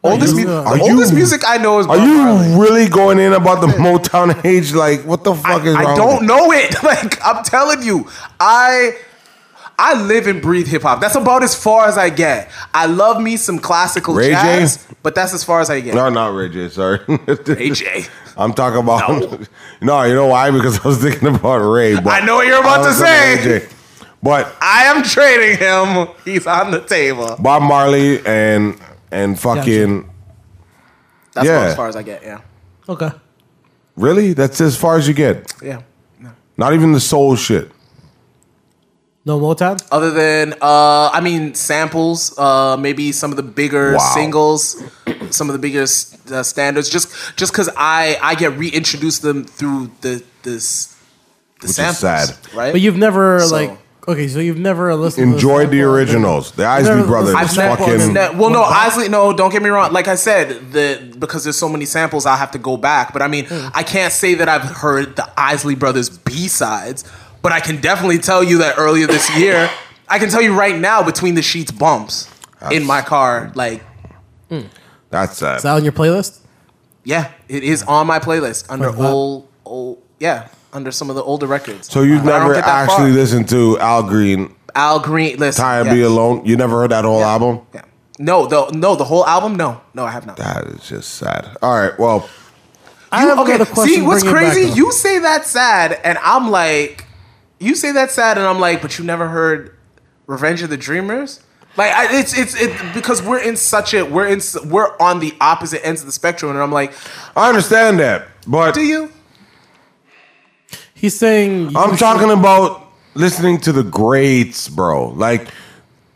Oldest,
you-
mu-
are
oldest
you-
music I know is
Are
Bob
you
Marley.
really going in about the Motown age? Like, what the fuck is wrong?
I
with-
don't know it. Like I'm telling you, I I live and breathe hip hop. That's about as far as I get. I love me some classical
Ray J?
jazz, but that's as far as I get.
No, not Ray J. Sorry,
Ray J.
I'm talking about. No. you know why? Because I was thinking about Ray. But
I know what you're about
I
to
was thinking
say.
Ray J. But
I am trading him. He's on the table.
Bob Marley and and fucking
That's
Yeah.
about as far as I get. Yeah,
Okay.
really, that's as far as you get.
yeah.
Not even the soul shit.
No Motown?
Other than, uh, I mean, samples. Uh, maybe some of the bigger
Wow.
singles, some of the bigger uh, standards. Just just because I I get reintroduced to them through the this the
is
samples,
sad.
right?
But you've never,
So-
like, okay, so you've never listened
Enjoy the
to sample and then-
originals, the Isley
Never-
Brothers.
I've
It's
never
fucking
ne- well, no,
What about-
Isley. No, don't get me wrong. Like I said, the because there's so many samples, I have to go back. But I mean, I can't say that I've heard the Isley Brothers B sides, but I can definitely tell you that earlier this year, I can tell you right now between the sheets bumps in my car. Like,
that's sad.
Is that on your playlist?
yeah, it is on my playlist under
Like that?
old old yeah under some of the older records.
so you
But I don't
never
get that far.
actually listened to Al Green,
Al Green listen.
"Time
yeah,
Be Alone." You never heard that whole album.
yeah. No, the no the whole album. No, no, I have not.
That is just sad. All right, well,
I
You-
have
okay,
another question.
see what's
bring it back
crazy?
up.
You say that's sad, and I'm like, you say that's sad, and I'm like, but you never heard "Revenge of the Dreamers." Like I, it's it's it because we're in such a we're in s- we're on the opposite ends of the spectrum, and I'm like,
I understand that, but
do you?
He's saying. you
I'm
should-
talking about listening to the greats, bro. Like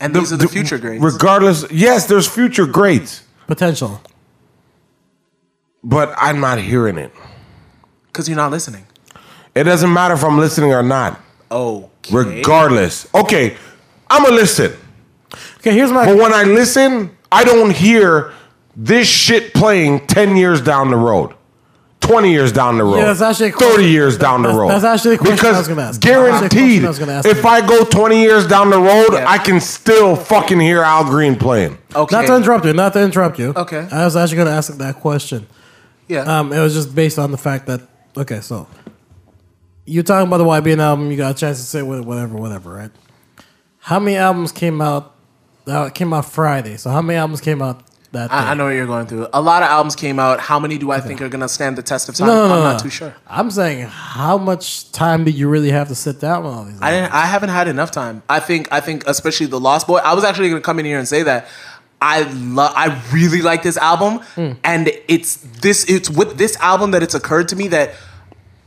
And these are the future grades.
Regardless, yes, there's future greats,
Potential.
but I'm not hearing it.
because you're not listening.
It doesn't matter if I'm listening or not.
Okay.
Regardless, okay, I'm gonna listen,
Okay, here's my.
but when I listen, I don't hear this shit playing ten years down the road. 20 years down the road.
that's actually a
30
question-
years down the
that's-
road.
that's actually a question
because
I was gonna ask. That's actually a question
Guaranteed,
I was gonna ask.
if I go 20 years down the road,
Yeah.
I can still fucking hear Al Green playing.
Oh, okay.
Not to interrupt you. Not to interrupt you.
Okay.
I was actually going to ask that question.
yeah.
Um, it was just based on the fact that okay, so you're talking about the YBN album. You got a chance to say what- whatever, whatever, right? How many albums came out? Uh, it came out Friday. So how many albums came out that? day?
I, I know what you're going through. A lot of albums came out. How many do I think are gonna stand the test of time?
No, no, no,
I'm
no,
not
no.
too sure.
I'm saying, how much time did you really have to sit down with all these?
I didn't. I haven't had enough time. I think. I think, especially the Lost Boy. I was actually going to come in here and say that. I love. I really like this album,
Hmm.
and it's this. It's with this album that it's occurred to me that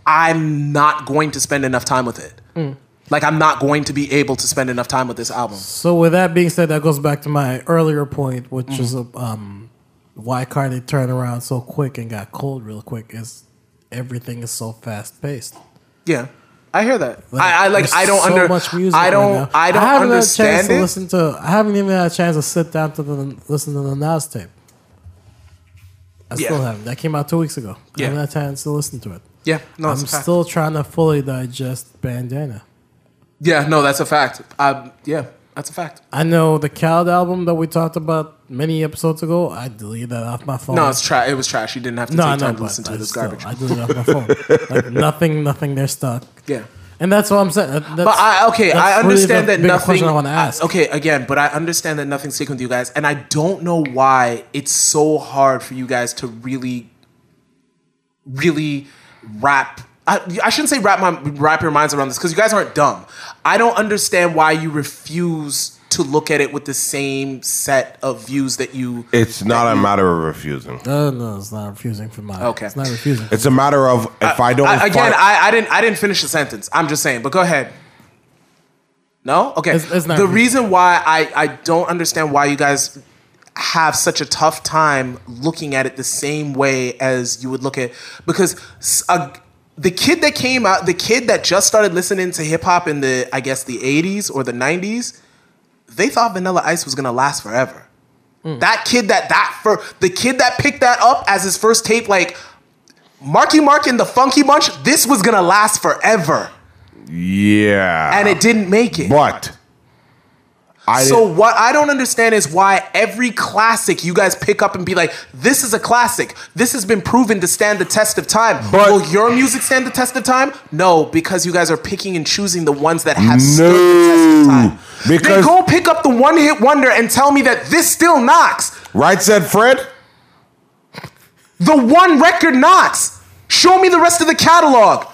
I'm not going to spend enough time with it.
Hmm.
Like I'm not going to be able to spend enough time with this album.
So with that being said, that goes back to my earlier point, which
Mm-hmm.
is um, why Kanye turned around so quick and got cold real quick is everything is so fast paced.
Yeah, I hear that. I, I like.
There's
I don't
so
under.
much music
I
right
don't.
now.
I don't
haven't had a chance
understand
to
it.
listen to. I haven't even had a chance to sit down to the listen to the Nas tape. I
Yeah.
still haven't. That came out two weeks ago.
Yeah.
I haven't had a chance to listen to it.
Yeah, no,
I'm
it's a fact.
still trying to fully digest Bandana.
Yeah, no, that's a fact. Um, yeah, that's a fact.
I know the Khaled album that we talked about many episodes ago. I deleted that off my phone.
No, it's trash. It was trash. You didn't have to
no,
take
no,
time to listen to this garbage.
I deleted it off my phone. Like, nothing, nothing. They're stuck.
yeah.
And that's what I'm saying. That-
But
that's-
I okay, I
that's really
understand
the
that
bigger
nothing.
question I want to ask.
Okay, again, but I understand that nothing's sticking with you guys, and I don't know why it's so hard for you guys to really, really wrap. I, I shouldn't say wrap my wrap your minds around this because you guys aren't dumb. I don't understand why you refuse to look at it with the same set of views that you.
It's not a matter of refusing.
No, Uh, no, it's not refusing for mine.
Okay.
It's not refusing.
It's a matter of if I don't
I, Uh, again,
fight-
I, I didn't. I didn't finish the sentence. I'm just saying. But go ahead. No. Okay.
It's- it's not
the
really-
reason why I I don't understand why you guys have such a tough time looking at it the same way as you would look at because s- a, the kid that came out, the kid that just started listening to hip hop in the I guess the 80s or the 90s, they thought Vanilla Ice was gonna last forever.
Hmm.
That kid that that for the kid that picked that up as his first tape, like Marky Mark and the Funky Bunch, this was gonna last forever,
yeah,
and it didn't make it.
But I
so
so
what I don't understand is why every classic you guys pick up and be like, "This is a classic. This has been proven to stand the test of time."
But-
Will your music stand the test of time? No, because you guys are picking and choosing the ones that have stood the test of
no
time. Then
because
go pick up the one hit wonder and tell me that this still knocks.
right said Fred.
The one record knocks. Show me the rest of the catalog.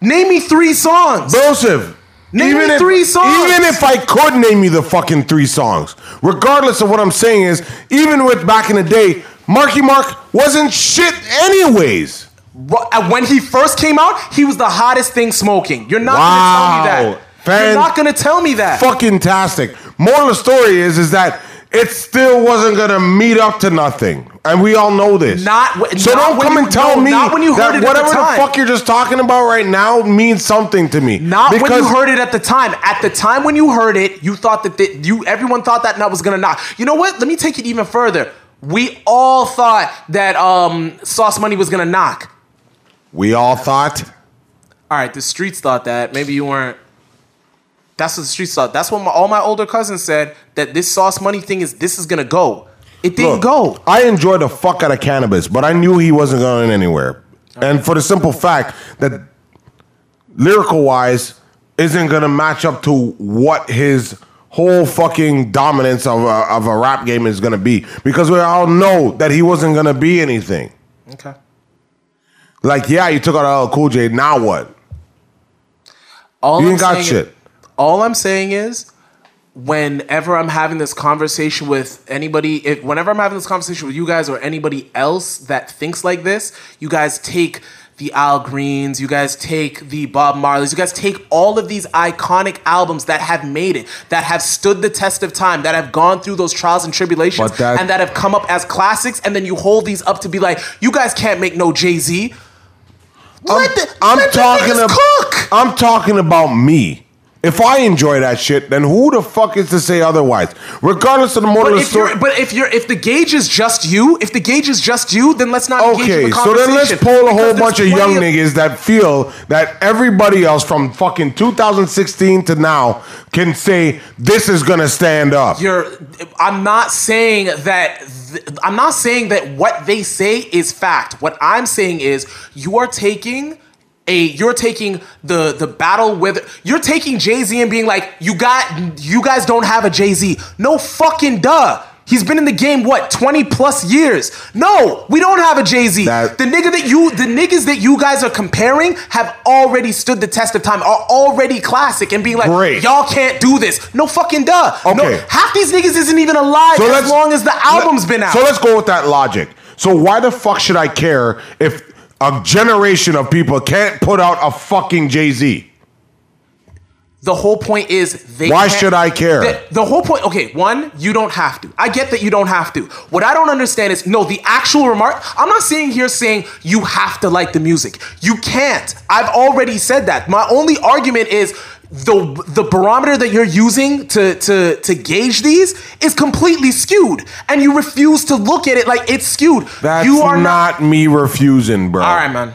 Name me three songs.
Joseph.
Name
even
me
if,
three songs.
Even if I could name you the fucking three songs, regardless of what I'm saying is, even with back in the day, Marky Mark wasn't shit anyways.
Ru- uh, When he first came out, he was the hottest thing smoking. You're not gonna tell me
Wow.
that.
Fan-
You're not gonna tell me that.
Fucking tastic. Moral of the story is, is that it still wasn't gonna meet up to nothing, and we all know this.
Not wh-
so.
not
don't
when
come
you-
and tell
no,
me
not when you heard
that
it at the
whatever
time.
fuck you're just talking about right now means something to me.
Not when
Because-
you heard it at the time. At the time when you heard it, you thought that the, you everyone thought that nut was gonna knock. You know what? Let me take it even further. We all thought that um, Sauce Money was gonna knock.
We all thought.
All right, the streets thought that. Maybe you weren't. That's what the streets thought. That's what my, all my older cousins said. That this Sauce Money thing is this is gonna go. It didn't
Look,
go.
I enjoyed the fuck out of cannabis, but I knew he wasn't going anywhere. And for the simple fact that lyrical wise isn't going to match up to what his whole fucking dominance of a, of a rap game is going to be because we all know that he wasn't going to be anything.
Okay.
Like, yeah, you took out LL Cool J, now what?
All
You
I'm
ain't got
saying-
shit.
all I'm saying is, whenever I'm having this conversation with anybody, if whenever I'm having this conversation with you guys or anybody else that thinks like this, you guys take the Al Greens, you guys take the Bob Marleys, you guys take all of these iconic albums that have made it, that have stood the test of time, that have gone through those trials and tribulations,
But that-
and that have come up as classics, and then you hold these up to be like, you guys can't make no Jay Z. Let the,
I'm
let the
talking
niggas
about
cook.
I'm talking about me. If I enjoy that shit, then who the fuck is to say otherwise? Regardless of the moral
But
of the
if,
story.
you're, but if you're if the gauge is just you, if the gauge is just you, then let's not engage in
Okay,
the
so
conversation.
then let's pull a
Because
whole
there's
bunch of young
plenty
niggas that feel that everybody else from fucking 2016 to now can say this is gonna stand up.
You're, I'm not saying that. th- I'm not saying that what they say is fact. What I'm saying is you are taking. A, you're taking the the battle with you're taking Jay Z and being like you got you guys don't have a Jay Z no fucking duh he's been in the game what twenty plus years no we don't have a Jay Z
That-
the nigga that you the niggas that you guys are comparing have already stood the test of time are already classic and being like
Great.
y'all can't do this no fucking duh
Okay.
no, half these niggas isn't even alive as long as the album's
let-
been out.
So let's go with that logic. So why the fuck should I care if a generation of people can't put out a fucking Jay Z?
the whole point is they.
Why
can't-
should I care?
The, the whole point. Okay, one, you don't have to. I get that you don't have to. What I don't understand is no. The actual remark. I'm not sitting here saying you have to like the music. You can't. I've already said that. My only argument is. The, the barometer that you're using to, to to gauge these is completely skewed, and you refuse to look at it like it's skewed.
That's
you are
not, me refusing, bro.
All right, man.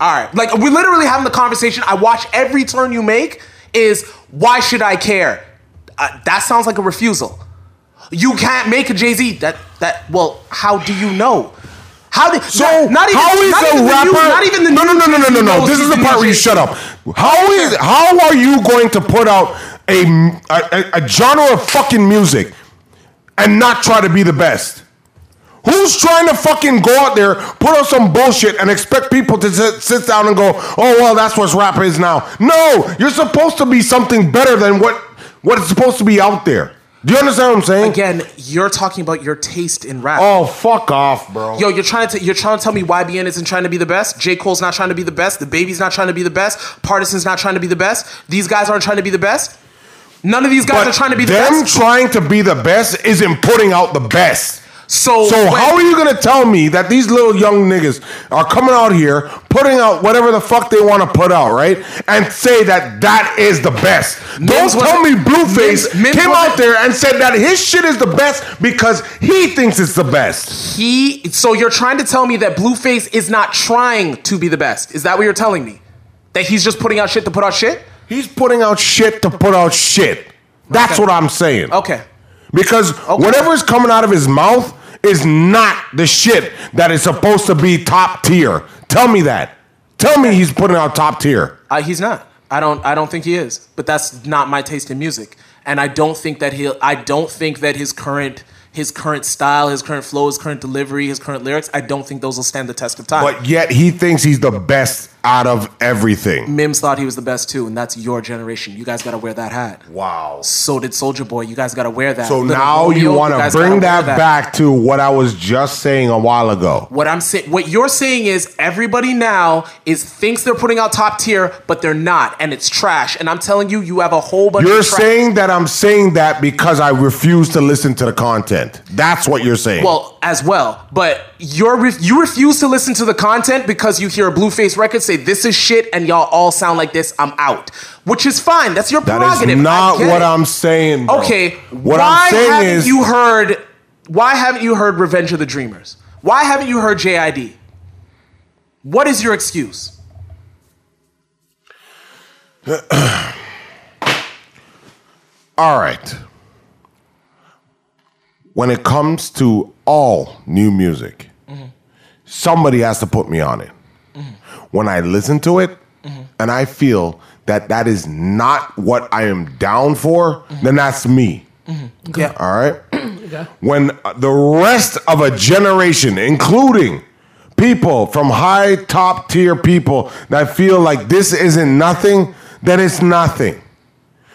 All right. Like we literally having the conversation. I watch every turn you make. Is why should I care? Uh, that sounds like a refusal. You can't make a Jay Z. That that. Well, how do you know? How did
So
not, not even,
how is
not
a
even the
rapper?
new- not even the
no,
new
no, no, no, no, no,
Jay-Z
no.
knows
This
he's
is the
the
part
new
where you
Jay-Z.
shut up. How is how are you going to put out a a, a- a genre of fucking music and not try to be the best? Who's trying to fucking go out there, put on some bullshit, and expect people to sit, sit down and go, "Oh well, that's what rap is now." No, you're supposed to be something better than what what is supposed to be out there. Do you understand what I'm saying?
Again, you're talking about your taste in rap.
Oh, fuck off, bro.
Yo, you're trying to you're trying to tell me YBN isn't trying to be the best. J Cole's not trying to be the best. The Baby's not trying to be the best. Partisan's not trying to be the best. These guys aren't trying to be the best. None of these guys
But
are trying to be the
them
best.
trying to be the best isn't putting out the best.
So,
So
when-
how are you gonna tell me that these little young niggas are coming out here putting out whatever the fuck they want to put out, right? And say that that is the best. Don't
Mims
tell me
wasn't- Mims-
Blueface
Mims
came out
wasn't-
there and said that his shit is the best because he thinks it's the best.
he so you're trying to tell me that Blueface is not trying to be the best. Is that what you're telling me? That he's just putting out shit to put out shit?
He's putting out shit to put out shit. That's
Okay.
what I'm saying.
Okay.
Because whatever is coming out of his mouth is not the shit that is supposed to be top tier. Tell me that. Tell me he's putting out top tier.
Uh, he's not. I don't. I don't think he is. But that's not my taste in music, and I don't think that he'll. I don't think that his current his current style, his current flow, his current delivery, his current lyrics. I don't think those will stand the test of time.
But yet he thinks he's the best out of everything.
Mims thought he was the best too, and that's your generation. You guys got to wear that hat.
Wow.
So did Soldier Boy. You guys got to wear that.
So
Little
now
Romeo,
you want
guys
to
gotta
bring
wear
that, back to what I was just saying a while ago.
What I'm saying, what you're saying is everybody now is thinks they're putting out top tier, but they're not, and it's trash. And I'm telling you, you have a whole bunch.
You're
of trash.
saying that I'm saying that because I refuse to listen to the content. That's what you're saying.
Well, as well, but you're ref- you refuse to listen to the content because you hear a Blueface record say this is shit and y'all all sound like this. I'm out, which is fine. That's your
that
prerogative.
is
I
not
get
what
it.
I'm saying. bro.
Okay,
What
why
I'm saying
haven't
is
you heard? Why haven't you heard Revenge of the Dreamers? Why haven't you heard JID? What is your excuse?
All right. When it comes to all new music, somebody has to put me on it. When I listen to it and I feel that that is not what I am down for, then that's me.
Yeah.
All right. When the rest of a generation, including people from high top tier people that feel like this isn't nothing, then it's nothing.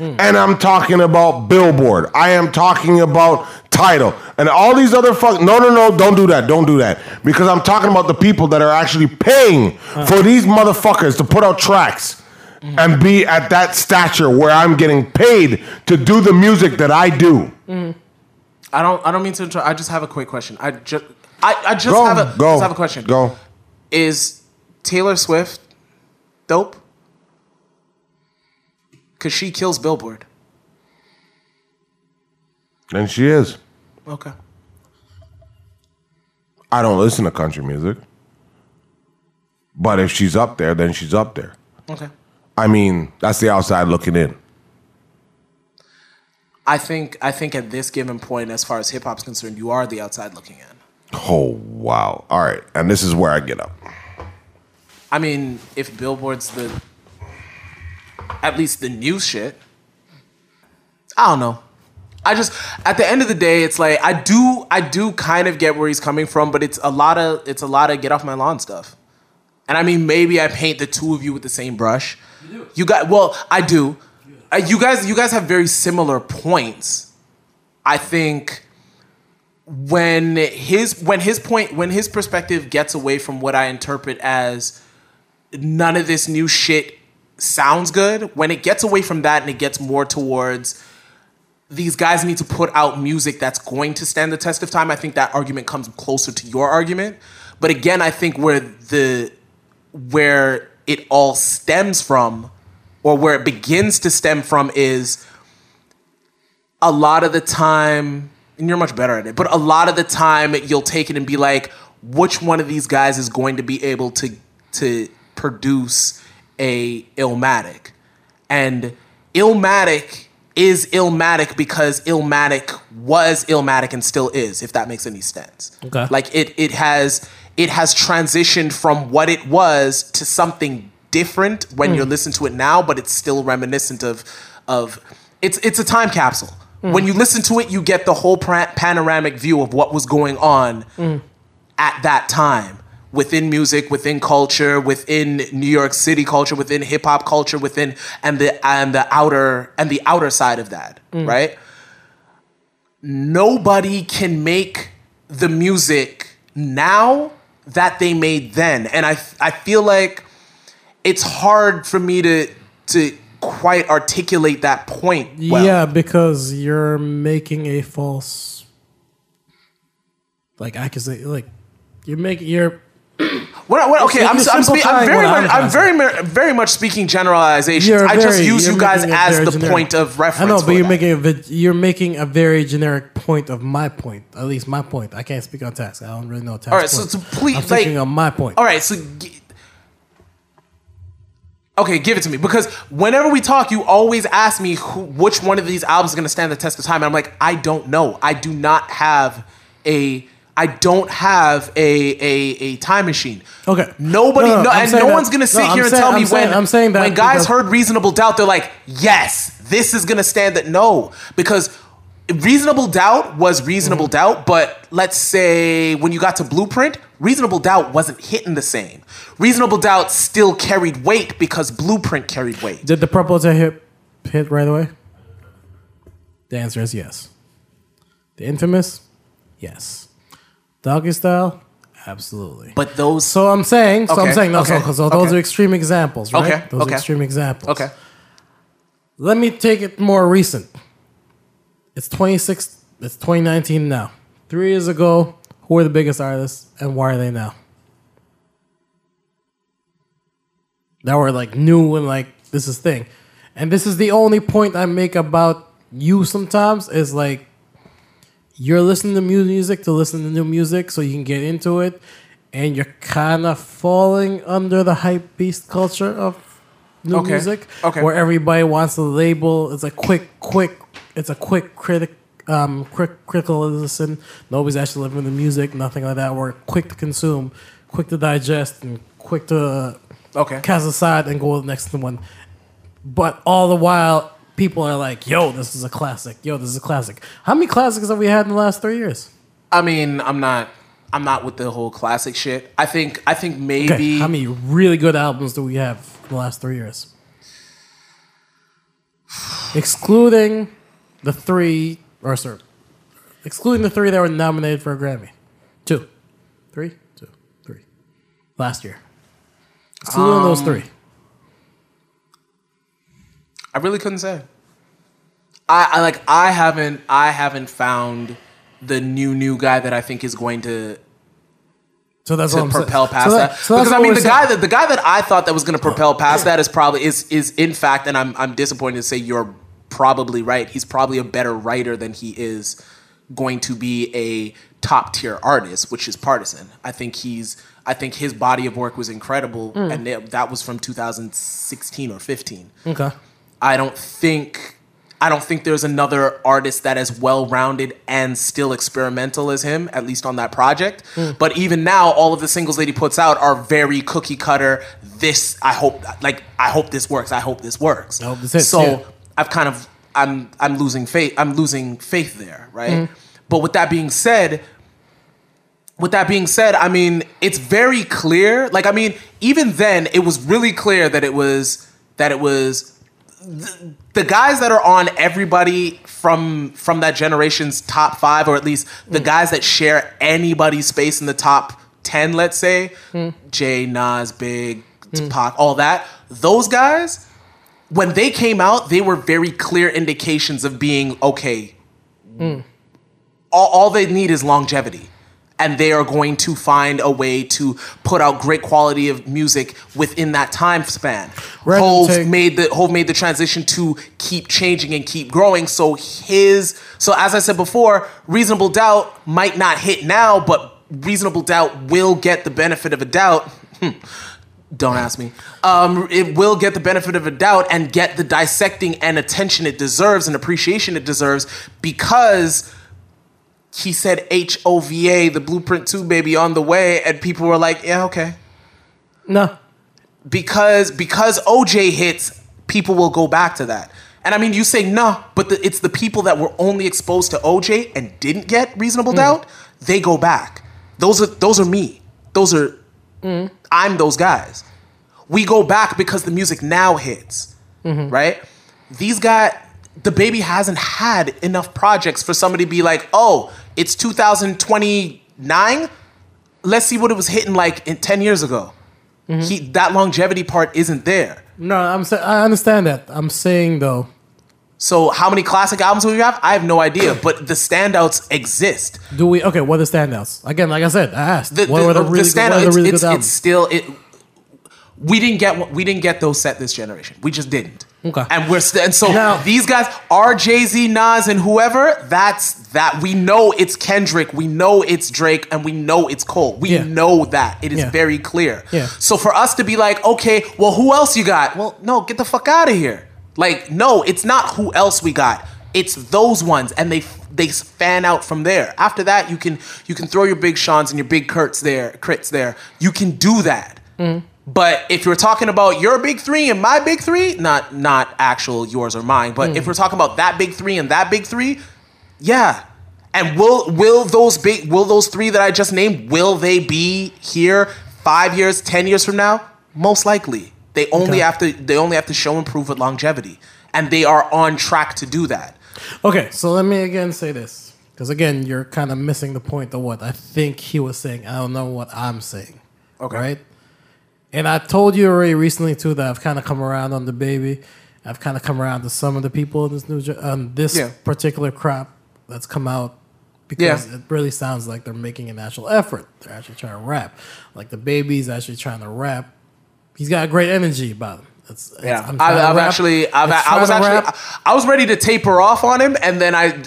And I'm talking about Billboard. I am talking about Title and all these other fuck. No, no, no! Don't do that. Don't do that. Because I'm talking about the people that are actually paying for these motherfuckers to put out tracks and be at that stature where I'm getting paid to do the music that I do.
I don't. I don't mean to. Inter- I just have a quick question. I just. I, I just
Go,
have a.
go,
Just have a question.
Go.
Is Taylor Swift dope? Cause she kills Billboard.
And she is.
Okay.
I don't listen to country music, but if she's up there, then she's up there.
Okay.
I mean, that's the outside looking in.
I think. I think at this given point, as far as hip hop's concerned, you are the outside looking in.
Oh wow! All right, and this is where I get up.
I mean, if Billboard's the, at least the new shit. I don't know. I just at the end of the day, it's like I do I do kind of get where he's coming from, but it's a lot of it's a lot of get off my lawn stuff. And I mean, maybe I paint the two of you with the same brush. You, got well, I do. Uh, you guys, you guys have very similar points. I think when his when his point when his perspective gets away from what I interpret as none of this new shit sounds good, when it gets away from that and it gets more towards these guys need to put out music that's going to stand the test of time, I think that argument comes closer to your argument. But again, I think where the where it all stems from or where it begins to stem from is a lot of the time, and you're much better at it, but a lot of the time you'll take it and be like, which one of these guys is going to be able to to produce a Illmatic? And Illmatic is Illmatic because Illmatic was Illmatic and still is, if that makes any sense.
Okay.
Like it it has it has transitioned from what it was to something different when you listen to it now, but it's still reminiscent of of it's it's a time capsule. When you listen to it, you get the whole pra- panoramic view of what was going on at that time within music, within culture, within New York City culture, within hip hop culture, within and the and the outer and the outer side of that, right? nobody can make the music now that they made then. And I, I feel like it's hard for me to, to quite articulate that point. Well.
yeah, because you're making a false, like accusation. Like you're making you're
What, I- what, okay, I'm,
It's
I'm, spe- I'm
simplifying
very
what I'm
much, I'm very,
trying
mer- very much speaking generalizations.
you're
I just
very-
use
you're
you guys
making a
as
very
the
generic-
point of reference.
I know,
for
but you're
that.
making a vid- you're making a very generic point of my point. At least my point. I can't speak on tax. I don't really know tax.
All right, so
points.
to please,
I'm
like-
speaking on my point.
All right, so. G- Okay, give it to me because whenever we talk, you always ask me who, which one of these albums is going to stand the test of time, and I'm like, I don't know. I do not have a, I don't have a a, a time machine.
Okay.
Nobody,
No,
no,
no, I'm
and
saying
no
that-
one's going to
no,
sit
I'm
here and
saying-
tell me
I'm saying-
when
I'm saying that
when guys
because-
heard reasonable doubt, they're like, yes, this is going to stand that. No, because reasonable doubt was reasonable doubt, but let's say when you got to Blueprint, reasonable doubt wasn't hitting the same. Reasonable doubt still carried weight because Blueprint carried weight.
Did the proposal hit hit right away? The answer is yes. The infamous, yes. Doggy style, absolutely.
But those,
So I'm saying, so
Okay,
I'm saying, no, so-
okay,
so, those
okay.
are extreme examples, right?
Okay,
Those
okay.
are extreme examples.
okay,
Let me take it more recent. It's 26, it's 2019 now. Three years ago, who were the biggest artists and why are they now? That were like new and like this is thing. And this is the only point I make about you sometimes is like you're listening to mu- music to listen to new music so you can get into it and you're kind of falling under the hype beast culture of new
Okay.
music
Okay.
where everybody wants to label it's a quick quick it's a quick critic um quick critical listen nobody's actually living the music nothing like that we're quick to consume quick to digest and quick to
okay.
cast aside and go to the next one but all the while people are like yo this is a classic yo this is a classic how many classics have we had in the last three years
I mean, I'm not, I'm not with the whole classic shit. I think, I think maybe.
okay how many really good albums do we have in the last three years excluding the three or sorry excluding the three that were nominated for a grammy two three two three last year excluding
Um,
those three
I really couldn't say. I, I like I haven't I haven't found the new new guy that I think is going to,
so that's
to
all I'm saying.
propel past
So
that.
that- so that's
because I
what
mean
we're
the
saying.
guy that the guy that I thought that was going to propel past that is probably is is in fact and I'm I'm disappointed to say you're probably right. He's probably a better writer than he is going to be a top tier artist, which is Partisan. I think he's I think his body of work was incredible
Mm.
and that- that was from 2016 or 15.
Okay.
I don't think I don't think there's another artist that is well-rounded and still experimental as him, at least on that project.
Hmm.
But even now, all of the singles that he puts out are very cookie cutter. This I hope, like I hope this works. I hope this works.
I hope this hits,
so
yeah.
I've kind of I'm I'm losing faith. I'm losing faith there, right?
Hmm.
But with that being said, with that being said, I mean, it's very clear. Like, I mean, even then, it was really clear that it was that it was th- the guys that are on everybody from from that generation's top five, or at least the guys that share anybody's space in the top ten. Let's say Jay, Nas, Big, Pac, all that. Those guys, when they came out, they were very clear indications of being okay all, all they need is longevity and they are going to find a way to put out great quality of music within that time span.
Rather than
Hove
take-
made the Hove made the transition to keep changing and keep growing. So his so as I said before, reasonable doubt might not hit now, but reasonable doubt will get the benefit of a doubt. Hmm. Don't ask me. Um, it will get the benefit of a doubt and get the dissecting and attention it deserves and appreciation it deserves because he said H O V A, the Blueprint 2 baby on the way, and people were like, yeah, okay.
No.
Because because OJ hits, people will go back to that. And I mean, you say no, but the, it's the people that were only exposed to OJ and didn't get reasonable doubt, they go back. Those are those are me. Those are I'm those guys. We go back because the music now hits, right? These guys, the baby hasn't had enough projects for somebody to be like, oh, it's 2029. Let's see what it was hitting like in 10 years ago.
Mm-hmm.
He, that longevity part isn't there.
No, I'm. sa- I understand that. I'm saying though,
So how many classic albums will you have? I have no idea, but the standouts exist.
do we? Okay, what are the standouts? Again, like I said, I asked.
The,
what
the,
were the
the
really good? What
standout,
were the
it's,
really
it's,
good
it's
albums?
still it. We didn't get what- we didn't get those set this generation. We just didn't.
Okay.
And we're st- and so
Now-
these guys are Jay Z, Nas, and whoever. That's that. We know it's Kendrick. We know it's Drake, and we know it's Cole. We
Yeah.
know that it is
Yeah.
very clear.
Yeah.
So for us to be like, okay, well, who else you got? Well, no, get the fuck out of here. Like, no, it's not who else we got. It's those ones, and they they fan out from there. After that, you can you can throw your big Sean's and your big Kurt's there, crits there. You can do that. But if you're talking about your big three and my big three, not not actual yours or mine, but if we're talking about that big three and that big three, yeah. And will will those big will those three that I just named will they be here five years, ten years from now? Most likely. They only
Okay.
have to they only have to show and prove with longevity, and they are on track to do that.
Okay, so let me again say this, because again, you're kind of missing the point of what I think he was saying. I don't know what I'm saying.
Okay.
Right. And I told you already recently too that I've kind of come around on the baby. I've kind of come around to some of the people in this new gen- on this
Yeah.
particular crop that's come out because
Yeah.
it really sounds like they're making an actual effort. They're actually trying to rap. Like the baby's actually trying to rap. He's got great energy about him. It's, it's-
Yeah,
I'm trying
I've,
to
I've
rap.
actually, I've,
It's
I was
trying to
actually,
rap.
I, I was ready to taper off on him, and then I,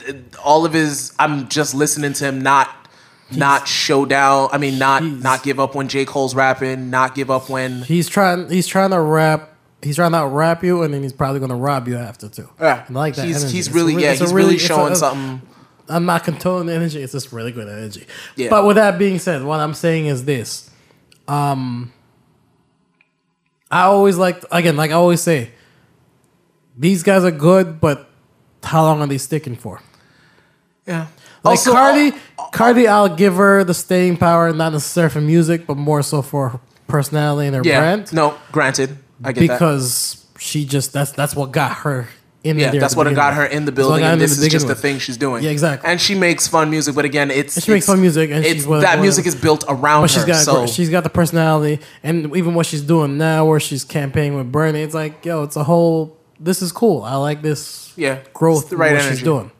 all of his, I'm just listening to him not, not show down. I mean, not,
He's-
not give up when J Cole's rapping, not give up when.
He's trying. He's trying to rap. He's trying to rap you, and then he's probably going to rob you after too.
Yeah,
And I like that.
He's,
energy.
he's
It's a
really,
re-
yeah,
it's a
he's really
it's a-
showing
uh,
something.
I'm not controlling the energy. It's just really good energy.
Yeah.
But with that being said, what I'm saying is this. Um, I always like again, like I always say, these guys are good, but how long are they sticking for?
Yeah.
Like
Also, uh,
Cardi, Cardi, I'll give her the staying power, not necessarily for music, but more so for her personality and her
yeah.
brand
No, granted, I get that.
because she just that's that's what got her in
Yeah,
there.
that's
to
what
begin
got
with.
her in the
That's what
building,
got her in
and this
to
is just
begin
the
with.
thing she's doing.
Yeah, exactly.
And she makes fun music, but again, it's
she makes
it's-
fun music and
it's
she's one of-
that
one of-
music is built around
But she's
her.
got
so
she's got the personality, and even what she's doing now, where she's campaigning with Bernie, it's like yo, it's a whole. This is cool. I like this.
Yeah,
growth.
it's the right
in what she's
energy.
doing. Um,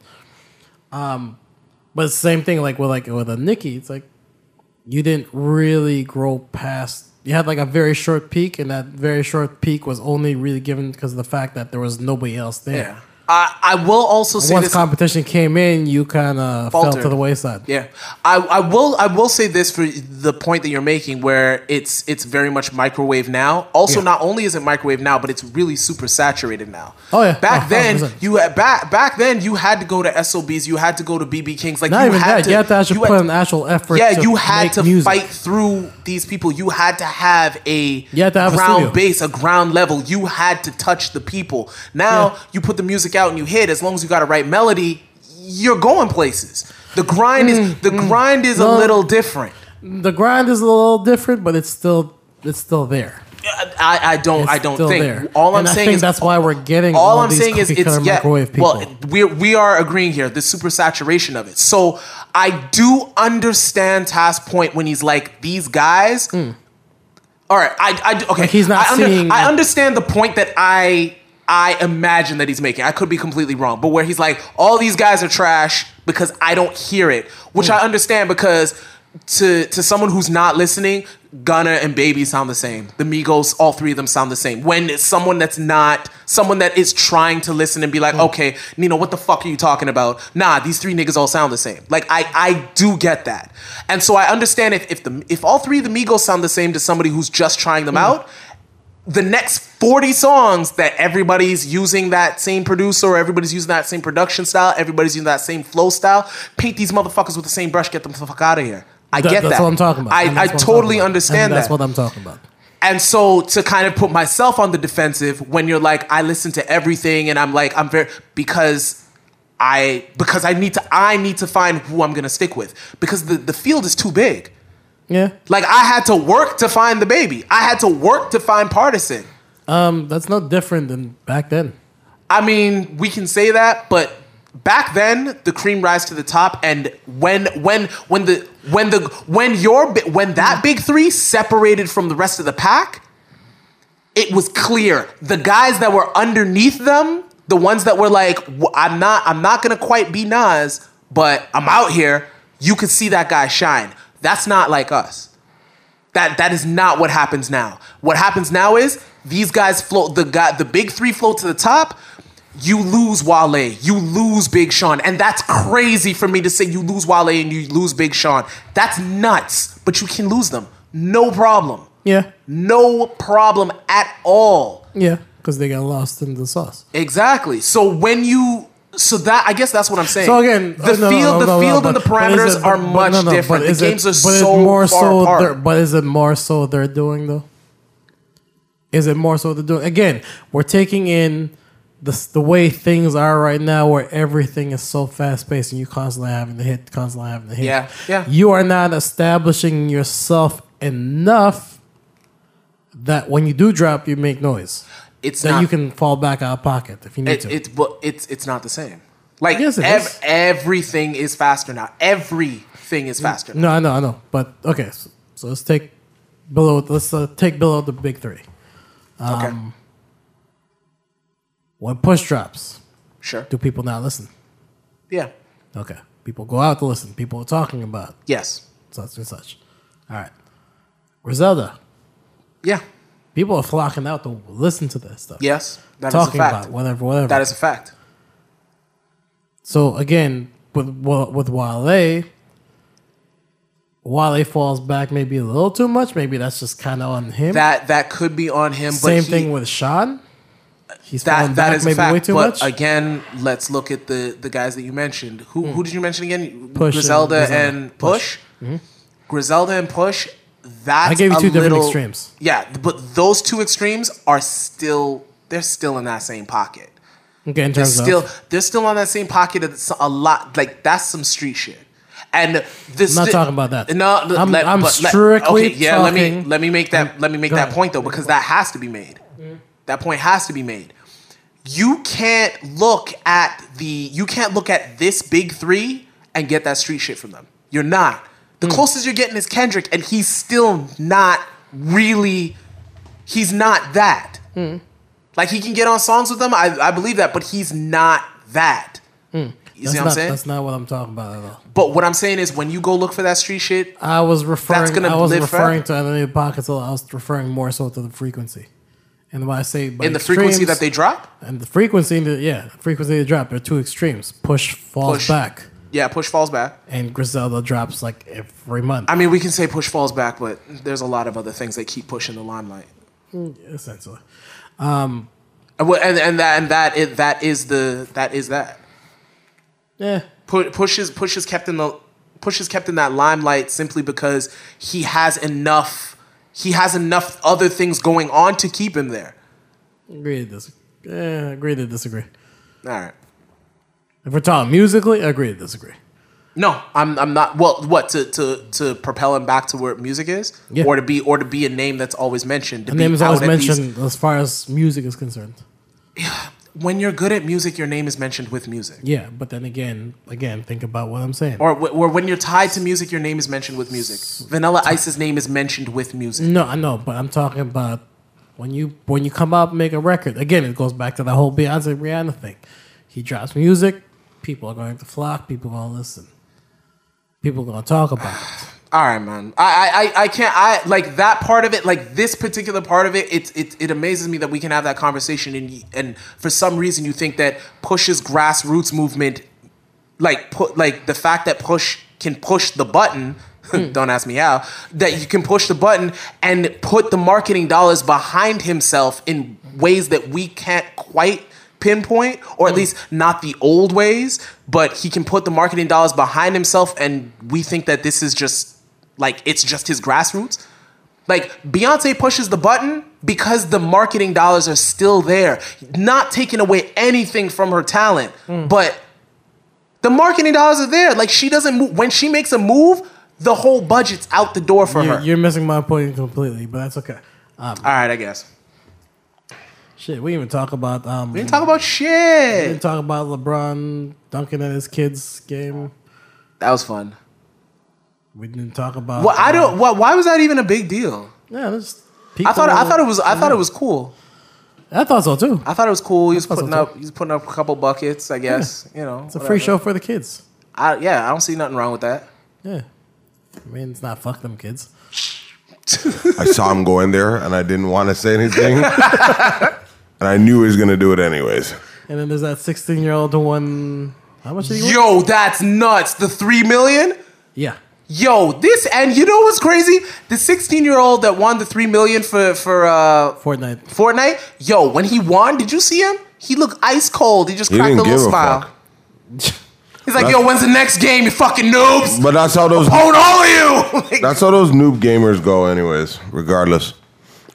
but same thing like with like with a Nikki, it's like you didn't really grow past. You had like a very short peak, and that very short peak was only really given because of the fact that there was nobody else there.
yeah. I, I will also say
once
this.
competition came in, you kind of fell
Faltered.
to the wayside.
Yeah, I, I will I will say this for the point that you're making, where it's it's very much microwave now. Also,
Yeah.
not only is it microwave now, but it's really super saturated now.
Oh, yeah.
back
Oh,
then
100%.
you had, back back then you had to go to SOBs, you had to go to BB Kings, like
Not
you
even
had
that.
to
you have to actually
you
put
had
an actual effort.
yeah,
to
you had
make
to
music.
fight through these people. You had to have a
You had to have a
ground
studio.
base, a ground level. You had to touch the people. Now
Yeah.
you put the music out and you hit. As long as you got a right melody, you're going places. The grind
Mm,
is the grind is a
No.
little different.
The grind is a little different, but it's still it's still there.
I, I don't
It's
I don't
still
think
there.
all I'm
And I
saying
think
is
that's why we're getting
all,
all
I'm
these
saying is
cookie-cutter
it's yeah.
microwave
Well,
people.
we we are agreeing here. The super saturation of it. So I do understand Tass point when he's like these guys. All right, I, I do- okay.
Hmm. he's not
I, under-
seeing-
I understand the point that I I imagine that he's making. I could be completely wrong, but where he's like all these guys are trash because I don't hear it, which I understand because. To, to someone who's not listening, Gunna and Baby sound the same. The Migos, all three of them sound the same. When it's someone that's not, someone that is trying to listen and be like, okay, Nino, what the fuck are you talking about? Nah, these three niggas all sound the same. Like I, I do get that, and so I understand if if the if all three of the Migos sound the same to somebody who's just trying them out, the next 40 songs that everybody's using that same producer or everybody's using that same production style, everybody's using that same flow style, paint these motherfuckers with the same brush, get them the fuck out of here. I
That-
get
that's
that.
what I'm talking about. And
I, I
that's what I'm talking
totally
about.
understand
And
that.
That's what I'm talking about.
And so to kind of put myself on the defensive when you're like, I listen to everything and I'm like, I'm very because I because I need to I need to find who I'm gonna stick with. Because the, the field is too big.
Yeah,
Like I had to work to find the baby. I had to work to find partisan.
um, that's no different than back then.
I mean, we can say that, but back then the cream rise to the top, and when when when the when the when your bi- when that big three separated from the rest of the pack, it was clear the guys that were underneath them, the ones that were like, "W- I'm not I'm not gonna quite be Nas, but I'm out here. You could see that guy shine. That's not like us. That that is not what happens now. What happens now is these guys float the guy the big three float to the top. You lose Wale, you lose Big Sean, and that's crazy for me to say you lose Wale and you lose Big Sean. That's nuts, but you can lose them, no problem,
Yeah.
no problem at all.
Yeah. Because they got lost in the sauce.
Exactly. So when you so that I guess that's what I'm saying.
So again,
the
uh,
field,
no, no, no,
the
no, no,
field, and the
but- but is
parameters
it-
are
but-
much
no, no,
different.
but
The
is it-
games are
but it's
so far apart.
they're- But is it more so they're doing though? Is it more so they're doing? Again, we're taking in the s- the way things are right now, where everything is so fast paced, and you constantly having to hit, constantly having to hit.
Yeah, yeah.
You are not establishing yourself enough that when you do drop, you make noise.
it's
That
not
you can fall back out of pocket if you need
It,
to.
it's but it's it's not the same. Like
Yes, it
ev-
is.
everything is faster now. Everything is faster.
No, I know, I know. But okay, so, so let's take below. Let's uh, take below the big three.
okay,
Um, When push drops,
sure.
do people not listen?
Yeah.
Okay, people go out to listen. People are talking about
Yes.
such and such. All right, Griselda.
Yeah.
People are flocking out to listen to this stuff.
Yes. That is
talking
a fact.
about whatever, whatever.
That is a fact.
so again with Wa- with Wale. Wale falls back maybe a little too much. Maybe that's just kind of on him.
That that could be on him.
Same
but he,
thing with Sean. He's falling
that that
back
is a
maybe
fact.
way too
but
much.
again, let's look at the the guys that you mentioned. Who who did you mention again?
Hmm. Push and
Griselda
Griselda. Mm-hmm.
and Push. Griselda and Push. That's
I gave you
a
two different
little-
extremes.
Yeah, but those two extremes are still they're still in that same pocket.
okay, in
They're
terms
still
of
they're still on that same pocket. It's a lot like that's some street shit. And this
I'm not talking about that.
No,
I'm- I'm strictly
yeah. Let me
talking-
let me make that let me make
Go
that
ahead.
point though because that has to be made. That point has to be made. You can't look at the you can't look at this big three and get that street shit from them. You're not. The
Hmm.
closest you're getting is Kendrick, and he's still not really. He's not that. Like he can get on songs with them. I, I believe that, but he's not that. You
Hmm. That's
see what
not,
I'm saying?
That's not what I'm talking about at all.
But what I'm saying is when you go look for that street shit,
I was referring.
gonna
I was
live
referring to enemy pockets. I was referring more so to the frequency, and when I say by
in the frequency
extremes-
that they drop,
and the frequency, the, yeah, the frequency they drop. There are two extremes. Push falls
Push.
back,
yeah, push falls back.
and Griselda drops like every month.
I mean, we can say push falls back, but there's a lot of other things that keep pushing the limelight.
essentially,
And wha- and and that and that it, that is the that is that.
yeah.
Pu- push is push is kept in the push is kept in that limelight simply because he has enough he has enough other things going on to keep him there.
Agree to disagree. Yeah, agree to disagree.
All right.
If we're talking musically, agree to disagree.
No, I'm I'm not. Well, what to to to propel him back to where music is,
Yeah.
or to be or to be a name that's always mentioned. To
The
be
name is
out
always
at these-
mentioned as far as music is concerned.
when you're good at music, your name is mentioned with music.
Yeah, but then again, again, think about what I'm saying.
Or, wh- or when you're tied to music, your name is mentioned with music. Vanilla Ice's name is mentioned with music.
No, I know, but I'm talking about when you when you come out and make a record. Again, it goes back to the whole Beyonce Rihanna thing. He drops music, people are going to flock, people are going to listen, people are going to talk about it.
All right, man. I, I, I- I can't. I like that part of it. Like this particular part of it. It's it, it amazes me that we can have that conversation and y- and for some reason you think that pushes grassroots movement, like put like the fact that push can push the button. don't ask me how that you can push the button and put the marketing dollars behind himself in ways that we can't quite pinpoint or at least not the old ways but he can put the marketing dollars behind himself and we think that this is just like it's just his grassroots like beyonce pushes the button because the marketing dollars are still there not taking away anything from her talent
Hmm.
but the marketing dollars are there like she doesn't move when she makes a move the whole budget's out the door for
You're,
her
you're missing my point completely, but that's okay. Um,
all right i guess
Shit, we didn't even talk about um.
We didn't talk about
we
shit.
didn't talk about LeBron dunking at his kids game.
That was fun.
We didn't talk about.
Well, I don't. Why, why was that even a big deal?
Yeah, that's.
I thought. I thought it was. I thought it was cool.
I thought so too.
I thought it was cool. He was
thought so,
putting
too.
up. He was putting up a couple buckets. I guess you know.
It's a free show for the kids.
I, yeah, I don't see nothing wrong with that.
Yeah, I mean it's not fuck them kids.
I saw him go in there and I didn't want to say anything. and I knew he was going to do it anyways.
And then there's that 16 year old one. How much did he? win?
Yo, that's nuts. The three million.
Yeah.
Yo, this and you know what's crazy? The 16 year old that won the three million for for uh,
Fortnite.
Fortnite. Yo, when he won, did you see him? He looked ice cold. He just
He
cracked a
didn't
little
give a
smile.
fuck.
He's like, yo, when's the next game? You fucking noobs.
But that's how those
Own all of you. Like,
that's how those noob gamers go anyways, regardless.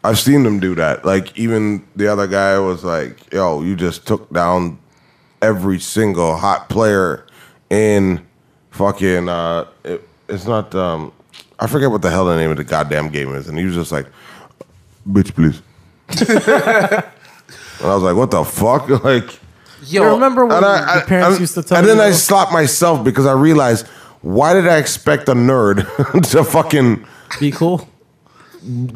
I've seen them do that. Like even the other guy was like, "Yo, you just took down every single hot player in fucking uh it, it's not um I forget what the hell the name of the goddamn game is." And he was just like, "Bitch, please." and I was like, "What the fuck?" Like
yo,
I remember when
and I,
your parents
I-
used to tell
and
you.
then I slapped myself because I realized why did I expect a nerd to fucking
be cool.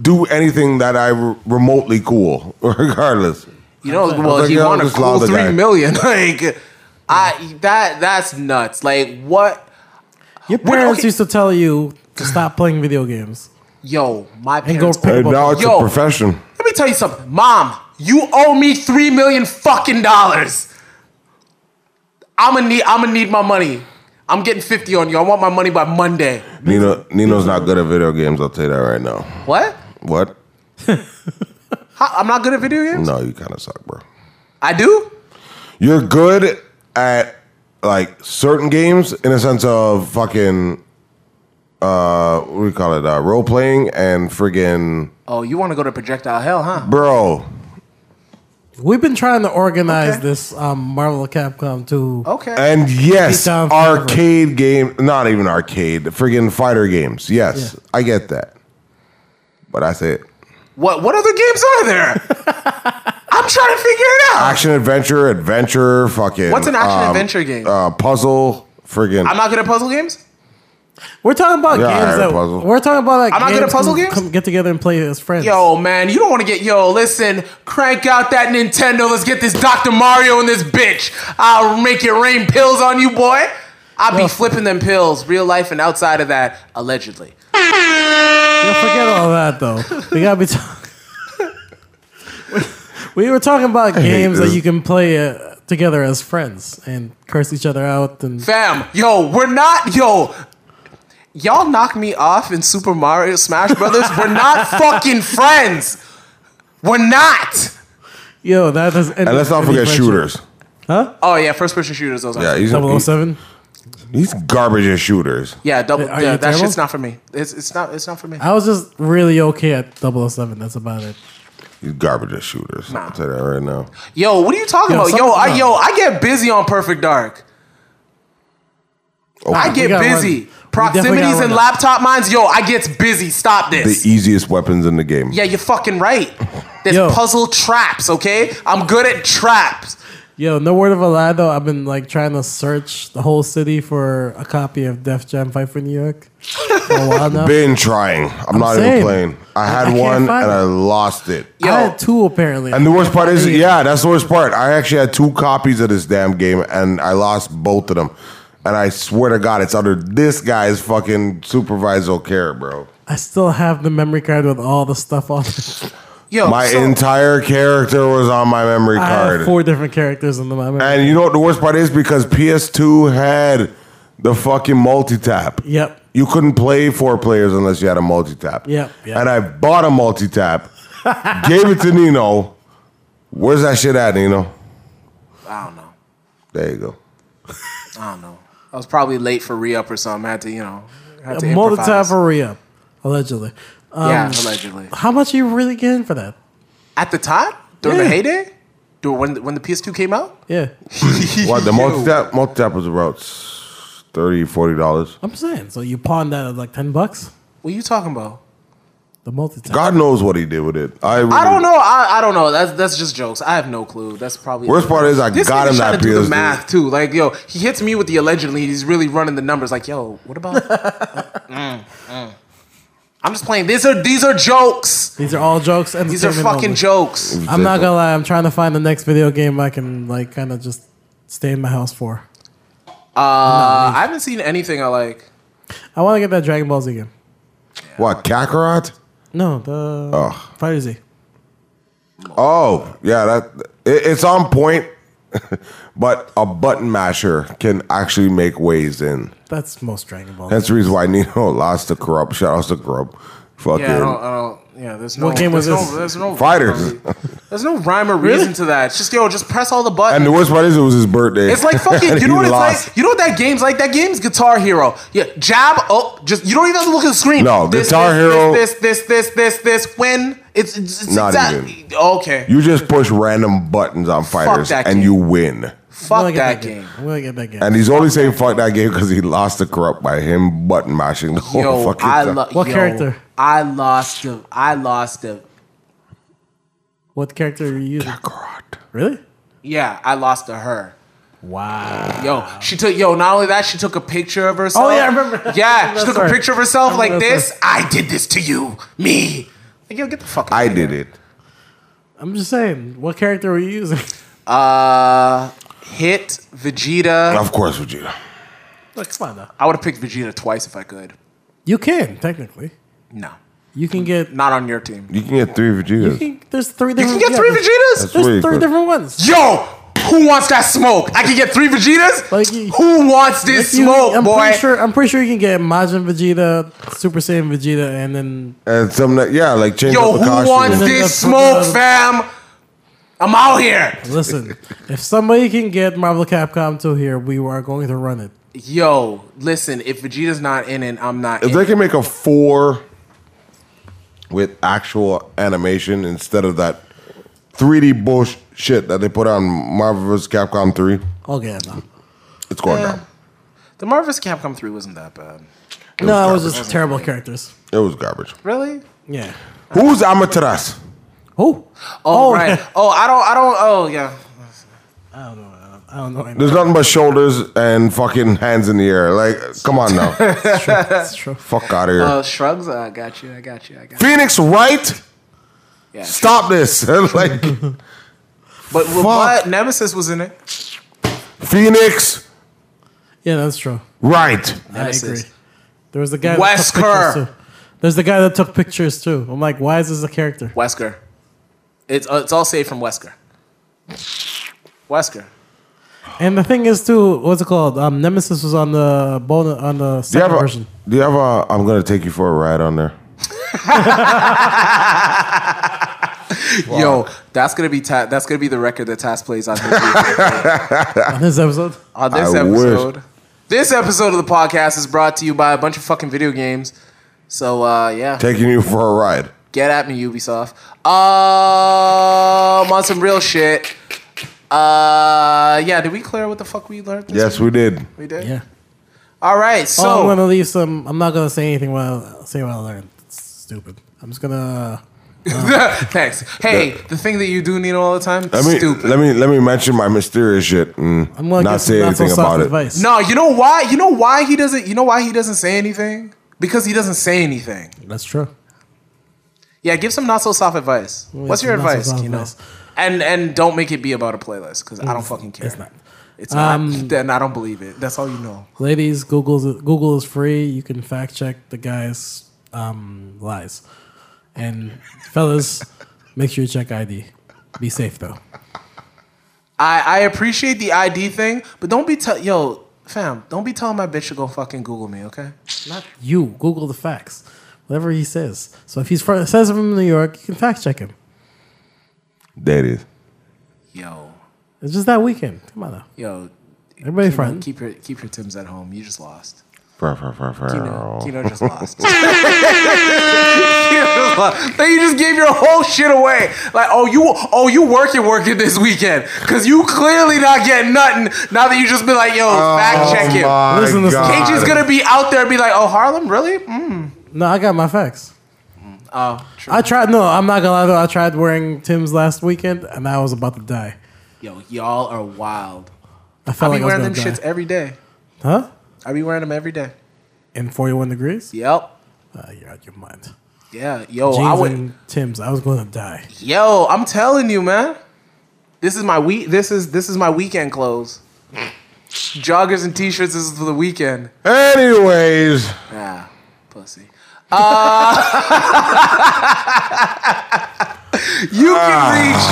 do anything that I re- remotely cool, regardless.
You know, well,
like,
he
yo,
won a
just allow
cool
the guy.
three million. Like, I that that's nuts. Like, what?
Your parents
okay.
used to tell you to stop playing video games
Yo, my
and go
parents.
pick
And
up.
now
a-
it's
Yo.
a profession.
Let me tell you something, Mom. You owe me three million fucking dollars. I'm gonna need. I'm gonna need my money. I'm getting fifty on you. I want my money by Monday.
Nino, Nino's not good at video games. I'll tell you that right now.
What?
What?
How- I'm not good at video games.
No, you kind of suck, bro.
I do.
You're good at like certain games in a sense of fucking uh, what do you call it? Uh, role playing and friggin'
Oh, you want to go to projectile hell, huh?
bro.
We've been trying to organize
Okay. Oh.
this um, Marvel Capcom 2.
Okay.
And yes,
Beat down forever.
arcade game, not even arcade, friggin' fighter games. Yes,
Yeah.
I get that. But I say it.
what What other games are there? I'm trying to figure it out.
Action adventure, adventure, fucking.
What's an action adventure game?
Uh, puzzle, friggin'.
I'm not good at puzzle games.
We're talking about
Yeah, I
games
heard
that
puzzle.
we're talking about. Like,
I'm not good at
games
puzzle
can
games?
Come get together and play as friends.
Yo, man, you don't want to get yo. Listen, crank out that Nintendo. Let's get this Dr. Mario in this bitch. I'll make it rain pills on you, boy. I be flipping them pills, real life and outside of that, allegedly.
Yo, forget all that though. We gotta be talking. we were talking about games that
this.
you can play uh, together as friends and curse each other out and
Fam, yo, we're not yo. Y'all knock me off in Super Mario Smash Brothers. We're not fucking friends. We're not.
yo that does.
and let's not forget shooters.
Oh yeah, first person shooters. Those are
Yeah, he's, he-
007.
he's garbage at shooters.
yeah, double.
Are you
Yeah, that
terrible?
shit's not for me. It's, it's not. It's not for me.
I was just really okay at 007. That's about it.
He's garbage at shooters. I'll tell you that right now.
Yo, what are you talking
Yo,
about? Yo,
something-
I,
no.
yo, I get busy on Perfect Dark.
Oh,
I get
gotta
busy.
run. We definitely
Proximities
gotta
and
run.
laptop mines, yo, I gets busy. Stop
the e-
this.
easiest weapons in the game.
yeah, you're fucking right. There's
Yo.
puzzle traps, okay? I'm good at traps.
Yo, no word of a lie though. I've been like trying to search the whole city for a copy of Def Jam Fight for New York for a while now.
Been trying. I'm, not
saying.
even playing. I had
I can't
one and
find it.
I lost it.
Yo,
I had two apparently.
And the worst part is, yeah, that's the worst part. I actually had two copies of this damn game, and I lost both of them. And I swear to God, it's under this guy's fucking supervisor care, bro.
I still have the memory card with all the stuff on it.
yo,
My
so-
entire character was on my memory
I have
card.
four different characters in the memory.
and you know what the worst part is? Because PS2 had the fucking multi tap.
Yep.
You couldn't play four players unless you had a multi tap.
Yep, yep.
And I bought a multi tap, gave it to Nino. Where's that shit at, Nino?
I don't know.
There you go.
I don't know. I was probably late for re up or something. I had to, you know, had to
Multi time
improvise.
for re up, allegedly. Um,
Yeah, allegedly.
How much are you really getting for that?
At the time, during
Yeah.
the heyday, during when when the PS2 came out,
Yeah.
What the multi tap? Multi tap was about s- 30 40 dollars.
I'm saying. So you pawned that at like 10 bucks?
what are you talking about?
The multi-talented.
God knows what he did with it. I, really,
I don't know. I, I don't know. That's that's just jokes. I have no clue. That's probably
Worst part is I
This
got
nigga
him
trying
that
to do the
PhD.
math too. Like yo, he hits me with the allegedly. He's really running the numbers. Like yo, what about? Mm, mm. I'm just playing. These are these are jokes.
These are all jokes.
These are
entertainment
fucking
only.
jokes.
I'm not gonna lie. I'm trying to find the next video game I can like kind of just stay in my house for.
Uh, I haven't seen anything I like.
I want to get that Dragon Ball Z game.
What Kakarot?
No, the
Ugh.
Fighter Z.
Oh yeah, that it, it's on point. but a button masher can actually make ways in.
That's most Dragon Ball.
That's the reason why Nino lost to corrupt. Shout out to corrupt. Fucking
Yeah, uh, I don't, I don't. Yeah, there's no.
What game was
there's
this?
No, there's no
Fighters.
There's no rhyme or reason to that. It's just yo, just press all the
and
buttons.
the worst part is it was his birthday.
It's like fucking.
And
You know
he
what it's
lost.
like. You know what that game's like. That game's Guitar Hero. Yeah, jab. Oh, just you don't even have to look at the screen.
No,
This,
Guitar
this,
Hero-
This, this, this, this, this. this. When it's, it's, it's
Not
exactly okay.
You just push random buttons on fighters
that
and
game.
you win.
I'm
Fuck
gonna
that
get
game.
I'm gonna get that game.
And he's only saying fuck that game because he lost the corrupt by him button mashing the whole
Yo,
fucking
I
time.
lo-
What
yo,
character?
I lost the. I lost the.
what character are you using?
Kakarot.
Really?
Yeah, I lost to her.
Wow.
Yo, she took yo. Not only that, she took a picture of herself.
Oh, yeah, I remember.
Yeah, she
That's
took
her.
a picture of herself
I
like
remember that's
this. I did this to you, me. Like yo, get the fuck. Out
I
of here.
did it.
I'm just saying. What character were you using?
Uh, hit Vegeta.
Of course, Vegeta.
Look, come on now.
I would have picked Vegeta twice if I could.
You can technically.
No,
You can get.
not on your team.
You can get three
You
Vegetas.
can, there's three
You
different.
can get
yeah,
three
there's-
Vegetas.
That's-
There's
Wait,
three
but-
different ones.
Yo, who wants that smoke? I can get three Vegetas.
Like you-
who wants this
If you-
smoke,
I'm
boy?
Pretty sure, I'm pretty sure you can get Majin Vegeta, Super Saiyan Vegeta, and then
And some, that- yeah, like change
Yo,
up the
who wants
costume.
And then
this
the-
smoke, fam? I'm out here.
listen. if somebody can get Marvel Capcom 2 here, we are going to run it.
Yo, listen. If Vegeta's not in it, I'm not.
If
in
they
it.
can make a four with actual animation instead of that 3D bullshit that they put on Marvel vs. Capcom 3,
Okay, no,
it's going down.
The Marvel's Capcom 3 wasn't that bad.
no, it was just terrible characters.
It was garbage.
Really?
Yeah.
Who's Amaterasu?
Oh,
Oh, right. Oh, I don't. I don't. Oh, yeah.
I don't know. I don't know.
There's nothing but shoulders and fucking hands in the air. Like, come on now.
That's true.
Fuck out of here.
Uh, shrugs. Uh, I got you. I got you. I got you.
Phoenix Wright,
Yeah.
stop this. like,
But but
Fuck.
what? Nemesis was in it.
Phoenix
Yeah, that's true.
Wright.
Nemesis.
I agree. There was the guy. that took
Wesker.
pictures, too. There's the guy that took pictures too. I'm like, why is this a character?
Wesker. It's uh, it's all saved from Wesker. Wesker.
And the thing is too, what's it called? Um, Nemesis was on the bone on the
Do you
second
have a,
version.
do you have a, I'm going to take you for a ride on there?
Yo, that's gonna be ta- that's gonna be the record that Task plays on this,
on this episode.
on this
I wish.
episode. This episode of the podcast is brought to you by a bunch of fucking video games. So uh, yeah.
Taking you for a ride.
Get at me, Ubisoft. Um, on some real shit. Uh, yeah. Did we clear what the fuck we learned? This
Yes,
week?
we did.
we did.
Yeah.
All right.
So Oh, I'm
So
gonna leave some. I'm not gonna say anything. While I say what I learned. It's stupid. I'm just gonna.
thanks. Hey, the thing that you do need all the time.
Let me
stupid.
let me let me mention my mysterious shit and
I'm gonna
not
give some
say anything
so
about
soft
it.
advice.
no, you know why? You know why he doesn't? You know why he doesn't say anything? Because he doesn't say anything.
that's true.
Yeah. Give some not so soft advice. What's
some
your
not so
advice?
soft
You know.
advice.
And and don't make it be about a playlist because I don't fucking care.
It's not.
It's not.
Um,
then I don't believe it. That's all you know.
Ladies, Google's Google is free. You can fact check the guy's um, lies. And fellas, make sure you check ID. Be safe though.
I, I appreciate the ID thing, but don't be tell yo fam, don't be telling my bitch to go fucking Google me, okay?
Not you. Google the facts. Whatever he says. So if he says I'm from New York, you can fact check him.
That is.
Yo,
It's just that weekend. Come on now.
yo,
Everybody
Keno,
friend.
keep your keep your Tim's at home. You just lost.
Fur, fur, fur, fur.
Keno, Keno just lost. Keno just lost. Then you just gave your whole shit away. Like, oh you oh you working working this weekend. Cause you clearly not getting nothing now that you just been like, yo, fact check him.
Oh my
Listen to this.
God.
KG's gonna be out there and be like, oh Harlem, really? Mm.
No, I got my facts.
Oh, true.
I tried. No, I'm not gonna lie though. I tried wearing Tim's last weekend, and I was about to die.
Yo, y'all are wild.
I
I
felt
be
like I was
wearing
gonna
them
die.
shits every day.
huh?
I be wearing them every day.
In 41 degrees?
Yep.
Uh, you're out your mind.
Yeah. Yo,
Jeans
Oh, I would.
and Tim's. I was gonna die.
Yo, I'm telling you, man. This is my week. This is this is my weekend clothes. Joggers and t-shirts. This is for the weekend.
Anyways,
Ah, pussy. Uh, you can reach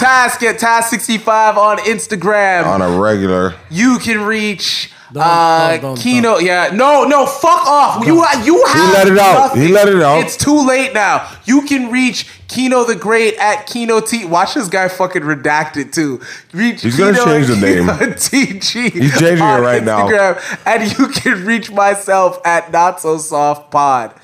Task at Task65 on Instagram.
on a regular.
You can reach
Don't-
uh,
don't- don't-
Kino. Yeah, no, no, fuck off. You you have
let it out.
nothing.
He let it out.
It's too late now. You can reach Kino the Great at Kino T. Watch this guy fucking redacted too. Reach
He's gonna
Kino
change
at
the name.
Kino TG.
He's changing it
on
right now.
Instagram, And you can reach myself at Not So Soft Pod.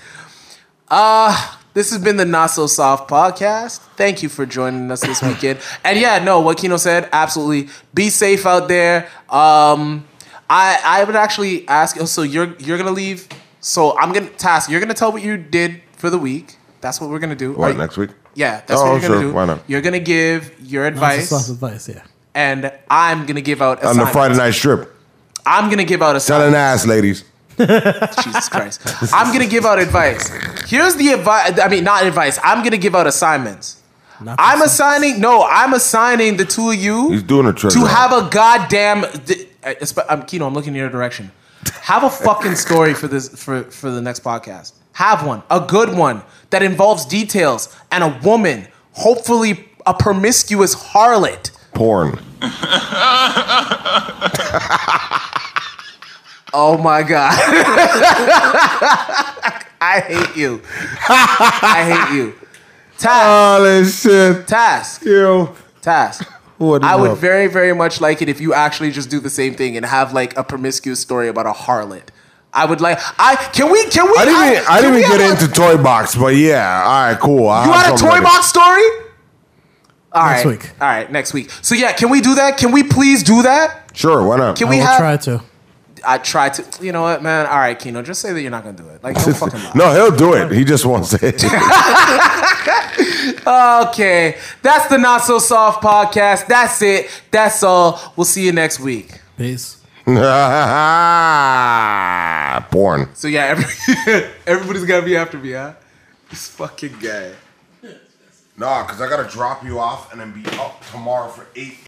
Uh, this has been the Not So Soft podcast. Thank you for joining us this weekend. And yeah, no, what Kino said, absolutely. Be safe out there. Um, I I would actually ask. oh, So you're you're gonna leave. So I'm gonna task. You're gonna tell what you did for the week. That's what we're gonna do. Are
What
you-
next week?
Yeah, that's
Oh,
what you're gonna
sure.
do.
Why not?
You're gonna give your advice,
Soft advice, yeah.
and I'm gonna give out.
On the
assignments.
Friday night strip.
I'm gonna give out a.
Telling ass, ladies.
Jesus Christ. I'm going to give out advice. Here's the advice. I mean, not advice. I'm going to give out assignments.
Not
I'm
this-
assigning, no, I'm assigning the two of
He's
you
doing a trick.
to have a goddamn. di- I- esp- I'm, Kino, I'm looking in your direction. Have a fucking story for this for, for the next podcast. Have one, a good one that involves details and a woman, hopefully a promiscuous harlot.
porn.
Oh my god. I hate you. I hate you. Task.
All this shit.
Task.
You.
Task.
What
I would
up?
very, very much like it if you actually just do the same thing and have like a promiscuous story about a harlot. I would like. I can we can we?
I didn't. Even, I
can
didn't
we
even
have
get
a-
into toy box, but yeah. All right, cool. I
You
have
had a
something
toy
ready.
box story. All right.
Next week.
All right, next week. So yeah, can we do that? Can we please do that?
Sure, why not?
Can
I
we
will
have?
try to.
I tried to. You know what, man? All right, Kino, just say that you're not gonna do it. Like, don't fucking lie.
no, he'll do it. He just wants it.
Okay, that's the Not So Soft podcast. That's it. That's all. We'll see you next week.
Peace.
porn.
So yeah, every, everybody's gotta be after me, huh? This fucking guy.
Nah, because I got to drop you off and then be up tomorrow for 8